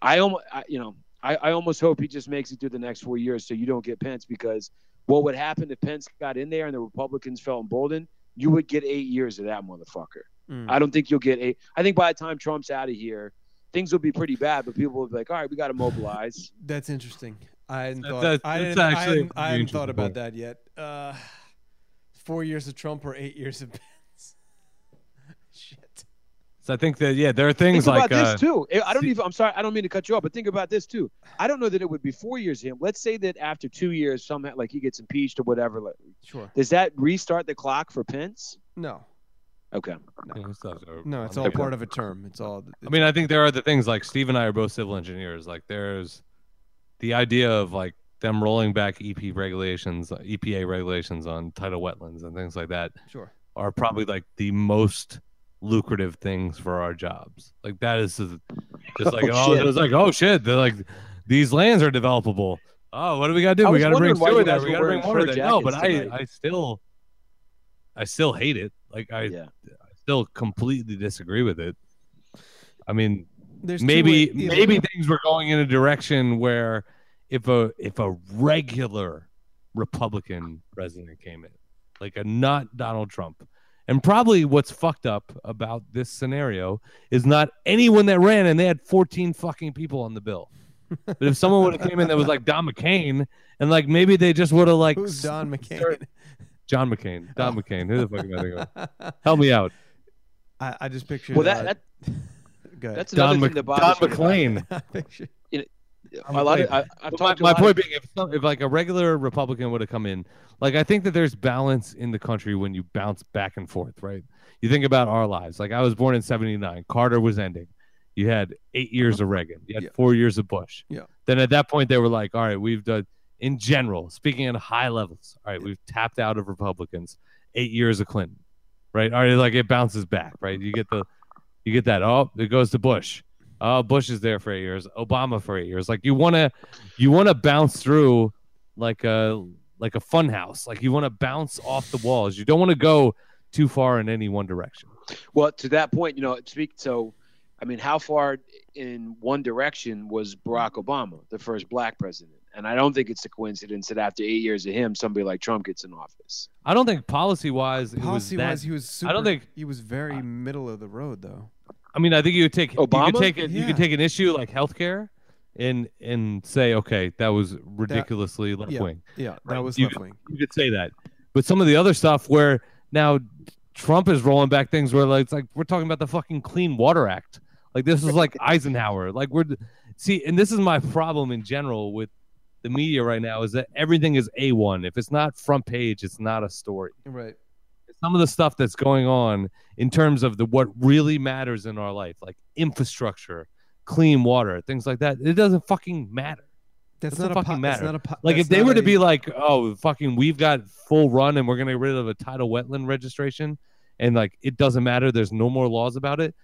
[SPEAKER 2] I almost, I, you know, I, I almost hope he just makes it through the next four years so you don't get Pence because what would happen if Pence got in there and the Republicans felt emboldened? You would get eight years of that motherfucker.
[SPEAKER 3] Mm.
[SPEAKER 2] I don't think you'll get eight. I think by the time Trump's out of here, things will be pretty bad, but people will be like, all right, we got to mobilize.
[SPEAKER 3] That's interesting. I hadn't
[SPEAKER 1] That-
[SPEAKER 3] thought.
[SPEAKER 1] that's-
[SPEAKER 3] I,
[SPEAKER 1] that's
[SPEAKER 3] didn't, I
[SPEAKER 1] actually
[SPEAKER 3] hadn't- I
[SPEAKER 1] an
[SPEAKER 3] hadn't
[SPEAKER 1] interesting
[SPEAKER 3] thought about
[SPEAKER 1] point.
[SPEAKER 3] that yet. Uh, four years of Trump or eight years of Pence. Shit.
[SPEAKER 1] So I think that yeah, there are things
[SPEAKER 2] think
[SPEAKER 1] like
[SPEAKER 2] about
[SPEAKER 1] uh,
[SPEAKER 2] this too. I- I don't
[SPEAKER 1] see-
[SPEAKER 2] even. I'm sorry. I don't mean to cut you off, but think about this too. I don't know that it would be four years him. Let's say that after two years, somehow like he gets impeached or whatever. like,
[SPEAKER 3] Sure.
[SPEAKER 2] Does that restart the clock for Pence?
[SPEAKER 3] No.
[SPEAKER 2] Okay.
[SPEAKER 1] you know, stuff that are-
[SPEAKER 3] No, it's
[SPEAKER 1] on
[SPEAKER 3] all
[SPEAKER 1] paper.
[SPEAKER 3] part of a term. It's all.
[SPEAKER 1] I mean, I think there are the things like Steve and I are both civil engineers. Like there's the idea of like them rolling back EP regulations, EPA regulations on tidal wetlands and things like that
[SPEAKER 3] sure.
[SPEAKER 1] are probably like the most lucrative things for our jobs. Like that is just just, like
[SPEAKER 2] Oh,
[SPEAKER 1] all
[SPEAKER 2] shit.
[SPEAKER 1] it was like, oh shit, they're like these lands are developable. Oh, what do we gotta do?
[SPEAKER 2] I
[SPEAKER 1] we
[SPEAKER 2] was
[SPEAKER 1] gotta bring
[SPEAKER 2] wondering why
[SPEAKER 1] sewer
[SPEAKER 2] you
[SPEAKER 1] there.
[SPEAKER 2] guys
[SPEAKER 1] We
[SPEAKER 2] were
[SPEAKER 1] gotta bring
[SPEAKER 2] wearing
[SPEAKER 1] water
[SPEAKER 2] fur
[SPEAKER 1] there. No, but
[SPEAKER 2] jackets
[SPEAKER 1] I
[SPEAKER 2] tonight.
[SPEAKER 1] I still I still hate it. Like I,
[SPEAKER 2] Yeah.
[SPEAKER 1] I still completely disagree with it. I mean,
[SPEAKER 3] There's two
[SPEAKER 1] maybe
[SPEAKER 3] way- yeah.
[SPEAKER 1] maybe things were going in a direction where if a if a regular Republican president came in, like a not Donald Trump, and probably what's fucked up about this scenario is not anyone that ran and they had 14 fucking people on the bill. But if someone would have came in that was like Don McCain and like maybe they just would have like
[SPEAKER 3] Who's Don Oh.
[SPEAKER 1] start-
[SPEAKER 3] McCain?
[SPEAKER 1] John McCain, Don McCain, who the fuck am I thinking of?
[SPEAKER 3] I,
[SPEAKER 1] Help me out.
[SPEAKER 3] I just pictured.
[SPEAKER 2] Well, that,
[SPEAKER 3] uh,
[SPEAKER 2] that
[SPEAKER 3] go ahead.
[SPEAKER 2] that's another
[SPEAKER 1] Don,
[SPEAKER 2] thing
[SPEAKER 1] Mc-
[SPEAKER 2] that
[SPEAKER 1] Don
[SPEAKER 2] bothers me. about it.
[SPEAKER 1] McClain.
[SPEAKER 3] I pictured-
[SPEAKER 2] A lot of, I, I've
[SPEAKER 1] But
[SPEAKER 2] talked to a
[SPEAKER 1] my, my
[SPEAKER 2] lot of
[SPEAKER 1] point being, if, some, if like a regular Republican would have come in, like I think that there's balance in the country when you bounce back and forth, right? You think about our lives. Like I was born in '79. Carter was ending. You had eight years of Reagan. You had
[SPEAKER 3] Yeah.
[SPEAKER 1] four years of Bush.
[SPEAKER 3] Yeah.
[SPEAKER 1] Then at that point, they were like, "All right, we've done." In general, speaking at high levels, all right, we've tapped out of Republicans. Eight years of Clinton, right? All right, like it bounces back, right? You get the, you get that. Oh, it goes to Bush. Oh, Bush is there for eight years. Obama for eight years. Like you want to you want to bounce through like a like a fun house like you want to bounce off the walls you don't want to go too far in any one direction
[SPEAKER 2] Well, to that point, you know, speak. So, I mean, how far in one direction was Barack Obama, the first black president? And I don't think it's a coincidence that after eight years of him, somebody like Trump gets in office.
[SPEAKER 1] i don't think policy wise
[SPEAKER 3] Policy wise, he was. Super,
[SPEAKER 1] I don't think-
[SPEAKER 3] he was very middle of the road though.
[SPEAKER 1] i mean i think you could take you
[SPEAKER 2] Obama?
[SPEAKER 1] could take it you
[SPEAKER 3] Yeah.
[SPEAKER 1] could take an issue like healthcare and and say okay that was ridiculously left
[SPEAKER 3] yeah.
[SPEAKER 1] wing
[SPEAKER 3] Yeah, that
[SPEAKER 1] Right,
[SPEAKER 3] was
[SPEAKER 1] you-
[SPEAKER 3] left wing.
[SPEAKER 1] you could say that. But some of the other stuff where now Trump is rolling back things where like, it's like we're talking about the fucking Clean Water Act. Like this is like Eisenhower. Like we're see, and this is my problem in general with the media right now is that everything is a one. If it's not front page, it's not a story.
[SPEAKER 3] Right.
[SPEAKER 1] Some of the stuff that's going on in terms of the what really matters in our life, like infrastructure, clean water, things like that, it doesn't fucking matter.
[SPEAKER 3] That's
[SPEAKER 1] Doesn't
[SPEAKER 3] not a po-
[SPEAKER 1] fucking
[SPEAKER 3] that's
[SPEAKER 1] matter.
[SPEAKER 3] not a po-
[SPEAKER 1] Like
[SPEAKER 3] that's
[SPEAKER 1] if they
[SPEAKER 3] not
[SPEAKER 1] were to
[SPEAKER 3] a-
[SPEAKER 1] be like, oh, fucking, we've got full run and we're gonna get rid of a tidal wetland registration, and like it doesn't matter. There's no more laws about it.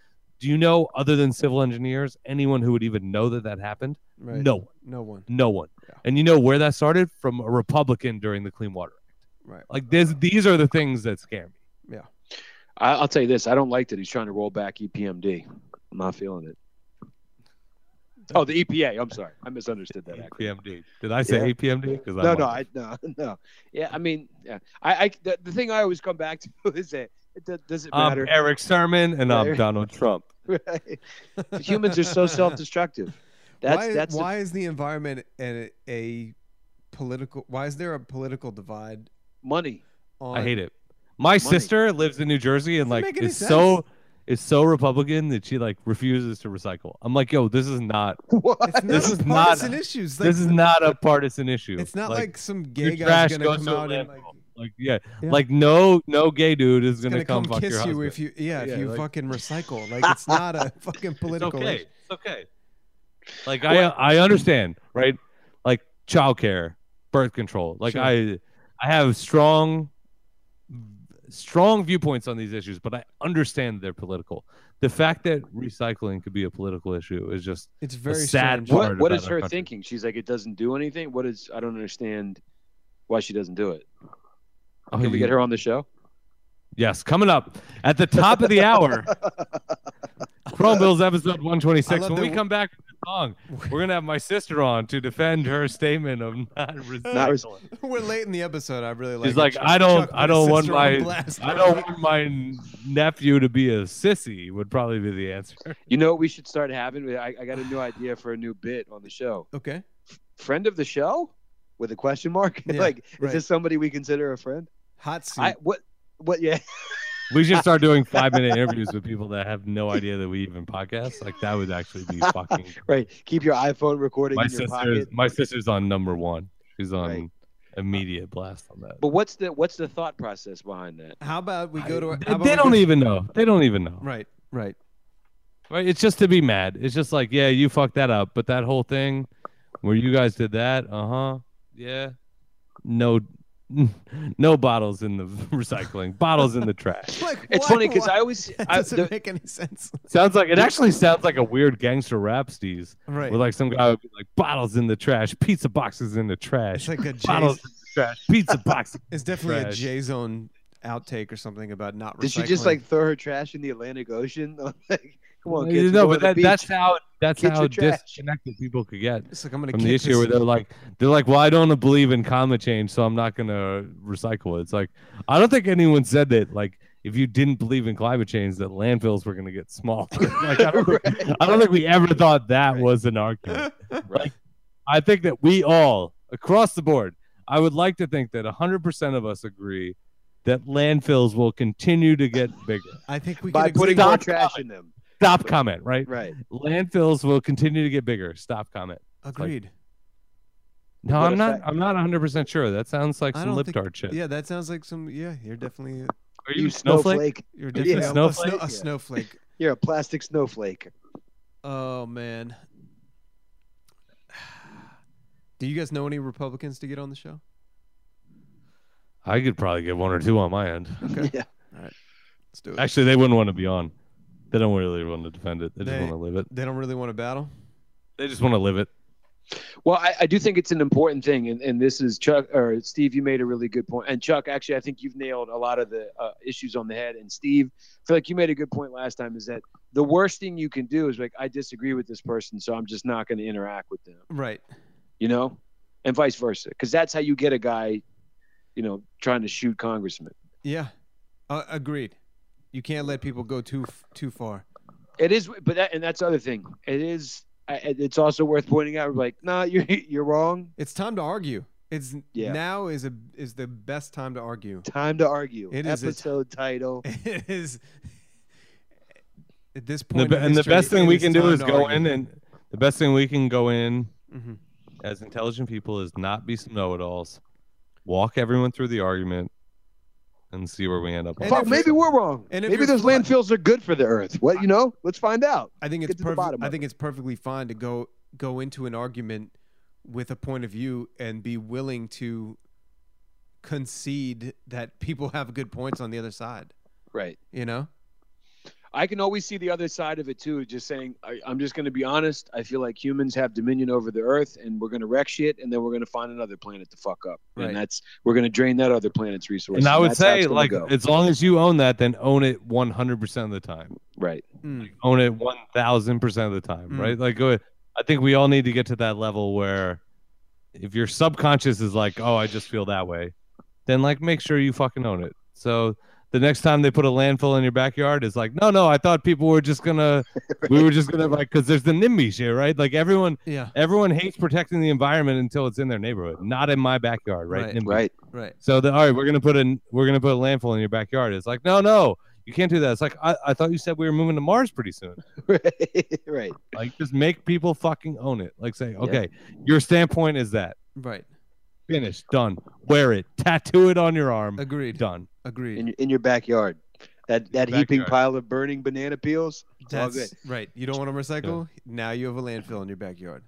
[SPEAKER 1] Do you know, other than civil engineers, anyone who would even know that that happened?
[SPEAKER 3] right.
[SPEAKER 1] No one,
[SPEAKER 3] no one.
[SPEAKER 1] no one.
[SPEAKER 3] Yeah.
[SPEAKER 1] And you know where that started from? A Republican during the Clean Water Act.
[SPEAKER 3] Right.
[SPEAKER 1] Like there's, these are the things that scare me.
[SPEAKER 2] I, I'll tell you this: I don't like that he's trying to roll back E EPMD. I'm not feeling it. Oh, the EPA. I'm sorry, I misunderstood that. acronym.
[SPEAKER 1] APMD. Did I say
[SPEAKER 2] Yeah.
[SPEAKER 1] APMD? 'Cause
[SPEAKER 2] no,
[SPEAKER 1] I'm
[SPEAKER 2] no,
[SPEAKER 1] on-
[SPEAKER 2] I, no, no. Yeah, I mean, yeah. I, I the, the thing I always come back to is that it do- doesn't
[SPEAKER 1] I'm
[SPEAKER 2] matter.
[SPEAKER 1] Um, Eric Sermon and I'm
[SPEAKER 2] Eric-
[SPEAKER 1] Donald Trump.
[SPEAKER 2] Right? Humans are so self-destructive. That's
[SPEAKER 3] why,
[SPEAKER 2] that's the-
[SPEAKER 3] why is the environment a, a political? Why is there a political divide?
[SPEAKER 2] money.
[SPEAKER 3] On
[SPEAKER 1] I hate it. My sister lives in New Jersey and
[SPEAKER 3] Doesn't
[SPEAKER 1] like
[SPEAKER 3] make any
[SPEAKER 1] is so is so Republican that she like refuses to recycle. I'm like, yo, this is not
[SPEAKER 2] What?
[SPEAKER 3] It's not
[SPEAKER 1] This
[SPEAKER 3] a
[SPEAKER 1] is not-
[SPEAKER 3] partisan issue. It's like,
[SPEAKER 1] this is not a partisan issue.
[SPEAKER 3] It's not like, some
[SPEAKER 1] your
[SPEAKER 3] gay guy's
[SPEAKER 1] trash
[SPEAKER 3] gonna
[SPEAKER 1] goes
[SPEAKER 3] come
[SPEAKER 1] to a
[SPEAKER 3] out and like,
[SPEAKER 1] landfill. like yeah,
[SPEAKER 3] Yeah.
[SPEAKER 1] like no no gay dude is
[SPEAKER 3] gonna,
[SPEAKER 1] gonna,
[SPEAKER 3] come,
[SPEAKER 1] fuck
[SPEAKER 3] kiss
[SPEAKER 1] your
[SPEAKER 3] you
[SPEAKER 1] husband.
[SPEAKER 3] if you yeah, if
[SPEAKER 1] Yeah,
[SPEAKER 3] you
[SPEAKER 1] like-
[SPEAKER 3] fucking recycle. Like it's not a fucking political.
[SPEAKER 1] It's okay.
[SPEAKER 3] issue.
[SPEAKER 1] It's okay. Like
[SPEAKER 2] Well-
[SPEAKER 1] I uh, I understand, right? Like childcare, birth control. Like
[SPEAKER 3] Sure.
[SPEAKER 1] I I have strong strong viewpoints on these issues, but I understand they're political. The fact that recycling could be a political issue is just
[SPEAKER 3] It's very
[SPEAKER 1] sad
[SPEAKER 3] strange.
[SPEAKER 1] part.
[SPEAKER 2] What, what
[SPEAKER 1] about
[SPEAKER 2] is
[SPEAKER 1] our
[SPEAKER 2] her
[SPEAKER 1] country.
[SPEAKER 2] thinking? She's like, it doesn't do anything. What is? I don't understand why she doesn't do it.
[SPEAKER 1] Oh,
[SPEAKER 2] Can we
[SPEAKER 1] you-
[SPEAKER 2] get her on the show?
[SPEAKER 1] Yes, coming up at the top of the hour. Chrome Bills episode 126.
[SPEAKER 3] love
[SPEAKER 1] When
[SPEAKER 3] that
[SPEAKER 1] we
[SPEAKER 3] w-
[SPEAKER 1] come back from this song, we're going to have my sister on to defend her statement of not
[SPEAKER 2] Not res-
[SPEAKER 1] recycling.
[SPEAKER 3] We're late in the episode. I really like.
[SPEAKER 1] She's
[SPEAKER 3] it.
[SPEAKER 1] like,
[SPEAKER 3] Chuck-
[SPEAKER 1] I don't,
[SPEAKER 3] Chuck
[SPEAKER 1] I don't
[SPEAKER 3] put
[SPEAKER 1] want
[SPEAKER 3] his sister on
[SPEAKER 1] my,
[SPEAKER 3] blast.
[SPEAKER 1] I don't want my nephew to be a sissy. Would probably be the answer.
[SPEAKER 2] you know what we should start having? I, I got a new idea for a new bit on the show.
[SPEAKER 3] Okay.
[SPEAKER 2] Friend of the show? With a question mark?
[SPEAKER 3] Yeah,
[SPEAKER 2] like,
[SPEAKER 3] right.
[SPEAKER 2] is this somebody we consider a friend?
[SPEAKER 3] Hot seat.
[SPEAKER 2] I what what? Yeah,
[SPEAKER 1] We should start doing five minute interviews with people that have no idea that we even podcast. Like that would actually be fucking.
[SPEAKER 2] right. Keep your iPhone recording
[SPEAKER 1] my
[SPEAKER 2] in your
[SPEAKER 1] sister's,
[SPEAKER 2] pocket.
[SPEAKER 1] my sister's on number one. She's on
[SPEAKER 2] Right.
[SPEAKER 1] immediate blast on that.
[SPEAKER 2] But what's the what's the thought process behind that?
[SPEAKER 3] how about we go to?
[SPEAKER 1] I-
[SPEAKER 3] Our,
[SPEAKER 1] they-
[SPEAKER 3] how about
[SPEAKER 1] they
[SPEAKER 3] we
[SPEAKER 1] don't
[SPEAKER 3] go-
[SPEAKER 1] even know. They don't even know. Right.
[SPEAKER 3] Right. Right.
[SPEAKER 1] It's just to be mad. It's just like, yeah, you fucked that up, but that whole thing where you guys did that, uh huh, yeah, no, no bottles in the recycling, bottles in the trash.
[SPEAKER 3] Like,
[SPEAKER 2] It's
[SPEAKER 3] why-
[SPEAKER 2] funny because
[SPEAKER 3] why-
[SPEAKER 2] I always
[SPEAKER 3] It
[SPEAKER 2] I,
[SPEAKER 3] doesn't
[SPEAKER 2] the-
[SPEAKER 3] make any sense.
[SPEAKER 1] Sounds like it actually sounds like a weird gangster rap, Steez.
[SPEAKER 3] Right.
[SPEAKER 1] Where like some guy would be like, bottles in the trash, pizza boxes in the
[SPEAKER 3] it's
[SPEAKER 1] trash,
[SPEAKER 3] like a J.
[SPEAKER 1] bottles in the trash, pizza boxes.
[SPEAKER 3] It's definitely
[SPEAKER 1] trash.
[SPEAKER 3] a J Zone outtake or something about not. Recycling.
[SPEAKER 2] Did she just like throw her trash in the Atlantic Ocean? like, come on, kids.
[SPEAKER 1] Eh, no,
[SPEAKER 2] go to
[SPEAKER 1] but
[SPEAKER 2] the
[SPEAKER 1] that,
[SPEAKER 2] beach.
[SPEAKER 1] that's how that's
[SPEAKER 2] Get your
[SPEAKER 1] how
[SPEAKER 2] trash.
[SPEAKER 1] disconnected people could get.
[SPEAKER 3] It's like I'm gonna
[SPEAKER 1] from
[SPEAKER 3] kick
[SPEAKER 1] the
[SPEAKER 3] this-
[SPEAKER 1] issue where they're like they're like well i don't believe in climate change so i'm not gonna recycle it. it's like i don't think anyone said that like if you didn't believe in climate change that landfills were gonna get smaller like I don't, think, I don't think we ever thought that was an argument like, i think that we all across the board i would like to think that 100% of us agree that landfills will continue to get bigger
[SPEAKER 3] I think we
[SPEAKER 2] by
[SPEAKER 3] can
[SPEAKER 2] putting
[SPEAKER 3] exist-
[SPEAKER 2] more
[SPEAKER 1] Stop
[SPEAKER 2] trash in them.
[SPEAKER 1] stop comment right
[SPEAKER 2] Right.
[SPEAKER 1] landfills will continue to get bigger stop comment
[SPEAKER 3] agreed.
[SPEAKER 1] No,
[SPEAKER 2] What
[SPEAKER 1] I'm
[SPEAKER 2] if
[SPEAKER 1] not.
[SPEAKER 2] that-
[SPEAKER 1] I'm not 100 percent sure. That sounds like
[SPEAKER 3] I
[SPEAKER 1] some
[SPEAKER 3] don't
[SPEAKER 1] lip
[SPEAKER 3] think-
[SPEAKER 1] tart shit.
[SPEAKER 3] Yeah, that sounds like some. Yeah, you're definitely
[SPEAKER 1] Are you, a snowflake?
[SPEAKER 3] you're
[SPEAKER 2] Yeah.
[SPEAKER 3] definitely a- a,
[SPEAKER 1] Snowflake?
[SPEAKER 3] snow- a
[SPEAKER 2] Yeah.
[SPEAKER 3] snowflake.
[SPEAKER 2] You're a plastic snowflake.
[SPEAKER 3] Oh man. Do you guys know any Republicans to get on the show?
[SPEAKER 1] I could probably get one or two on my end.
[SPEAKER 3] Okay.
[SPEAKER 2] Yeah.
[SPEAKER 3] Let's do it.
[SPEAKER 1] Actually, they wouldn't want to be on. They don't really want to defend it. They just
[SPEAKER 3] They-
[SPEAKER 1] want to live it.
[SPEAKER 3] they don't really want to battle.
[SPEAKER 1] They just want to live it.
[SPEAKER 2] Well, I, I do think it's an important thing, and, and this is Chuck or Steve. You made a really good point, and Chuck, actually, I think you've nailed a lot of the uh, issues on the head. And Steve, I feel like you made a good point last time. Is that the worst thing you can do is like I disagree with this person, so I'm just not going to interact with them,
[SPEAKER 3] Right.
[SPEAKER 2] you know, and vice versa, because that's how you get a guy, you know, trying to shoot congressmen.
[SPEAKER 3] Yeah. Uh, agreed. You can't let people go too f- too far.
[SPEAKER 2] It is, but that, and that's the other thing. It is. I- It's also worth pointing out, like, nah, you're you're wrong.
[SPEAKER 3] It's time to argue. It's
[SPEAKER 2] Yeah.
[SPEAKER 3] now is a is the best time to argue.
[SPEAKER 2] Time to argue.
[SPEAKER 3] It is a-
[SPEAKER 2] Episode title.
[SPEAKER 3] It is at this
[SPEAKER 1] And the,
[SPEAKER 3] point.
[SPEAKER 1] be-
[SPEAKER 3] in
[SPEAKER 1] and the
[SPEAKER 3] history,
[SPEAKER 1] best thing
[SPEAKER 3] it
[SPEAKER 1] we can do
[SPEAKER 3] time
[SPEAKER 1] is
[SPEAKER 3] to
[SPEAKER 1] go
[SPEAKER 3] argue.
[SPEAKER 1] in and the best thing we can go in
[SPEAKER 3] Mhm.
[SPEAKER 1] as intelligent people is not be some know-it-alls. Walk everyone through the argument and see where we end up.
[SPEAKER 3] And
[SPEAKER 1] on.
[SPEAKER 2] Fuck,
[SPEAKER 3] if
[SPEAKER 2] maybe we're wrong.
[SPEAKER 3] and if
[SPEAKER 2] Maybe
[SPEAKER 3] you're
[SPEAKER 2] those
[SPEAKER 3] fly-
[SPEAKER 2] landfills are good for the earth. What you know? Let's find out.
[SPEAKER 3] I think
[SPEAKER 2] Get
[SPEAKER 3] it's
[SPEAKER 2] to the
[SPEAKER 3] perfect.
[SPEAKER 2] bottom
[SPEAKER 3] I
[SPEAKER 2] of
[SPEAKER 3] think it's perfectly fine to go go into an argument with a point of view and be willing to concede that people have good points on the other side.
[SPEAKER 2] Right.
[SPEAKER 3] You know,
[SPEAKER 2] I can always see the other side of it too. Just saying, I, I'm just going to be honest. I feel like humans have dominion over the earth, and we're going to wreck shit, and then we're going to find another planet to fuck up,
[SPEAKER 3] Right.
[SPEAKER 2] and that's we're going to drain that other planet's resources.
[SPEAKER 1] And I would
[SPEAKER 2] that's how it's
[SPEAKER 1] say,
[SPEAKER 2] gonna
[SPEAKER 1] like,
[SPEAKER 2] go.
[SPEAKER 1] as long as you own that, then own it 100% of the time.
[SPEAKER 2] right.
[SPEAKER 1] own it 1000% of the time
[SPEAKER 3] Mm.
[SPEAKER 1] right like go ahead. i think we all need to get to that level where if your subconscious is like oh i just feel that way then like make sure you fucking own it so the next time they put a landfill in your backyard it's like no no i thought people were just gonna we were just gonna like because there's the nimby shit right like everyone
[SPEAKER 3] yeah,
[SPEAKER 1] everyone hates protecting the environment until it's in their neighborhood not in my backyard right
[SPEAKER 3] Right.
[SPEAKER 1] NIMBY.
[SPEAKER 2] Right.
[SPEAKER 3] right.
[SPEAKER 1] So the, all right, we're gonna put a we're gonna put a landfill in your backyard. It's like no, no, you can't do that. It's like I, I thought you said we were moving to Mars pretty soon.
[SPEAKER 2] Right. right.
[SPEAKER 1] Like just make people fucking own it. Like say, okay, your standpoint is that
[SPEAKER 3] Right.
[SPEAKER 1] finished, done. Wear it, tattoo it on your arm,
[SPEAKER 3] Agreed.
[SPEAKER 1] done.
[SPEAKER 3] Agreed.
[SPEAKER 2] In in your backyard, that that heaping
[SPEAKER 1] backyard.
[SPEAKER 2] pile of burning banana peels. It's all good.
[SPEAKER 3] That's right. You don't want to recycle. Now you have a landfill in your backyard.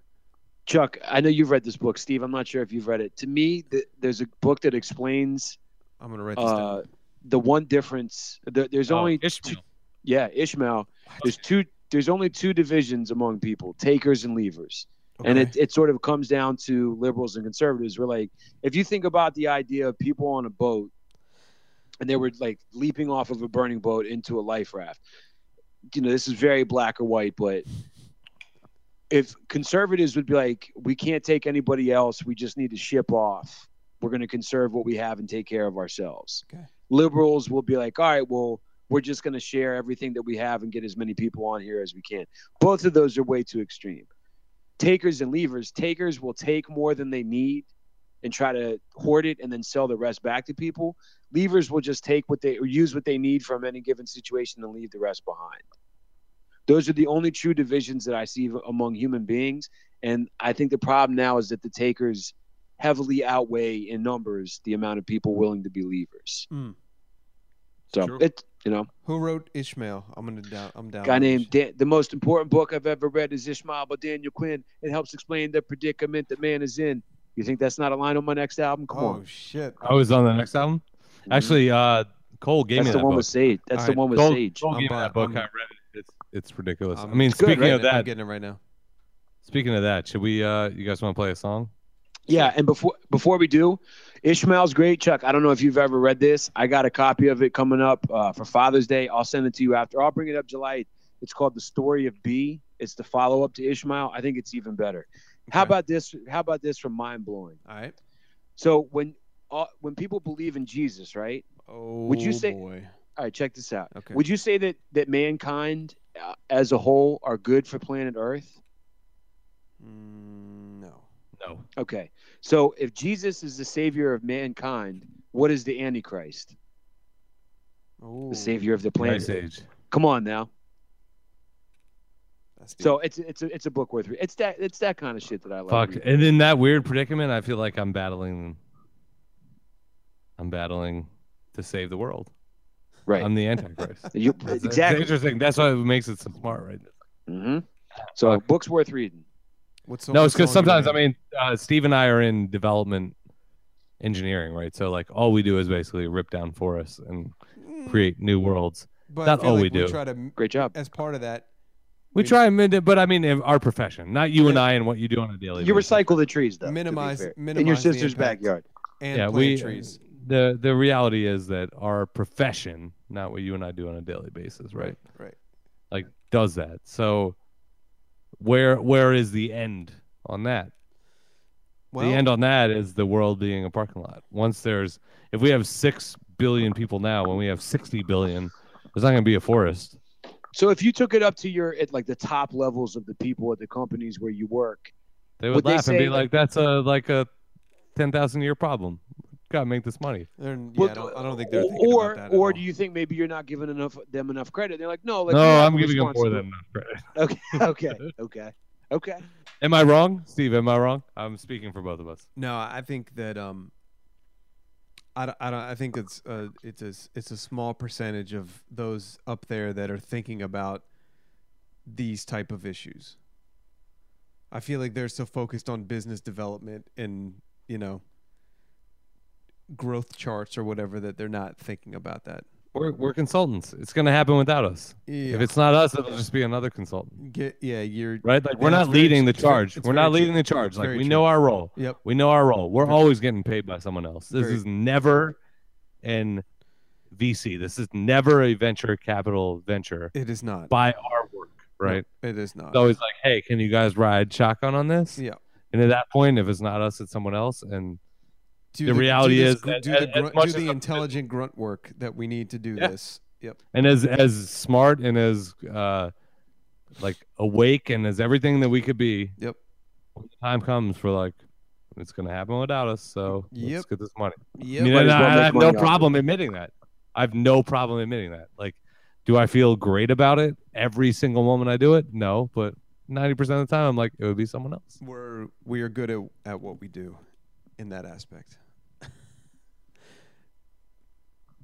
[SPEAKER 2] Chuck, I know you've read this book. Steve, I'm not sure if you've read it. To me, th- there's a book that explains
[SPEAKER 3] I'm gonna write this down.
[SPEAKER 2] uh, the one difference there, there's
[SPEAKER 1] Oh,
[SPEAKER 2] only
[SPEAKER 1] Ishmael.
[SPEAKER 2] two- yeah Ishmael. There's two. There's only two divisions among people: takers and leavers. And it, it sort of comes down to liberals and conservatives. We're like, if you think about the idea of people on a boat and they were like leaping off of a burning boat into a life raft, you know, this is very black or white, but if conservatives would be like, we can't take anybody else, we just need to ship off. We're going to conserve what we have and take care of ourselves.
[SPEAKER 3] Okay.
[SPEAKER 2] Liberals will be like, all right, well, we're just going to share everything that we have and get as many people on here as we can. Both of those are way too extreme takers and leavers. Takers will take more than they need and try to hoard it and then sell the rest back to people. Leavers will just take what they or use what they need from any given situation and leave the rest behind. Those are the only true divisions that I see among human beings. And I think the problem now is that the takers heavily outweigh in numbers the amount of people willing to be leavers.
[SPEAKER 3] Mm.
[SPEAKER 2] So
[SPEAKER 1] True.
[SPEAKER 2] it, you know,
[SPEAKER 3] Who wrote Ishmael? I'm gonna down. I'm down.
[SPEAKER 2] guy
[SPEAKER 3] with
[SPEAKER 2] named
[SPEAKER 3] Ishmael.
[SPEAKER 2] Dan, the most important book I've ever read is Ishmael by Daniel Quinn. It helps explain the predicament that man is in. You think that's not a line on my next album? Come
[SPEAKER 3] Oh
[SPEAKER 2] on,
[SPEAKER 3] shit!
[SPEAKER 1] I was on the next album. Actually, uh, Cole gave
[SPEAKER 2] Mm-hmm. that's
[SPEAKER 1] me
[SPEAKER 2] the
[SPEAKER 1] that
[SPEAKER 2] one
[SPEAKER 1] book.
[SPEAKER 2] with Sage. That's the
[SPEAKER 3] Alright,
[SPEAKER 2] one with
[SPEAKER 1] Cole,
[SPEAKER 2] Sage.
[SPEAKER 1] Cole
[SPEAKER 3] I'm
[SPEAKER 1] gave me
[SPEAKER 3] bu-
[SPEAKER 1] that book.
[SPEAKER 3] I'm-
[SPEAKER 1] i read it. It's, it's ridiculous.
[SPEAKER 3] I'm-
[SPEAKER 1] I mean,
[SPEAKER 2] Um, good,
[SPEAKER 1] speaking
[SPEAKER 2] right?
[SPEAKER 1] of
[SPEAKER 3] I'm
[SPEAKER 1] that,
[SPEAKER 3] getting it Um, right now.
[SPEAKER 1] speaking of that, should we? Uh, you guys want to play a song?
[SPEAKER 2] Yeah, and before before we do, Ishmael's great, Chuck. I don't know if you've ever read this. I got a copy of it coming up uh, for Father's Day. I'll send it to you after. I'll bring it up July. 8th. It's called The Story of B. It's the follow up to Ishmael. I think it's even better. How
[SPEAKER 3] Okay.
[SPEAKER 2] about this? How about this from Mind Blowing?
[SPEAKER 3] All right.
[SPEAKER 2] So when uh, when people believe in Jesus, right?
[SPEAKER 3] Oh,
[SPEAKER 2] you say-
[SPEAKER 3] Boy.
[SPEAKER 2] All right, check this out.
[SPEAKER 3] Okay.
[SPEAKER 2] Would you say that that mankind uh, as a whole are good for planet Earth?
[SPEAKER 3] Mm, no.
[SPEAKER 1] No.
[SPEAKER 2] Okay. So if Jesus is the savior of mankind, what is the antichrist?
[SPEAKER 3] Oh,
[SPEAKER 2] The savior of the
[SPEAKER 1] Ice
[SPEAKER 2] planet.
[SPEAKER 1] Age.
[SPEAKER 2] Come on now.
[SPEAKER 3] That's deep.
[SPEAKER 2] So it's it's a it's a book worth reading. It's that it's that kind of shit that I love.
[SPEAKER 1] Fuck.
[SPEAKER 2] reading.
[SPEAKER 1] And in that weird predicament, I feel like I'm battling. I'm battling to save the world.
[SPEAKER 2] Right.
[SPEAKER 1] I'm the Antichrist.
[SPEAKER 2] You-
[SPEAKER 1] That's-
[SPEAKER 2] exactly.
[SPEAKER 1] That's interesting. That's why it makes it so smart, right?
[SPEAKER 2] hmm So
[SPEAKER 1] Fuck.
[SPEAKER 2] books worth reading.
[SPEAKER 3] What's
[SPEAKER 1] no, it's because sometimes I mean, uh, Steve and I are in development engineering, right? So like, all we do is basically rip down forests and
[SPEAKER 3] mean,
[SPEAKER 1] create new worlds.
[SPEAKER 3] Mm, But
[SPEAKER 1] not
[SPEAKER 3] I feel
[SPEAKER 1] all
[SPEAKER 3] like
[SPEAKER 1] we do.
[SPEAKER 3] Try to,
[SPEAKER 2] Great job.
[SPEAKER 3] as part of that,
[SPEAKER 1] We
[SPEAKER 3] We-
[SPEAKER 1] try and mend it, but I mean, in our profession, not you and
[SPEAKER 3] Yeah.
[SPEAKER 1] I, and what you do on a daily.
[SPEAKER 2] You
[SPEAKER 1] basis.
[SPEAKER 2] recycle the trees though. to be
[SPEAKER 3] Minimize-
[SPEAKER 2] fair. in your
[SPEAKER 3] minimize the
[SPEAKER 2] sister's
[SPEAKER 3] impact.
[SPEAKER 2] backyard.
[SPEAKER 3] and
[SPEAKER 1] Yeah,
[SPEAKER 3] plant
[SPEAKER 1] we.
[SPEAKER 3] trees.
[SPEAKER 1] The the reality is that our profession, not what you and I do on a daily basis, right?
[SPEAKER 3] Right.
[SPEAKER 1] Like does that. So, where where is the end on that?
[SPEAKER 3] Well,
[SPEAKER 1] the end on that is the world being a parking lot. Once there's, if we have six billion people now, when we have sixty billion, there's not going to be a forest.
[SPEAKER 2] So if you took it up to your at like the top levels of the people at the companies where you work,
[SPEAKER 1] They would,
[SPEAKER 2] Would they
[SPEAKER 1] laugh and be
[SPEAKER 2] say-
[SPEAKER 1] like, "That's a like a ten thousand year problem. Got to make this money."
[SPEAKER 3] they're- yeah,
[SPEAKER 2] Well,
[SPEAKER 3] I, don't, I don't think they're thinking
[SPEAKER 2] or
[SPEAKER 3] about that at
[SPEAKER 2] or
[SPEAKER 3] all.
[SPEAKER 2] do you think maybe you're not giving enough them enough credit? They're like, no, like,
[SPEAKER 1] no,
[SPEAKER 2] we have
[SPEAKER 1] I'm
[SPEAKER 2] a
[SPEAKER 1] giving them more
[SPEAKER 2] responsibility.
[SPEAKER 1] than enough credit.
[SPEAKER 2] Okay, okay, okay, okay.
[SPEAKER 1] Am I wrong, Steve? Am I wrong? I'm speaking for both of us.
[SPEAKER 3] No, I think that um, I don't, I don't. I think it's uh, it's a s- it's a small percentage of those up there that are thinking about these type of issues. I feel like they're so focused on business development and you know growth charts or whatever that they're not thinking about that.
[SPEAKER 1] We're we're consultants. It's going to happen without us.
[SPEAKER 3] Yeah,
[SPEAKER 1] If it's not us, it'll just be another consultant,
[SPEAKER 3] get yeah, you're
[SPEAKER 1] right? Like
[SPEAKER 3] Yeah,
[SPEAKER 1] we're
[SPEAKER 3] it's
[SPEAKER 1] not
[SPEAKER 3] very
[SPEAKER 1] leading
[SPEAKER 3] tr-
[SPEAKER 1] the
[SPEAKER 3] it's very-
[SPEAKER 1] charge.
[SPEAKER 3] it's
[SPEAKER 1] We're not
[SPEAKER 3] very tr-
[SPEAKER 1] leading the charge. Like
[SPEAKER 3] very
[SPEAKER 1] we
[SPEAKER 3] true.
[SPEAKER 1] know our role.
[SPEAKER 3] yep.
[SPEAKER 1] We know our role. We're
[SPEAKER 3] Very-
[SPEAKER 1] always getting paid by someone else. This
[SPEAKER 3] Very-
[SPEAKER 1] is never an VC. This is never a venture capital venture
[SPEAKER 3] It is not.
[SPEAKER 1] by our work, right?
[SPEAKER 3] It is not.
[SPEAKER 1] It's always like, hey, can you guys ride shotgun on this?
[SPEAKER 3] Yeah.
[SPEAKER 1] And at that point, if it's not us, it's someone else. And
[SPEAKER 3] Do
[SPEAKER 1] the reality
[SPEAKER 3] do this
[SPEAKER 1] is
[SPEAKER 3] gr-
[SPEAKER 1] that
[SPEAKER 3] do
[SPEAKER 1] as-
[SPEAKER 3] the,
[SPEAKER 1] as
[SPEAKER 3] grunt,
[SPEAKER 1] much
[SPEAKER 3] do
[SPEAKER 1] as
[SPEAKER 3] the
[SPEAKER 1] I'm-
[SPEAKER 3] intelligent grunt work that we need to do
[SPEAKER 1] Yeah.
[SPEAKER 3] this. Yep.
[SPEAKER 1] and as as smart and as uh like awake and as everything that we could be,
[SPEAKER 3] Yep.
[SPEAKER 1] when the time comes for like it's gonna happen without us. So let's
[SPEAKER 3] Yep.
[SPEAKER 1] get this money.
[SPEAKER 3] Yep.
[SPEAKER 1] I mean,
[SPEAKER 2] might
[SPEAKER 1] and
[SPEAKER 2] as
[SPEAKER 1] I,
[SPEAKER 2] well
[SPEAKER 1] I
[SPEAKER 2] make
[SPEAKER 1] have
[SPEAKER 2] money
[SPEAKER 1] no
[SPEAKER 2] off it.
[SPEAKER 1] problem admitting that. I have no problem admitting that. Like, do I feel great about it every single moment I do it? No, but ninety percent of the time, I'm like, it would be someone else.
[SPEAKER 3] we're we are good at, at what we do in that aspect.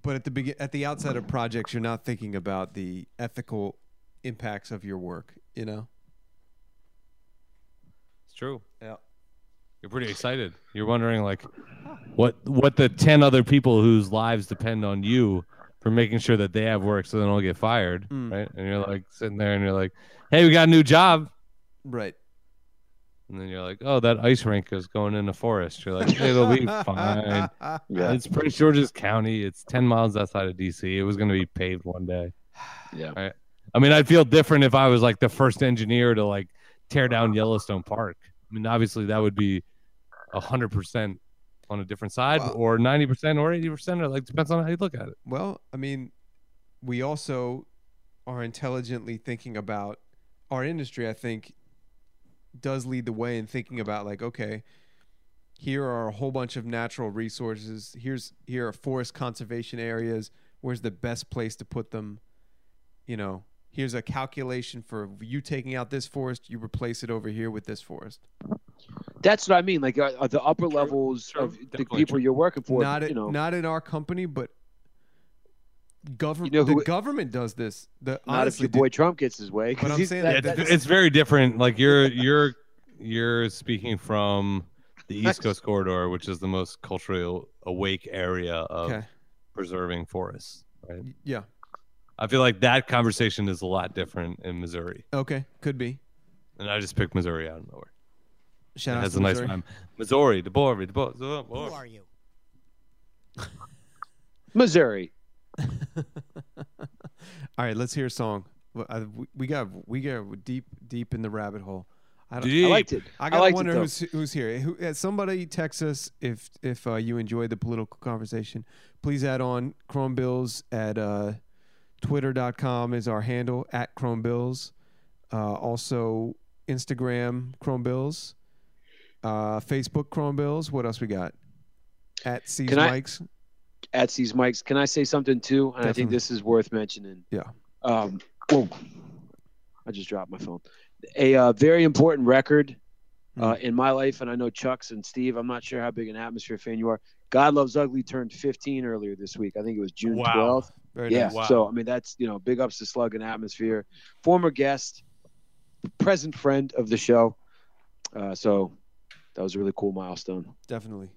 [SPEAKER 3] but at the begin at the outset of projects, you're not thinking about the ethical impacts of your work. You know.
[SPEAKER 1] It's true.
[SPEAKER 3] Yeah.
[SPEAKER 1] You're pretty excited. You're wondering like, what what the ten other people whose lives depend on you for making sure that they have work so they don't get fired,
[SPEAKER 2] Mm-hmm.
[SPEAKER 3] Mm.
[SPEAKER 1] right? And you're like sitting there and you're like, "Hey, we got a new job."
[SPEAKER 3] Right.
[SPEAKER 1] And then you're like, "Oh, that ice rink is going in the forest." You're like, "It'll be fine."
[SPEAKER 2] Yeah.
[SPEAKER 1] It's Prince George's County. It's 10 miles outside of DC. It was going to be paved one day.
[SPEAKER 2] Yeah.
[SPEAKER 1] Right. I mean, I'd feel different if I was like the first engineer to like tear down Yellowstone Park. I mean, obviously that would be 100% on a different side
[SPEAKER 3] Well-
[SPEAKER 1] or 90% or 80% or like depends on how you look at it.
[SPEAKER 3] Well, I mean, we also are intelligently thinking about our industry, I think, does lead the way in thinking about like, okay, here are a whole bunch of natural resources. Here's here are forest conservation areas. Where's the best place to put them? You know, here's a calculation for you taking out this forest, you replace it over here with this forest.
[SPEAKER 2] That's what I mean. Like uh, uh, the upper
[SPEAKER 1] True,
[SPEAKER 2] levels
[SPEAKER 1] true,
[SPEAKER 2] of the
[SPEAKER 1] definitely
[SPEAKER 2] people
[SPEAKER 1] true.
[SPEAKER 2] you're working for.
[SPEAKER 3] not
[SPEAKER 2] you
[SPEAKER 3] in-
[SPEAKER 2] know,
[SPEAKER 3] not in our company, but government.
[SPEAKER 2] You know
[SPEAKER 3] the
[SPEAKER 2] who-
[SPEAKER 3] government does this. The
[SPEAKER 2] not if
[SPEAKER 3] honestly,
[SPEAKER 2] your boy Trump gets his way. 'cause
[SPEAKER 3] I'm
[SPEAKER 2] he's-
[SPEAKER 3] saying
[SPEAKER 2] that-
[SPEAKER 1] Yeah,
[SPEAKER 3] that-
[SPEAKER 1] it's, it's very different. Like you're you're you're speaking from the East Coast corridor, which is the most culturally awake area of
[SPEAKER 3] Okay.
[SPEAKER 1] preserving forests. Right.
[SPEAKER 3] dude- yeah.
[SPEAKER 1] I feel like that conversation is a lot different in Missouri,
[SPEAKER 3] Okay, could be. and
[SPEAKER 1] and I just picked Missouri out of nowhere.
[SPEAKER 3] Shout
[SPEAKER 1] it
[SPEAKER 3] out
[SPEAKER 1] has
[SPEAKER 3] to
[SPEAKER 1] a nice
[SPEAKER 3] Missouri.
[SPEAKER 1] time. Missouri, Deborah, Deborah,
[SPEAKER 5] Who
[SPEAKER 1] Deborah.
[SPEAKER 5] are you?
[SPEAKER 2] Missouri.
[SPEAKER 3] All right, let's hear a song. Well, I- we- We got we got deep deep in the rabbit hole. I don't.
[SPEAKER 2] I liked it.
[SPEAKER 3] I
[SPEAKER 2] I
[SPEAKER 3] gotta
[SPEAKER 2] liked it,
[SPEAKER 3] wonder
[SPEAKER 2] though.
[SPEAKER 3] who's who's here. Who, uh, somebody text us if if uh, you enjoyed the political conversation. Please add on Chrome Bills at uh, twitter.com is our handle at Chrome Bills. Uh, also Instagram Chrome Bills, uh, Facebook Chrome Bills. What else we got? At C's
[SPEAKER 2] Can I-
[SPEAKER 3] Mike's.
[SPEAKER 2] at these mics. Can I say something too? And I think
[SPEAKER 3] Definitely.
[SPEAKER 2] this is worth mentioning.
[SPEAKER 3] Yeah.
[SPEAKER 2] Um, whoa. I just dropped my phone. A uh, very important record
[SPEAKER 3] Hmm.
[SPEAKER 2] uh, in my life, and I know Chuck's and Steve. I'm not sure how big an atmosphere fan you are. God Loves Ugly turned 15 earlier this week. I think it was June
[SPEAKER 1] Wow.
[SPEAKER 2] 12th.
[SPEAKER 3] Very
[SPEAKER 2] Yeah.
[SPEAKER 3] nice.
[SPEAKER 1] Wow.
[SPEAKER 2] So I mean, that's you know, big ups to Slug and Atmosphere, former guest, present friend of the show. Uh, so that was a really cool milestone.
[SPEAKER 3] Definitely.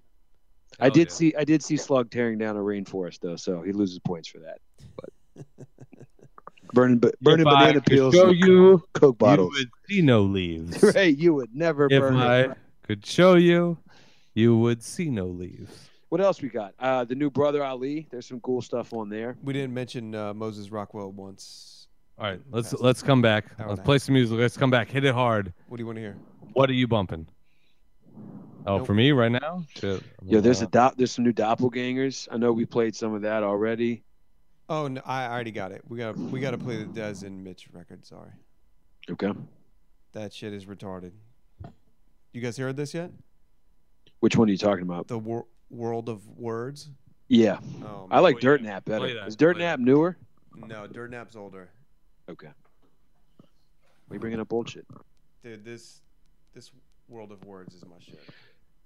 [SPEAKER 2] I
[SPEAKER 1] Hell
[SPEAKER 2] did
[SPEAKER 1] Oh, yeah.
[SPEAKER 2] see I did see Slug tearing down a rainforest though, so he loses points for that. But burning ba- burning
[SPEAKER 1] If I
[SPEAKER 2] banana
[SPEAKER 1] could
[SPEAKER 2] peels,
[SPEAKER 1] Show
[SPEAKER 2] and
[SPEAKER 1] you,
[SPEAKER 2] Coke
[SPEAKER 1] you
[SPEAKER 2] bottles.
[SPEAKER 1] would see no leaves.
[SPEAKER 2] right, you would never
[SPEAKER 1] If
[SPEAKER 2] burn. it.
[SPEAKER 1] I could show you, you would see no leaves.
[SPEAKER 2] What else we got? Uh, the new brother Ali. There's some cool stuff on there.
[SPEAKER 3] We didn't mention uh, Moses Rockwell once.
[SPEAKER 1] All right, let's
[SPEAKER 3] That's-
[SPEAKER 1] let's come back.
[SPEAKER 3] All
[SPEAKER 1] Let's
[SPEAKER 3] right.
[SPEAKER 1] play some music. Let's come back. Hit it hard.
[SPEAKER 3] What do you want to hear?
[SPEAKER 1] What are you bumping? Oh,
[SPEAKER 3] Nope.
[SPEAKER 1] for me right now? Shit.
[SPEAKER 2] Yeah, there's a do- there's some new doppelgangers. I know we played some of that already.
[SPEAKER 3] Oh, no, I already got it. We got to we got to play the Dez and Mitch record. Sorry,
[SPEAKER 2] Okay.
[SPEAKER 3] that shit is retarded. You guys heard this yet?
[SPEAKER 2] Which one are you talking about?
[SPEAKER 3] The wor- world of words.
[SPEAKER 2] Yeah,
[SPEAKER 3] Oh,
[SPEAKER 2] I like
[SPEAKER 1] Wait,
[SPEAKER 2] Dirt Nap better.
[SPEAKER 1] play that,
[SPEAKER 2] Is Dirt
[SPEAKER 1] play that.
[SPEAKER 2] Nap newer?
[SPEAKER 3] no. Dirt Nap's older,
[SPEAKER 2] Okay. We bringing up bullshit.
[SPEAKER 3] dude. This this world of words is my shit.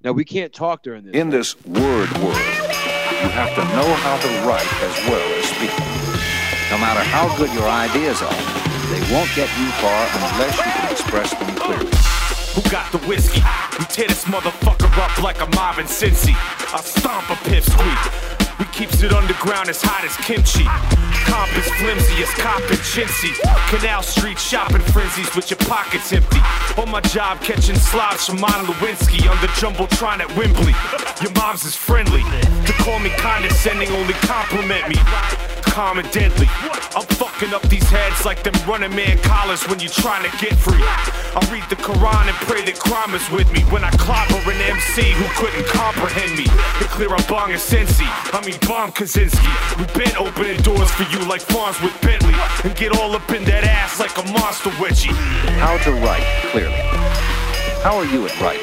[SPEAKER 2] Now we can't talk during this.
[SPEAKER 6] In this word world, you have to know how to write as well as speak. No matter how good your ideas are, they won't get you far unless you can express them clearly.
[SPEAKER 4] Who got the whiskey? We tear this motherfucker up like a mob in Cincy. I stomp a pipsqueak. We keeps it underground as hot as kimchi. Comp is flimsy as cop and chintzy. Canal Street shopping frenzies with your pockets empty. On my job catching slobs from Mon Lewinsky on the jumbotron at Wembley. Your mom's is friendly. To call me condescending only compliment me. Calm and deadly. I'm fucking up these heads like them running man collars when you're trying to get free. I read the Quran and pray that crime is with me when I clobber an MC who couldn't comprehend me. To clear up Bong and Sensi, I mean Bomb Kaczynski. We been opening doors for you like farms with Bentley and get all up in that ass like a monster wedgie.
[SPEAKER 6] How to write clearly. How are you at writing?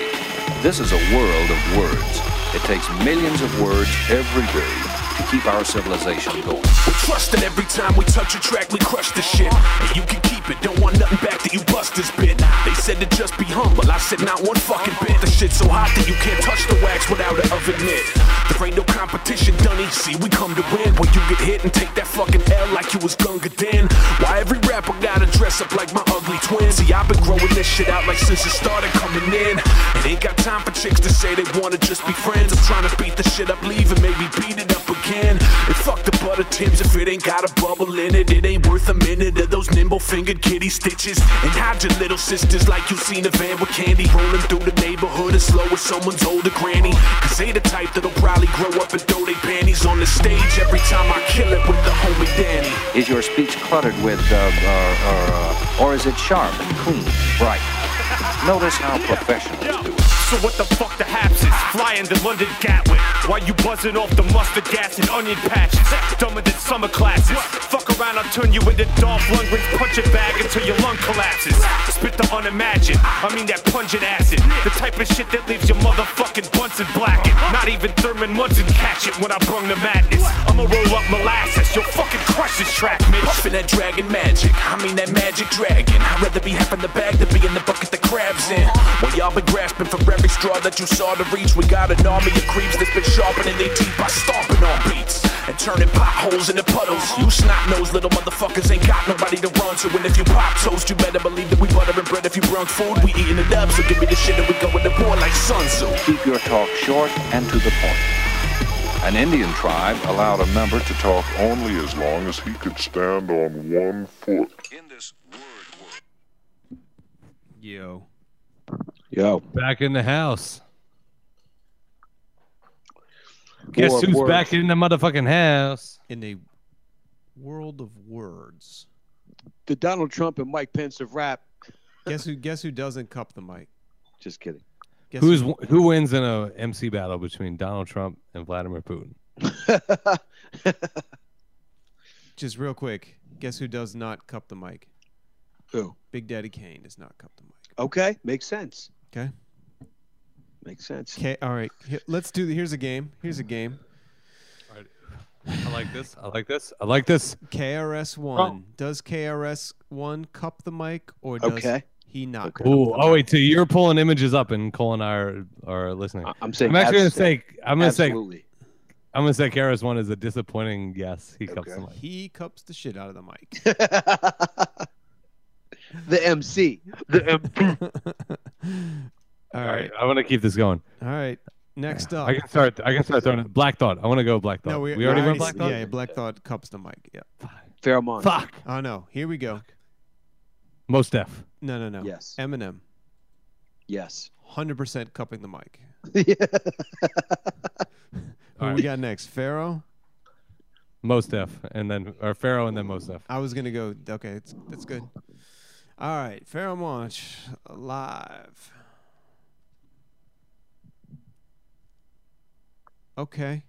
[SPEAKER 6] This is a world of words. It takes millions of words every day to keep our civilization going.
[SPEAKER 4] We trust that every time we touch a track, we crush the shit. And you can keep it, don't want nothing back that you bust this bit. They said to just be humble, I said not one fucking bit. The shit's so hot that you can't touch the wax without an oven mitt. There ain't no competition, dunny. See, we come to win. When you get hit and take that fucking L like you was Gunga Din. Why every rapper gotta dress up like my ugly twin? See, I've been growing this shit out like since it started coming in. And ain't got time for chicks to say they wanna just be friends. I'm trying to beat the shit up, leave and maybe beat it up again. And fuck the butt lot of Tim's if it ain't got a bubble in it. It ain't worth a minute of those nimble fingered kitty stitches. And hide your little sisters like you seen a van with candy. Rolling through the neighborhood as slow as someone's older granny. Cause they the type that'll probably grow up and throw their panties on the stage every time I kill it with the homie Danny.
[SPEAKER 6] Is your speech cluttered with, uh, uh, uh, or is it sharp and clean, bright? Notice how professionals do it.
[SPEAKER 4] So what the fuck the haps is? Flying the London Gatwick While you buzzing off the mustard gas and onion patches Dumber than summer classes Fuck around, I'll turn you into Dolph Lundgren's punching bag Until your lung collapses Spit the unimagined, I mean that pungent acid The type of shit that leaves your motherfucking Bunsen blackened Not even Thurman Munson catch it when I brung the madness I'ma roll up molasses, you'll fucking crush this track, Mitch
[SPEAKER 7] Puffin' that dragon magic, I mean that magic dragon. I'd rather be half in the bag than be in the bucket the crab's in. Well, y'all been grasping for every straw that you saw to reach. We got an army of creeps that's been sharpening their teeth by stomping on beats and turning potholes into puddles. You snot nosed little motherfuckers ain't got nobody to run to. And if you pop toast, you better believe that we butter and bread. If you brung food, we eating it up. So give me the shit and we go in the war like Sun Tzu.
[SPEAKER 6] Keep your talk short and to the point. An Indian tribe allowed a member to talk only as long as he could stand on one foot.
[SPEAKER 3] Yo.
[SPEAKER 2] Yo,
[SPEAKER 1] Back in the house. Guess
[SPEAKER 2] War of
[SPEAKER 1] who's
[SPEAKER 2] words.
[SPEAKER 1] back in the motherfucking house?
[SPEAKER 8] In a world of words.
[SPEAKER 2] the Donald Trump and Mike Pence of rap.
[SPEAKER 3] Guess who? Guess who doesn't cup the mic?
[SPEAKER 2] Just kidding.
[SPEAKER 3] Guess
[SPEAKER 1] Who's
[SPEAKER 3] who-
[SPEAKER 1] who wins in a MC battle between Donald Trump and Vladimir Putin?
[SPEAKER 3] just real quick? Guess who does not cup the mic?
[SPEAKER 2] Who?
[SPEAKER 3] Big Daddy Kane does not cup the mic.
[SPEAKER 2] Okay, makes sense.
[SPEAKER 3] Okay.
[SPEAKER 2] Makes sense.
[SPEAKER 3] Okay. All right. Here- let's do. The, here's a game. Here's a game.
[SPEAKER 1] I like this. I like this. I like this.
[SPEAKER 3] KRS
[SPEAKER 1] Oh.
[SPEAKER 3] One. Does KRS One cup the mic or does
[SPEAKER 2] Okay.
[SPEAKER 3] he not? cup
[SPEAKER 1] Ooh,
[SPEAKER 3] the
[SPEAKER 1] oh
[SPEAKER 3] mic?
[SPEAKER 1] wait, so you're pulling images up and Cole and I are, are listening.
[SPEAKER 2] I- I'm saying.
[SPEAKER 1] I'm actually gonna
[SPEAKER 2] abs-
[SPEAKER 1] say I'm gonna say
[SPEAKER 2] absolutely.
[SPEAKER 1] I'm gonna say Karis one is a disappointing yes. He cups the mic.
[SPEAKER 3] He cups the shit out of the mic.
[SPEAKER 2] the MC. The MP.
[SPEAKER 3] All
[SPEAKER 1] All
[SPEAKER 3] right.
[SPEAKER 1] right, I want to keep this going.
[SPEAKER 3] All right. Next up.
[SPEAKER 1] I can start. I can start throwing it. Black Thought. I want to go Black Thought.
[SPEAKER 3] no,
[SPEAKER 1] we,
[SPEAKER 3] we,
[SPEAKER 1] already
[SPEAKER 3] I
[SPEAKER 1] went Black Thought.
[SPEAKER 3] Yeah, yeah, Black Thought cups the mic. Yeah.
[SPEAKER 2] Pheromone.
[SPEAKER 1] Fuck.
[SPEAKER 3] Oh no. Here we go.
[SPEAKER 1] Most deaf.
[SPEAKER 3] No, no, no.
[SPEAKER 2] Yes.
[SPEAKER 3] Eminem,
[SPEAKER 2] Yes.
[SPEAKER 3] hundred percent cupping the mic. Who
[SPEAKER 1] All
[SPEAKER 3] we
[SPEAKER 1] right.
[SPEAKER 3] got next? Pharaoh.
[SPEAKER 1] Most deaf, and then or Pharaoh, and then most deaf.
[SPEAKER 3] I was gonna go. Okay, it's, that's good. All right, Pharaoh Monch live. Okay.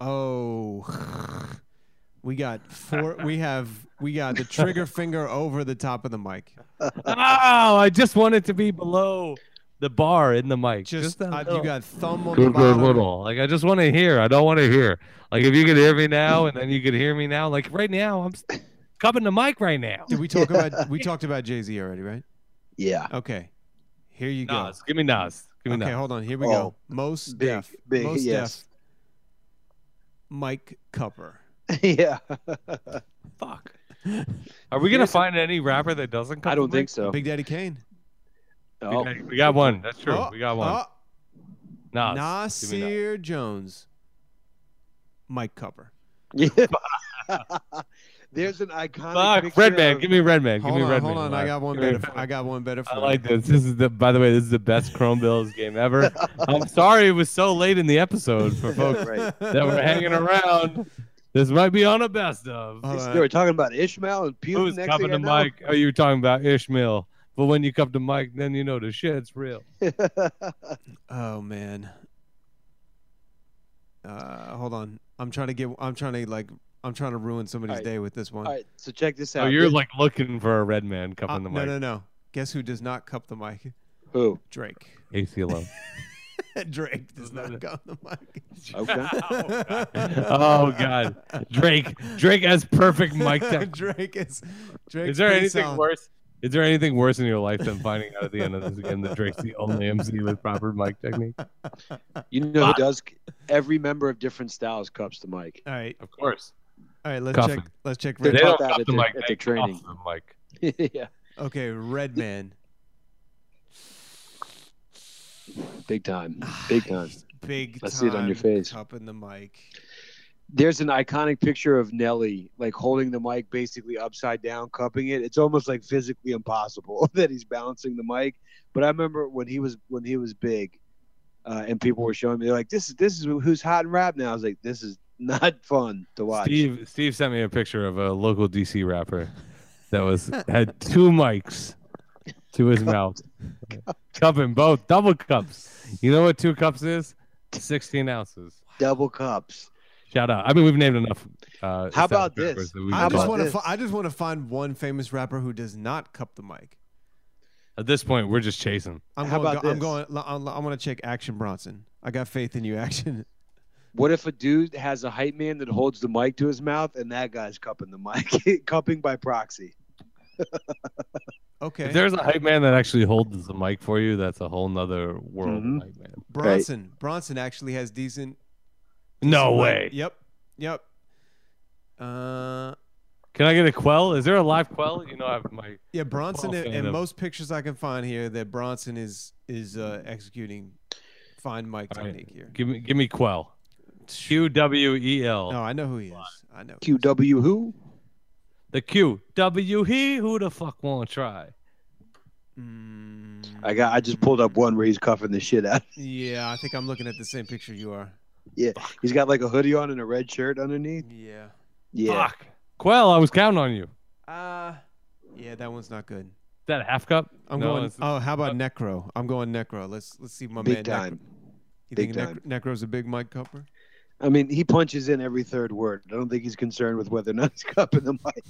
[SPEAKER 3] Oh, we got four. we have we got the trigger finger over the top of the mic.
[SPEAKER 1] oh, I just want it to be below the bar in the mic.
[SPEAKER 3] Just,
[SPEAKER 1] that
[SPEAKER 3] uh, you
[SPEAKER 1] little-
[SPEAKER 3] got thumb on the
[SPEAKER 1] Good, good,
[SPEAKER 3] bottom.
[SPEAKER 1] little. Like I just want to hear. I don't want to hear. Like if you could hear me now, and then you could hear me now. Like right now, I'm s- cupping the mic right now.
[SPEAKER 3] Did we talk about we talked about Jay Z already, right?
[SPEAKER 2] Yeah.
[SPEAKER 3] Okay. Here you go.
[SPEAKER 1] Nas, give me Nas. Give me
[SPEAKER 3] Okay,
[SPEAKER 1] Nas.
[SPEAKER 3] hold on. Here we
[SPEAKER 2] Oh,
[SPEAKER 3] go. Most
[SPEAKER 2] big,
[SPEAKER 3] deaf.
[SPEAKER 2] big,
[SPEAKER 3] most
[SPEAKER 2] yes.
[SPEAKER 3] deaf. Mike Cupper.
[SPEAKER 2] yeah.
[SPEAKER 1] Fuck. Are we gonna find any rapper that doesn't? Cup
[SPEAKER 2] I
[SPEAKER 1] the
[SPEAKER 2] don't
[SPEAKER 1] mic?
[SPEAKER 2] think so.
[SPEAKER 3] Big Daddy Kane.
[SPEAKER 1] We
[SPEAKER 2] Oh,
[SPEAKER 1] got- We got one. That's true.
[SPEAKER 3] Oh,
[SPEAKER 1] we got
[SPEAKER 3] oh,
[SPEAKER 1] one. Nas. Give me Nas.
[SPEAKER 3] Nasir Jones. Mike Cupper.
[SPEAKER 2] There's an iconic.
[SPEAKER 1] Fuck,
[SPEAKER 2] picture
[SPEAKER 1] Red Man.
[SPEAKER 2] of-
[SPEAKER 1] Give me Red Man. Give
[SPEAKER 3] Hold
[SPEAKER 1] me
[SPEAKER 3] on,
[SPEAKER 1] Red
[SPEAKER 3] hold
[SPEAKER 1] Man.
[SPEAKER 3] on. I got one
[SPEAKER 1] Give me
[SPEAKER 3] better.
[SPEAKER 1] Red
[SPEAKER 3] For, I
[SPEAKER 1] Man.
[SPEAKER 3] got one better for
[SPEAKER 1] I
[SPEAKER 3] you.
[SPEAKER 1] like this. This is the. By the way, this is the best Chrome Bills game ever. I'm sorry it was so late in the episode for folks
[SPEAKER 2] Right.
[SPEAKER 1] that were hanging around. This might be on a best of.
[SPEAKER 3] Hold
[SPEAKER 2] They were
[SPEAKER 3] on.
[SPEAKER 2] talking about Ishmael and Putin.
[SPEAKER 1] Who's
[SPEAKER 2] next
[SPEAKER 1] cupping
[SPEAKER 2] thing I
[SPEAKER 1] to
[SPEAKER 2] know.
[SPEAKER 1] Mike? Oh, you were talking about Ishmael. But when you come to Mike, then you know the shit's real.
[SPEAKER 3] Oh man. Uh, hold on. I'm trying to get. I'm trying to like. I'm trying to ruin somebody's
[SPEAKER 2] Alright.
[SPEAKER 3] day with this one.
[SPEAKER 2] All right, so check this
[SPEAKER 1] So
[SPEAKER 2] out.
[SPEAKER 1] Oh, you're
[SPEAKER 2] This-
[SPEAKER 1] like looking for a red man
[SPEAKER 3] Uh,
[SPEAKER 1] cupping the
[SPEAKER 3] no,
[SPEAKER 1] mic.
[SPEAKER 3] no, no. Guess who does not cup the mic?
[SPEAKER 2] who?
[SPEAKER 3] Drake.
[SPEAKER 1] ACLO.
[SPEAKER 3] Drake does not cup the mic.
[SPEAKER 2] Okay.
[SPEAKER 1] oh God, Drake. Drake has perfect mic tech.
[SPEAKER 3] Drake is. Drake's
[SPEAKER 1] Is there
[SPEAKER 3] pretty
[SPEAKER 1] anything
[SPEAKER 3] solid.
[SPEAKER 1] worse? Is there anything worse in your life than finding out at the end of this game that Drake's the only MC with proper mic technique?
[SPEAKER 2] You know who does? Every member of different styles cups the mic.
[SPEAKER 3] All right,
[SPEAKER 1] Of course,
[SPEAKER 3] all right. Let's
[SPEAKER 1] Cuffing.
[SPEAKER 3] check. Let's check.
[SPEAKER 1] they
[SPEAKER 2] They
[SPEAKER 3] Red.
[SPEAKER 2] taught
[SPEAKER 1] don't
[SPEAKER 2] that
[SPEAKER 1] cup
[SPEAKER 2] at
[SPEAKER 1] the
[SPEAKER 2] the-
[SPEAKER 1] mic.
[SPEAKER 2] at
[SPEAKER 1] They
[SPEAKER 2] the training.
[SPEAKER 1] cuff the mic.
[SPEAKER 2] yeah,
[SPEAKER 3] Okay, Redman.
[SPEAKER 2] big time, big time.
[SPEAKER 3] Big.
[SPEAKER 2] I see it on your
[SPEAKER 3] time
[SPEAKER 2] face.
[SPEAKER 3] Cup in the mic.
[SPEAKER 2] there's an iconic picture of Nelly like holding the mic basically upside down, cupping it. It's almost like physically impossible that he's balancing the mic. But I remember when he was when he was big, uh, and people were showing me they're like, "This is this is who's hot in rap now." I was like, "This is not fun to watch."
[SPEAKER 1] Steve Steve sent me a picture of a local DC rapper that was had two mics to his mouth, cupping both double cups. You know what two cups is? Sixteen ounces.
[SPEAKER 2] Double cups.
[SPEAKER 1] Shout out. I mean, we've named enough. Uh,
[SPEAKER 2] How about
[SPEAKER 1] established rappers
[SPEAKER 2] this?
[SPEAKER 1] that we
[SPEAKER 3] I
[SPEAKER 1] can
[SPEAKER 3] just
[SPEAKER 1] call.
[SPEAKER 3] want to. Fi- I just want to find one famous rapper who does not cup the mic.
[SPEAKER 1] At this point, we're just chasing.
[SPEAKER 3] I'm
[SPEAKER 2] How
[SPEAKER 3] going.
[SPEAKER 2] about
[SPEAKER 3] I'm
[SPEAKER 2] this?
[SPEAKER 3] going. I'm, I'm going to check Action Bronson. I got faith in you, Action.
[SPEAKER 2] What if a dude has a hype man that holds the mic to his mouth, and that guy's cupping the mic, cupping by proxy?
[SPEAKER 3] Okay,
[SPEAKER 1] If there's a hype man that actually holds the mic for you, that's a whole nother world of
[SPEAKER 3] Mm-hmm.
[SPEAKER 2] Mhm.
[SPEAKER 1] hype man.
[SPEAKER 3] Bronson. Bronson actually has decent.
[SPEAKER 1] No
[SPEAKER 3] decent
[SPEAKER 1] way.
[SPEAKER 3] mic. Yep. Yep. Uh,
[SPEAKER 1] Can I get a quell? Is there a live quell? You know, I have my
[SPEAKER 3] yeah, Bronson.
[SPEAKER 1] Well,
[SPEAKER 3] And,
[SPEAKER 1] fan
[SPEAKER 3] and
[SPEAKER 1] of-
[SPEAKER 3] most pictures I can find here that Bronson is is uh, executing fine mic
[SPEAKER 1] All right.
[SPEAKER 3] technique here.
[SPEAKER 1] give me give me quell. Q W E L.
[SPEAKER 3] No, I know who he is. I know. who he is.
[SPEAKER 2] QW who?
[SPEAKER 1] The Q W he who the fuck won't try?
[SPEAKER 3] Mm,
[SPEAKER 2] I got. I just pulled up one where he's cuffing the shit out.
[SPEAKER 3] yeah, I think I'm looking at the same picture you are.
[SPEAKER 2] He's got like a hoodie on and a red shirt underneath.
[SPEAKER 3] Yeah.
[SPEAKER 2] Yeah.
[SPEAKER 1] Fuck. Quell, I was counting on you.
[SPEAKER 3] Uh yeah, that one's not good.
[SPEAKER 1] That half cup?
[SPEAKER 3] I'm
[SPEAKER 1] No,
[SPEAKER 3] going.
[SPEAKER 1] it's-
[SPEAKER 3] Oh, how about Necro? I'm going Necro. Let's let's see my man.
[SPEAKER 2] Big
[SPEAKER 3] Necro-
[SPEAKER 2] time.
[SPEAKER 3] You
[SPEAKER 2] Big
[SPEAKER 3] think Nec- Necro's a big mic cupper?
[SPEAKER 2] I mean, he punches in every third word. I don't think he's concerned with whether or not he's cupping the mic.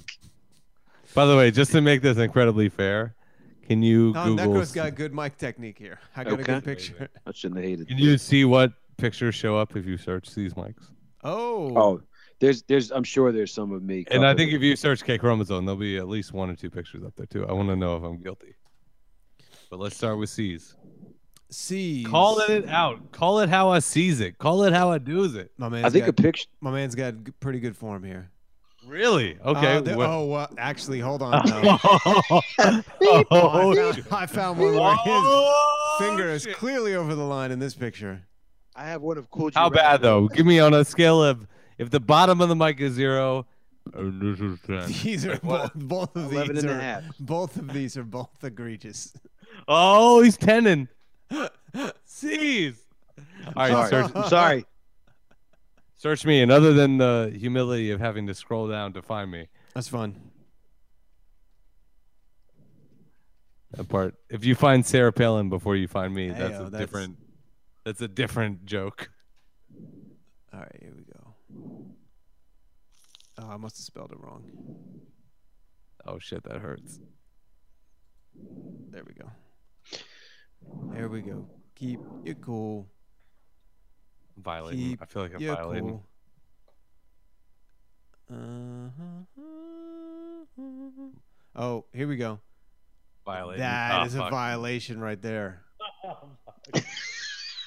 [SPEAKER 1] By the way, just to make this incredibly fair, can you
[SPEAKER 3] No,
[SPEAKER 1] Google?
[SPEAKER 3] Necro's got good mic technique here. I got a
[SPEAKER 2] Okay.
[SPEAKER 3] good picture.
[SPEAKER 2] I shouldn't have hated.
[SPEAKER 1] Can you see what pictures show up if you search these mics?
[SPEAKER 3] Oh,
[SPEAKER 2] Oh, there's, there's. I'm sure there's some of me.
[SPEAKER 1] And I
[SPEAKER 2] cupping
[SPEAKER 1] think
[SPEAKER 2] the-
[SPEAKER 1] if you search K chromosome, there'll be at least one or two pictures up there too. I want to know if I'm guilty. But let's start with C's.
[SPEAKER 3] see,
[SPEAKER 1] Calling it out. Call it how I sees it. Call it how I does it.
[SPEAKER 3] My
[SPEAKER 2] I
[SPEAKER 3] man's
[SPEAKER 2] think
[SPEAKER 3] got,
[SPEAKER 2] a picture.
[SPEAKER 3] my man's got g- pretty good form here.
[SPEAKER 1] Really? Okay.
[SPEAKER 3] Uh, there-
[SPEAKER 1] what-
[SPEAKER 3] oh, well, actually, hold on. no.
[SPEAKER 1] oh,
[SPEAKER 3] I,
[SPEAKER 1] oh,
[SPEAKER 3] found, I found one where his
[SPEAKER 2] Oh,
[SPEAKER 3] finger is
[SPEAKER 1] shit.
[SPEAKER 3] clearly over the line in this picture.
[SPEAKER 2] I have one of Cool. G
[SPEAKER 1] How bad
[SPEAKER 2] Rap.
[SPEAKER 1] though? Give me on a scale of if the bottom of the mic is zero, and this is ten.
[SPEAKER 3] These are both, both of
[SPEAKER 2] 11
[SPEAKER 3] these
[SPEAKER 2] and a
[SPEAKER 3] are
[SPEAKER 2] half.
[SPEAKER 3] both of these are both egregious.
[SPEAKER 1] Oh, he's tenin. Jeez. All right,
[SPEAKER 2] Sorry.
[SPEAKER 1] search,
[SPEAKER 2] I'm sorry.
[SPEAKER 1] search me, and other than the humility of having to scroll down to find me,
[SPEAKER 3] That's fun.
[SPEAKER 1] that part. If you find Sarah Palin before you find me, that's
[SPEAKER 3] Ayo,
[SPEAKER 1] a
[SPEAKER 3] that's-
[SPEAKER 1] different. That's a different joke.
[SPEAKER 3] All right, here we go. Oh, I must have spelled it wrong.
[SPEAKER 1] Oh shit, that hurts.
[SPEAKER 3] There we go. There we go. Keep you cool.
[SPEAKER 1] I'm violating.
[SPEAKER 3] Keep
[SPEAKER 1] I feel like I'm
[SPEAKER 3] you
[SPEAKER 1] violating.
[SPEAKER 3] cool. Uh-huh. Oh, here we go. That is
[SPEAKER 1] Violating. Ah,
[SPEAKER 3] a
[SPEAKER 1] fuck.
[SPEAKER 3] violation right there.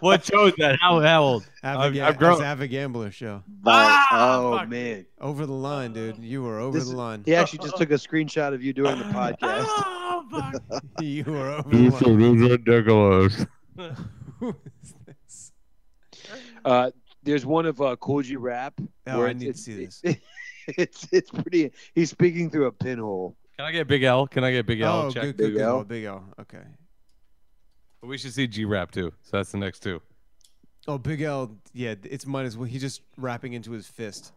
[SPEAKER 1] What shows that? How, how old? I've-
[SPEAKER 3] Ava,
[SPEAKER 1] I've
[SPEAKER 3] I've
[SPEAKER 1] grown-
[SPEAKER 3] Gambler show.
[SPEAKER 2] But-
[SPEAKER 3] Ah,
[SPEAKER 2] oh man,
[SPEAKER 3] Over the line, dude. You were over
[SPEAKER 2] This
[SPEAKER 3] the
[SPEAKER 2] is-
[SPEAKER 3] line.
[SPEAKER 2] he actually just took a screenshot of you doing
[SPEAKER 3] Ah.
[SPEAKER 2] the podcast.
[SPEAKER 3] Oh, you were over
[SPEAKER 1] This
[SPEAKER 3] the line.
[SPEAKER 1] is ridiculous.
[SPEAKER 3] Who is this?
[SPEAKER 2] Uh, there's one of uh, Cool G Rap.
[SPEAKER 3] Ah. Oh,
[SPEAKER 2] where
[SPEAKER 3] I
[SPEAKER 2] it's-
[SPEAKER 3] need to
[SPEAKER 2] it's-
[SPEAKER 3] see this.
[SPEAKER 2] It's it's pretty. He's speaking through a pinhole.
[SPEAKER 1] Can I get Big L? Can I get Big L?
[SPEAKER 3] oh,
[SPEAKER 1] Check.
[SPEAKER 3] good, good,
[SPEAKER 2] Big
[SPEAKER 3] good.
[SPEAKER 2] L.
[SPEAKER 3] Oh, Big L. Okay.
[SPEAKER 1] But we should see G Rap too. So that's the next two.
[SPEAKER 3] Oh, Big L, yeah, it's minus one. He's just wrapping into his fist.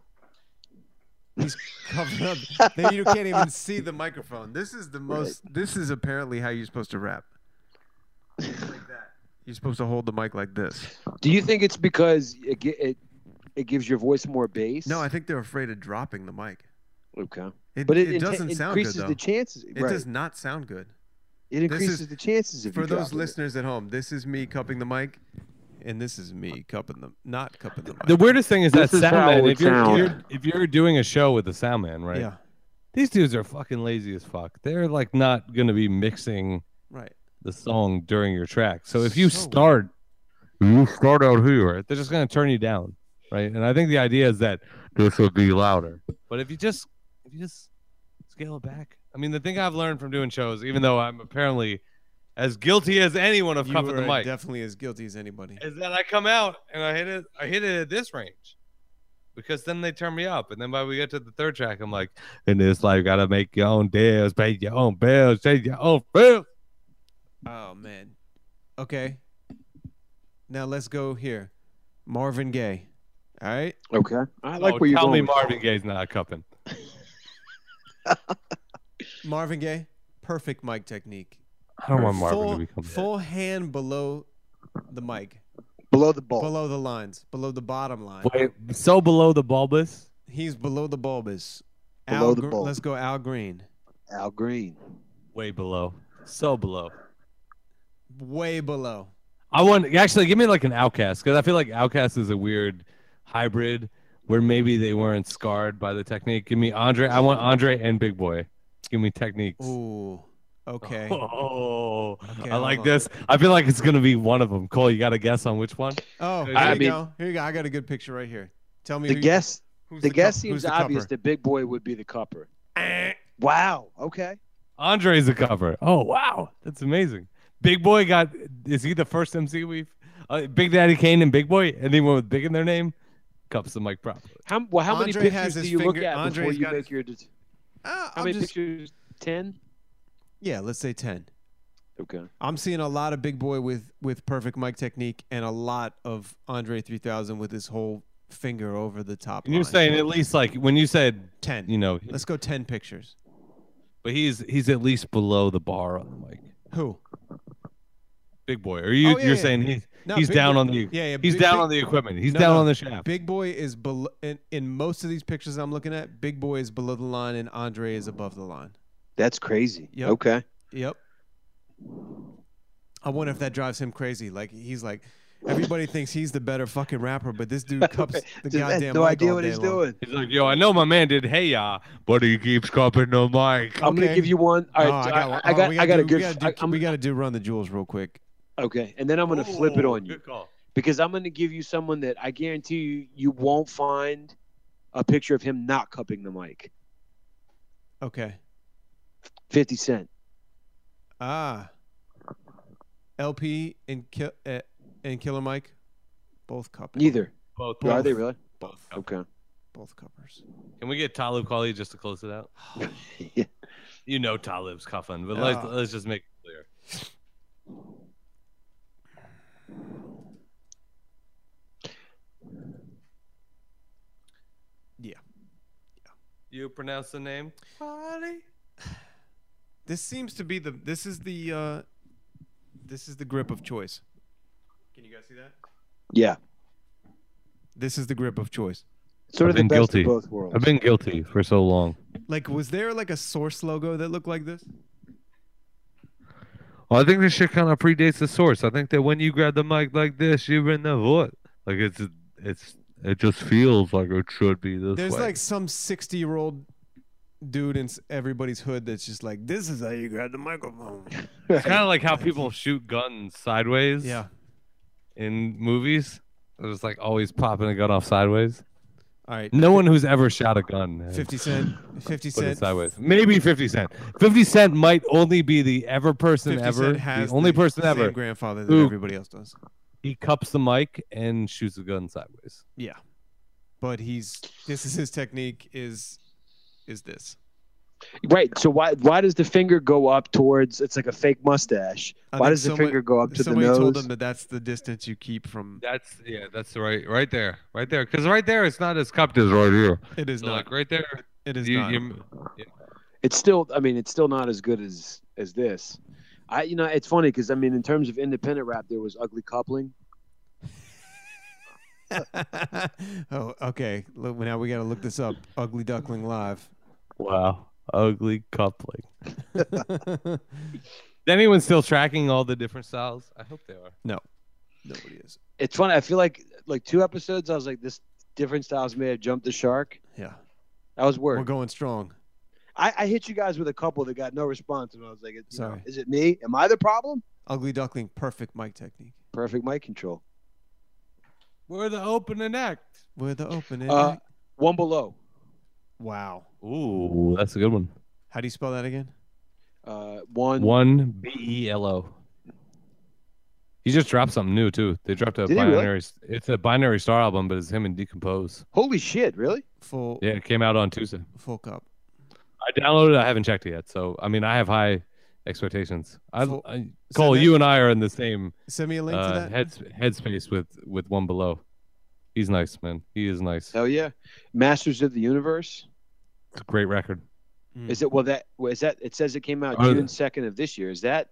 [SPEAKER 3] He's covering up. then you can't even see the microphone. This is the most. This is apparently how you're supposed to rap. Like that. You're supposed to hold the mic like this.
[SPEAKER 2] Do you think it's because it gi- it, it gives your voice more bass?
[SPEAKER 3] No, I think they're afraid of dropping the mic.
[SPEAKER 2] okay,
[SPEAKER 3] It,
[SPEAKER 2] but it,
[SPEAKER 3] it,
[SPEAKER 2] inte-
[SPEAKER 3] doesn't sound good
[SPEAKER 2] increases
[SPEAKER 3] though.
[SPEAKER 2] the chances.
[SPEAKER 3] it
[SPEAKER 2] right.
[SPEAKER 3] does not sound good.
[SPEAKER 2] It
[SPEAKER 3] this
[SPEAKER 2] increases
[SPEAKER 3] is-
[SPEAKER 2] the chances of
[SPEAKER 3] For
[SPEAKER 2] you
[SPEAKER 3] those
[SPEAKER 2] dropping it.
[SPEAKER 3] listeners at home, this is me cupping the mic, and this is me cupping the not cupping the mic.
[SPEAKER 1] The weirdest thing is that
[SPEAKER 2] This is how
[SPEAKER 1] sound man.
[SPEAKER 2] it
[SPEAKER 1] If you're,
[SPEAKER 2] sounds.
[SPEAKER 1] you're if you're doing a show with a sound man, right?
[SPEAKER 3] Yeah,
[SPEAKER 1] These dudes are fucking lazy as fuck. They're like not gonna be mixing
[SPEAKER 3] right.
[SPEAKER 1] the song during your track. So if you
[SPEAKER 3] So weird.
[SPEAKER 1] start, you start out here. They're just gonna turn you down, right? And I think the idea is that this will be louder. But if you just if you just scale it back, I mean, the thing I've learned from doing shows, even though I'm apparently as guilty as anyone of
[SPEAKER 3] You
[SPEAKER 1] cupping the
[SPEAKER 3] are
[SPEAKER 1] mic,
[SPEAKER 3] definitely as guilty as anybody.
[SPEAKER 1] is that I come out and I hit it. I hit it at this range. because then they turn me up, and then by we get to the third track, I'm like, in this life, gotta make your own deals, pay your own bills, take your own bills.
[SPEAKER 3] Oh man. Okay. Now let's go here. Marvin Gaye. All right.
[SPEAKER 2] Okay. I like where you're
[SPEAKER 1] Oh, Tell me
[SPEAKER 2] going with
[SPEAKER 1] Marvin Gaye's not cupping.
[SPEAKER 3] Marvin Gaye. Perfect mic technique.
[SPEAKER 1] I don't want Marvin
[SPEAKER 3] full,
[SPEAKER 1] to become.
[SPEAKER 3] full hand below the mic,
[SPEAKER 2] below the ball.
[SPEAKER 3] below the lines, below the bottom line.
[SPEAKER 1] Wait, so below the bulbous.
[SPEAKER 3] He's below the bulbous.
[SPEAKER 2] Below
[SPEAKER 3] Al
[SPEAKER 2] the
[SPEAKER 3] Gr-
[SPEAKER 2] bulb.
[SPEAKER 3] Let's go, Al Green.
[SPEAKER 2] Al Green.
[SPEAKER 1] Way below. So below.
[SPEAKER 3] Way below.
[SPEAKER 1] I want actually give me like an outcast because I feel like outcast is a weird hybrid where maybe they weren't scarred by the technique. Give me Andre. I want Andre and Big Boy. Give me techniques.
[SPEAKER 3] Ooh. Okay.
[SPEAKER 1] Oh,
[SPEAKER 3] Okay,
[SPEAKER 1] I like
[SPEAKER 3] hold on.
[SPEAKER 1] this. I feel like it's gonna be one of them. Cole, you got to guess on which one?
[SPEAKER 3] Oh, here
[SPEAKER 2] I
[SPEAKER 3] you
[SPEAKER 2] mean-
[SPEAKER 3] go. Here you go. I got a good picture right here. Tell me
[SPEAKER 2] The
[SPEAKER 3] who
[SPEAKER 2] guess.
[SPEAKER 3] who's
[SPEAKER 2] the, guess
[SPEAKER 3] cup- who's
[SPEAKER 2] seems
[SPEAKER 3] the
[SPEAKER 2] obvious
[SPEAKER 3] cupper.
[SPEAKER 2] that Big Boy would be the cupper. wow. Okay.
[SPEAKER 1] Andre's a cover. Oh wow, that's amazing. Big Boy got is he the first MC we've? Uh, Big Daddy Kane and Big Boy. Anyone with big in their name, cups the mic properly.
[SPEAKER 2] How well? How many
[SPEAKER 3] Andre has
[SPEAKER 2] pictures do
[SPEAKER 3] his
[SPEAKER 2] you look
[SPEAKER 3] finger-
[SPEAKER 2] at before
[SPEAKER 3] Andre's
[SPEAKER 2] you
[SPEAKER 3] got
[SPEAKER 2] make
[SPEAKER 3] his-
[SPEAKER 2] your? de-
[SPEAKER 3] Ah,
[SPEAKER 2] How
[SPEAKER 3] I'm
[SPEAKER 2] many
[SPEAKER 3] just-
[SPEAKER 2] pictures? Ten.
[SPEAKER 3] Yeah, let's say 10.
[SPEAKER 2] Okay.
[SPEAKER 3] I'm seeing a lot of Big Boy with with perfect mic technique and a lot of Andre 3000 with his whole finger over the top.
[SPEAKER 1] And you're
[SPEAKER 3] line.
[SPEAKER 1] saying at least like when you said
[SPEAKER 3] 10.
[SPEAKER 1] you know,
[SPEAKER 3] Let's go 10 pictures.
[SPEAKER 1] but he's he's at least below the bar on the mic.
[SPEAKER 3] Who?
[SPEAKER 1] Big boy. Are you
[SPEAKER 3] Oh, yeah,
[SPEAKER 1] you're
[SPEAKER 3] yeah,
[SPEAKER 1] saying he's
[SPEAKER 3] No,
[SPEAKER 1] he's
[SPEAKER 3] Big
[SPEAKER 1] down
[SPEAKER 3] Boy-
[SPEAKER 1] on the
[SPEAKER 3] Yeah, yeah,
[SPEAKER 1] he's
[SPEAKER 3] Big-
[SPEAKER 1] down
[SPEAKER 3] Big-
[SPEAKER 1] on the equipment. He's
[SPEAKER 3] No,
[SPEAKER 1] down
[SPEAKER 3] no.
[SPEAKER 1] on the shaft.
[SPEAKER 3] Big Boy is below in, in most of these pictures I'm looking at, Big Boy is below the line and Andre is above the line.
[SPEAKER 2] That's crazy.
[SPEAKER 3] Yep.
[SPEAKER 2] Okay.
[SPEAKER 3] Yep. I wonder if that drives him crazy. Like he's like everybody thinks he's the better fucking rapper, but this dude cups the
[SPEAKER 2] Just
[SPEAKER 3] goddamn
[SPEAKER 2] has no
[SPEAKER 3] mic
[SPEAKER 2] idea
[SPEAKER 3] all
[SPEAKER 2] what
[SPEAKER 3] day
[SPEAKER 2] he's
[SPEAKER 3] long.
[SPEAKER 2] doing.
[SPEAKER 1] He's like, yo, I know my man did hey ya, but he keeps cupping the mic.
[SPEAKER 2] I'm gonna
[SPEAKER 3] Okay.
[SPEAKER 2] give you one. All
[SPEAKER 3] Oh,
[SPEAKER 2] right. so
[SPEAKER 3] I got one.
[SPEAKER 2] I, I
[SPEAKER 3] Oh,
[SPEAKER 2] got.
[SPEAKER 3] we
[SPEAKER 2] I got a good.
[SPEAKER 3] do- We
[SPEAKER 2] I,
[SPEAKER 3] gotta, do,
[SPEAKER 2] I'm-
[SPEAKER 3] we gotta do run the jewels real quick.
[SPEAKER 2] okay. And then I'm gonna flip it on you.
[SPEAKER 1] Good call.
[SPEAKER 2] because I'm going to give you someone that I guarantee you you won't find a picture of him not cupping the mic.
[SPEAKER 3] Okay.
[SPEAKER 2] 50 Cent.
[SPEAKER 3] Ah. LP and Kill uh, and Killer Mike, both cuppers.
[SPEAKER 2] Neither.
[SPEAKER 1] Both,
[SPEAKER 2] Are they really?
[SPEAKER 3] Both.
[SPEAKER 2] Okay.
[SPEAKER 3] Both cuppers.
[SPEAKER 1] Can we get Talib Kweli just to close it out?
[SPEAKER 2] Yeah.
[SPEAKER 1] You know Talib's cuffing, but let's
[SPEAKER 3] Oh.
[SPEAKER 1] let's just make it clear.
[SPEAKER 3] Yeah.
[SPEAKER 1] You pronounce the name?
[SPEAKER 3] This seems to be the. This is the. uh This is the grip of choice. Can you guys see that?
[SPEAKER 2] Yeah.
[SPEAKER 3] This is the grip of choice.
[SPEAKER 2] Sort of
[SPEAKER 1] I've
[SPEAKER 2] the
[SPEAKER 1] been
[SPEAKER 2] best
[SPEAKER 1] guilty.
[SPEAKER 2] of both worlds.
[SPEAKER 1] I've been guilty for so long.
[SPEAKER 3] Like, was there like a source logo that looked like this?
[SPEAKER 1] Well, I think this shit kind of predates the source. I think that when you grab the mic like this, you're in the void. Like it's it's it just feels like it should be this
[SPEAKER 3] There's
[SPEAKER 1] way.
[SPEAKER 3] like some 60 year old dude in s- everybody's hood that's just like, this is how you grab the microphone.
[SPEAKER 1] it's kind of like how people shoot guns sideways.
[SPEAKER 3] Yeah.
[SPEAKER 1] In movies, they're just like always popping a gun off sideways.
[SPEAKER 3] All right.
[SPEAKER 1] No one who's ever shot a gun. has
[SPEAKER 3] 50 Cent. 50
[SPEAKER 1] Put it
[SPEAKER 3] Cent.
[SPEAKER 1] sideways. Maybe 50 Cent. 50 Cent might only be the ever person
[SPEAKER 3] 50
[SPEAKER 1] ever,
[SPEAKER 3] Cent has
[SPEAKER 1] the only
[SPEAKER 3] the
[SPEAKER 1] person
[SPEAKER 3] same
[SPEAKER 1] ever.
[SPEAKER 3] grandfather that
[SPEAKER 1] who-
[SPEAKER 3] everybody else does.
[SPEAKER 1] He cups the mic and shoots a gun sideways.
[SPEAKER 3] Yeah. But he's, this is his technique is, is this.
[SPEAKER 2] Right. So why why does the finger go up towards it's like a fake mustache?
[SPEAKER 3] I
[SPEAKER 2] why
[SPEAKER 3] think
[SPEAKER 2] does the
[SPEAKER 3] someone-
[SPEAKER 2] finger go up to the
[SPEAKER 3] Somebody
[SPEAKER 2] nose?
[SPEAKER 3] told him that that's the distance you keep from,
[SPEAKER 1] That's yeah, that's the right right there, right there. Because right there, it's not as cupped as right here.
[SPEAKER 3] it is
[SPEAKER 1] So
[SPEAKER 3] not,
[SPEAKER 1] like right there,
[SPEAKER 3] it is
[SPEAKER 1] you,
[SPEAKER 3] not.
[SPEAKER 1] you
[SPEAKER 2] it's still I mean it's still not as good as as this. I you know it's funny cuz I mean in terms of independent rap there was ugly coupling.
[SPEAKER 3] oh, okay. Look, now we got to look this up. Ugly Duckling Live.
[SPEAKER 1] wow, ugly coupling. Is anyone still tracking all the different styles? I hope they are.
[SPEAKER 3] Nobody is.
[SPEAKER 2] It's funny. I feel like like two episodes I was like this different styles may have jumped the shark.
[SPEAKER 3] Yeah.
[SPEAKER 2] That was
[SPEAKER 3] We're
[SPEAKER 2] work.
[SPEAKER 3] going strong.
[SPEAKER 2] I, I hit you guys with a couple that got no response, and I was like, you know,
[SPEAKER 3] Sorry.
[SPEAKER 2] "Is it me? Am I the problem?"
[SPEAKER 3] Ugly Duckling, perfect mic technique.
[SPEAKER 2] Perfect mic control.
[SPEAKER 1] We're the opening act.
[SPEAKER 3] With the open end.
[SPEAKER 2] Uh, One below.
[SPEAKER 3] wow.
[SPEAKER 1] Ooh, that's a good one.
[SPEAKER 3] How do you spell that again?
[SPEAKER 2] Uh, one.
[SPEAKER 1] One B E L O. He just dropped something new too. They dropped a
[SPEAKER 2] Did he really?
[SPEAKER 1] binary. It's a binary star album, but it's him and Decompose.
[SPEAKER 2] Holy shit! Really?
[SPEAKER 3] Full
[SPEAKER 1] Yeah, it came out on Tuesday.
[SPEAKER 3] full cup.
[SPEAKER 1] I downloaded. it. I haven't checked it yet. So I mean, I have high expectations. I,
[SPEAKER 3] Full-
[SPEAKER 1] I Cole,
[SPEAKER 3] that-
[SPEAKER 1] you and I are in the same
[SPEAKER 3] Send me a link to
[SPEAKER 1] uh,
[SPEAKER 3] that.
[SPEAKER 1] heads, headspace with with one below. He's nice, man. He is nice.
[SPEAKER 2] Hell yeah! Masters of the Universe.
[SPEAKER 1] It's a great record.
[SPEAKER 2] Is it? Well, that well, is that. It says it came out
[SPEAKER 1] Hmm. Oh, yeah.
[SPEAKER 2] June second of this year. Is that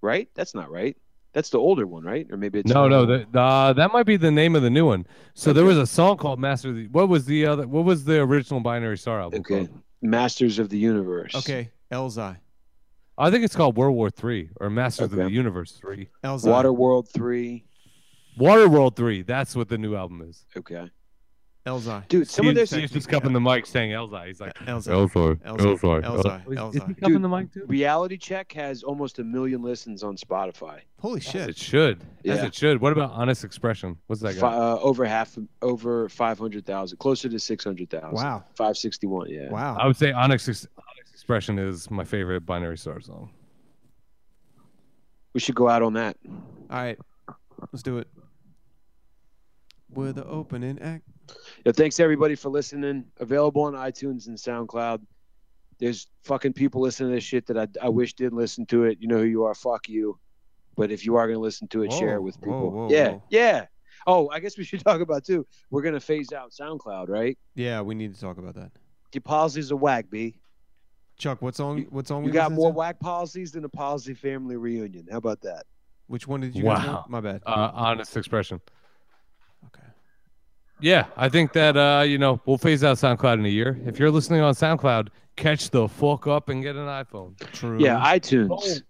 [SPEAKER 2] right? That's not right. That's the older one, right? Or maybe it's
[SPEAKER 1] No, no, that uh, that might be the name of the new one. So there was a song called Master. Of the, what was the other? What was the original Binary Star album?
[SPEAKER 2] Okay.
[SPEAKER 1] called?
[SPEAKER 2] Masters of the Universe.
[SPEAKER 3] Okay, Elzai.
[SPEAKER 1] I think it's called World War Three or Masters of
[SPEAKER 2] Okay.
[SPEAKER 1] the Universe Three.
[SPEAKER 3] Elzai.
[SPEAKER 2] Waterworld three.
[SPEAKER 1] Waterworld Three. That's what the new album is.
[SPEAKER 2] Okay.
[SPEAKER 3] Elzai.
[SPEAKER 2] Dude, some of
[SPEAKER 1] He's-
[SPEAKER 2] their
[SPEAKER 1] he's just cupping the mic, saying Elzai. He's like
[SPEAKER 3] Elzai.
[SPEAKER 1] Elzai.
[SPEAKER 3] Elzai.
[SPEAKER 1] Elzai.
[SPEAKER 3] Elzai.
[SPEAKER 1] Is he
[SPEAKER 3] Elzai.
[SPEAKER 1] cupping the mic too?
[SPEAKER 2] Reality Check has almost a million listens on Spotify.
[SPEAKER 3] Holy
[SPEAKER 1] As it
[SPEAKER 3] shit.
[SPEAKER 1] should. As
[SPEAKER 2] Yeah.
[SPEAKER 1] it should. What about Honest Expression? What's that
[SPEAKER 2] Fi-
[SPEAKER 1] guy?
[SPEAKER 2] uh, over half, over five hundred thousand, closer to six hundred thousand.
[SPEAKER 3] Wow.
[SPEAKER 2] Five sixty one. Yeah.
[SPEAKER 1] I
[SPEAKER 3] Wow.
[SPEAKER 1] would say Onyx, Ex- Onyx Expression is my favorite Binary Star song.
[SPEAKER 2] We should go out on that.
[SPEAKER 3] All right. Let's do it. With the opening act.
[SPEAKER 2] Yeah, thanks everybody for listening. Available on iTunes and SoundCloud. There's fucking people listening to this shit that I, I wish didn't listen to it. You know who you are. Fuck you. But if you are gonna listen to it, share it with
[SPEAKER 3] Whoa,
[SPEAKER 2] people.
[SPEAKER 3] whoa,
[SPEAKER 2] yeah,
[SPEAKER 3] whoa.
[SPEAKER 2] yeah. Oh, I guess we should talk about too. We're gonna phase out SoundCloud, right?
[SPEAKER 3] Yeah, we need to talk about that.
[SPEAKER 2] Your policies are whack, B.
[SPEAKER 3] Chuck, what song? What song?
[SPEAKER 2] You
[SPEAKER 3] we
[SPEAKER 2] got
[SPEAKER 3] listening
[SPEAKER 2] more
[SPEAKER 3] to?
[SPEAKER 2] whack policies than a policy family reunion. How about that?
[SPEAKER 3] Which one did you? guys
[SPEAKER 1] Wow.
[SPEAKER 3] want? My bad.
[SPEAKER 1] Uh, honest Expression.
[SPEAKER 3] Okay.
[SPEAKER 1] Yeah, I think that uh, you know we'll phase out SoundCloud in a year. If you're listening on SoundCloud, catch the fuck up and get an iPhone.
[SPEAKER 3] True.
[SPEAKER 2] Yeah, iTunes.
[SPEAKER 1] Oh.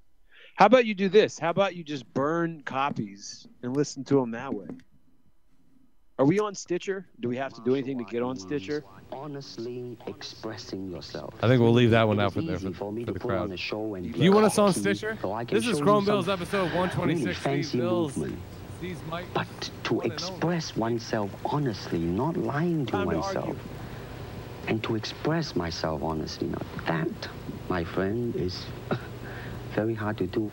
[SPEAKER 2] How about you do this? How about you just burn copies and listen to them that way? Are we on Stitcher? Do we have to do anything to get on Stitcher?
[SPEAKER 9] honestly expressing yourself.
[SPEAKER 1] I think we'll leave that one
[SPEAKER 9] It
[SPEAKER 1] out
[SPEAKER 9] is
[SPEAKER 1] for there
[SPEAKER 9] easy
[SPEAKER 1] for,
[SPEAKER 9] for me
[SPEAKER 1] for
[SPEAKER 9] to
[SPEAKER 1] the
[SPEAKER 9] put on
[SPEAKER 1] crowd.
[SPEAKER 9] a show and
[SPEAKER 1] If
[SPEAKER 9] be
[SPEAKER 1] you want
[SPEAKER 9] a
[SPEAKER 1] us on
[SPEAKER 9] cocky,
[SPEAKER 1] Stitcher?
[SPEAKER 9] so I can
[SPEAKER 1] This is
[SPEAKER 9] show you
[SPEAKER 1] Chrome Bills
[SPEAKER 9] some
[SPEAKER 1] episode
[SPEAKER 9] really
[SPEAKER 1] 126. Steve
[SPEAKER 9] fancy
[SPEAKER 1] Bills.
[SPEAKER 9] movement.
[SPEAKER 1] These mic-
[SPEAKER 9] But to
[SPEAKER 1] One and
[SPEAKER 9] express oneself honestly, not lying to
[SPEAKER 2] Time to
[SPEAKER 9] oneself,
[SPEAKER 2] argue.
[SPEAKER 9] and to express myself honestly, now that, my friend, is very hard to do.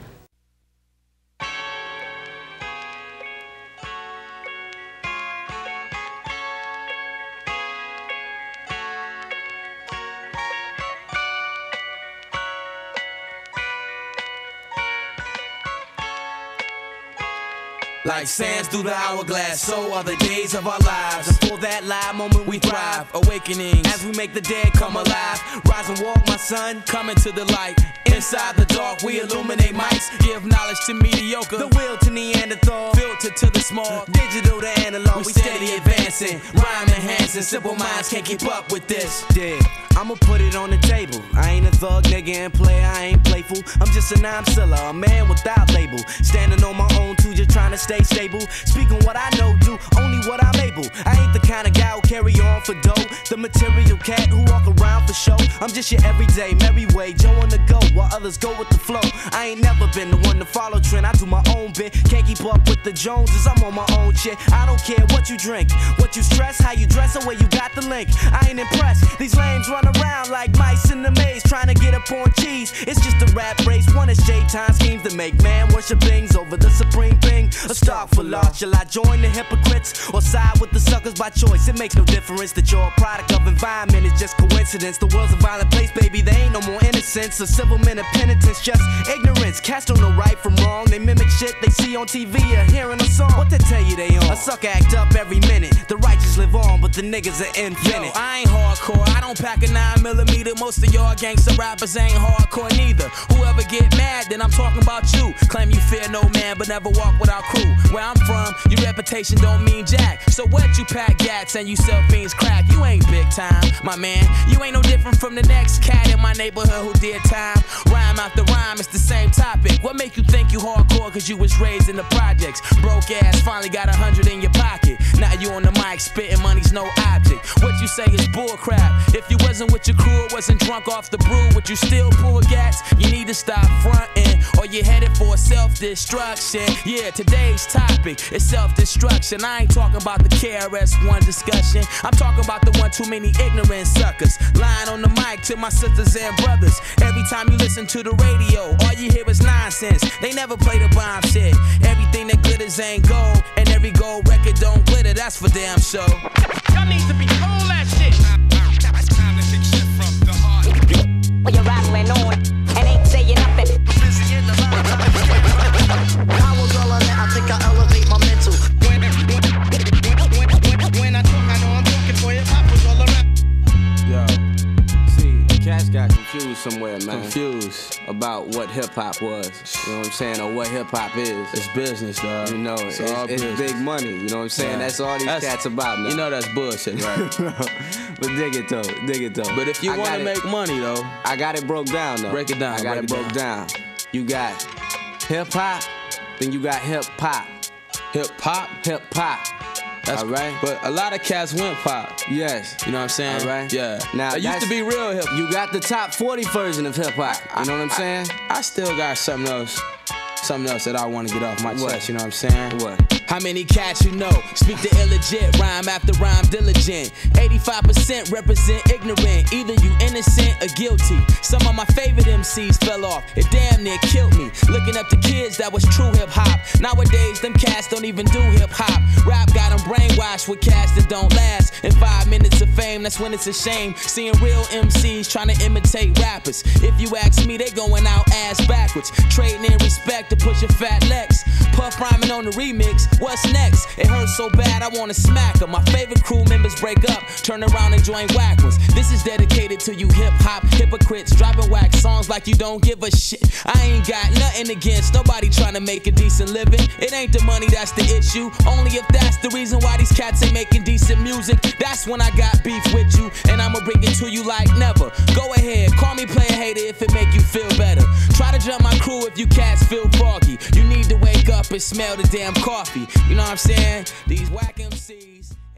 [SPEAKER 5] Like sands through the hourglass, so are the days of our lives. And for that live moment we thrive, awakening as we make the dead come alive. Rise and walk, my son, coming to the light. Inside the dark, we illuminate mics. Give knowledge to mediocre, the will to Neanderthal. Filter to the small, digital to analog. We steady advancing, rhyme enhancing. Simple minds can't keep up with this. Yeah, I'ma put it on the table. I ain't a thug nigga and play, I ain't playful. I'm just a non seller, a man without label. Standing on my own too, just trying to stay stable. Speaking what I know, do only what I'm able. I ain't the kind of guy who carry on for dough. The material cat who walk around for show. I'm just your everyday merry way, Joe on the go while others go with the flow. I ain't never been the one to follow trend. I do my own bit, can't keep up with the Joneses. I'm on my own shit. I don't care what you drink, what you stress, how you dress, or where you got the link. I ain't impressed. These lames run around like mice in the maze, trying to get up on cheese. It's just a rap race. One is J time schemes that make man worship things over the supreme thing. A stock for loss. Shall I join the hypocrites or side with the suckers by choice? It makes no difference that you're a product of environment. It's just coincidence. The world's a violent place, baby. There ain't no more innocence or civil men of penitence. Just ignorance. Cats don't know right from wrong. They mimic shit they see on TV or hearing a song. What they tell you they on? A sucker act up every minute. The righteous live on, but the niggas are infinite.
[SPEAKER 10] Yo, I ain't hardcore. I don't pack a nine millimeter. Most of y'all gangster rappers ain't hardcore neither. Whoever get mad, then I'm talking about you. Claim you fear no man, but never walk without crew. Where I'm from, your reputation don't mean jack. So what? You pack gats and you sell fiends crack. You ain't big time, my man. You ain't no different from the next cat in my neighborhood who did time. Rhyme after rhyme, it's the same topic. What make you think you hardcore? Cause you was raised in the projects. Broke ass, finally got a hundred in your pocket. Now you on the mic spitting money's no object. What you say is bullcrap. If you was wasn't with your crew, wasn't drunk off the brew, but you still pull gas. You need to stop fronting, or you're headed for self destruction. Yeah, today's topic is self destruction. I ain't talking about the KRS One discussion. I'm talking about the one too many ignorant suckers lying on the mic to my sisters and brothers. Every time you listen to the radio, all you hear is nonsense. They never play the bomb shit. Everything that glitters ain't gold, and every gold record don't glitter. That's for damn sure.
[SPEAKER 11] Y'all need to be cool that shit. Well, you're rattling on and ain't saying nothing. Busy in the I was all on that. I think I elevate my mental. When, when, when, when, when I talk, I know I'm talking for you. I was all around.
[SPEAKER 12] Yo, see, cats got confused somewhere, man. Confused about what hip hop was. You know what I'm saying? Or what hip hop is. It's business, dog. You know, it's,
[SPEAKER 13] all
[SPEAKER 12] it's
[SPEAKER 13] business.
[SPEAKER 12] big money. You know what I'm saying?
[SPEAKER 13] Yeah.
[SPEAKER 12] That's all these
[SPEAKER 13] That's-
[SPEAKER 12] cats about now.
[SPEAKER 13] you know
[SPEAKER 12] that's bullshit,
[SPEAKER 13] right?
[SPEAKER 12] but dig it though, dig it though.
[SPEAKER 13] But if you
[SPEAKER 12] I
[SPEAKER 13] wanna
[SPEAKER 12] got it-
[SPEAKER 13] make
[SPEAKER 12] money though, I got it broke down though.
[SPEAKER 13] Break it down,
[SPEAKER 12] I got
[SPEAKER 13] break
[SPEAKER 12] it
[SPEAKER 13] it
[SPEAKER 12] broke down. You got hip hop, then you got hip hop. Hip hop, hip hop. That's all right. But a lot of cats went pop. Yes. You know what I'm saying? All right. Yeah. Now
[SPEAKER 13] It used to
[SPEAKER 12] be real hip. You got the top 40 version of hip hop. You know what I'm saying?
[SPEAKER 13] I still got something else, something else that I want to get off my
[SPEAKER 12] What?
[SPEAKER 13] chest. You know what I'm saying?
[SPEAKER 12] What?
[SPEAKER 10] How many cats you know speak the illegit, rhyme after rhyme diligent? 85% represent ignorant. Either you innocent or guilty. Some of my favorite MCs fell off. It damn near killed me. Looking up to kids that was true hip hop. Nowadays, them cats don't even do hip hop. Rap got them brainwashed with cats that don't last. In five minutes of fame, that's when it's a shame. Seeing real MCs trying to imitate rappers. If you ask me, they going out ass backwards. Trading in respect to push a fat Lex. Puff rhyming on the remix. What's next? It hurts so bad, I wanna smack 'em. My favorite crew members break up, turn around and join whack ones. This is dedicated to you hip hop hypocrites, dropping whack songs like you don't give a shit. I ain't got nothing against nobody trying to make a decent living. It ain't the money that's the issue. Only if that's the reason why these cats ain't making decent music. That's when I got beef with you, and I'ma bring it to you like never. Go ahead, call me player hater if it make you feel better. Try to jump my crew if you cats feel foggy. You need to wake up and smell the damn coffee. You know what I'm saying? These whack MCs.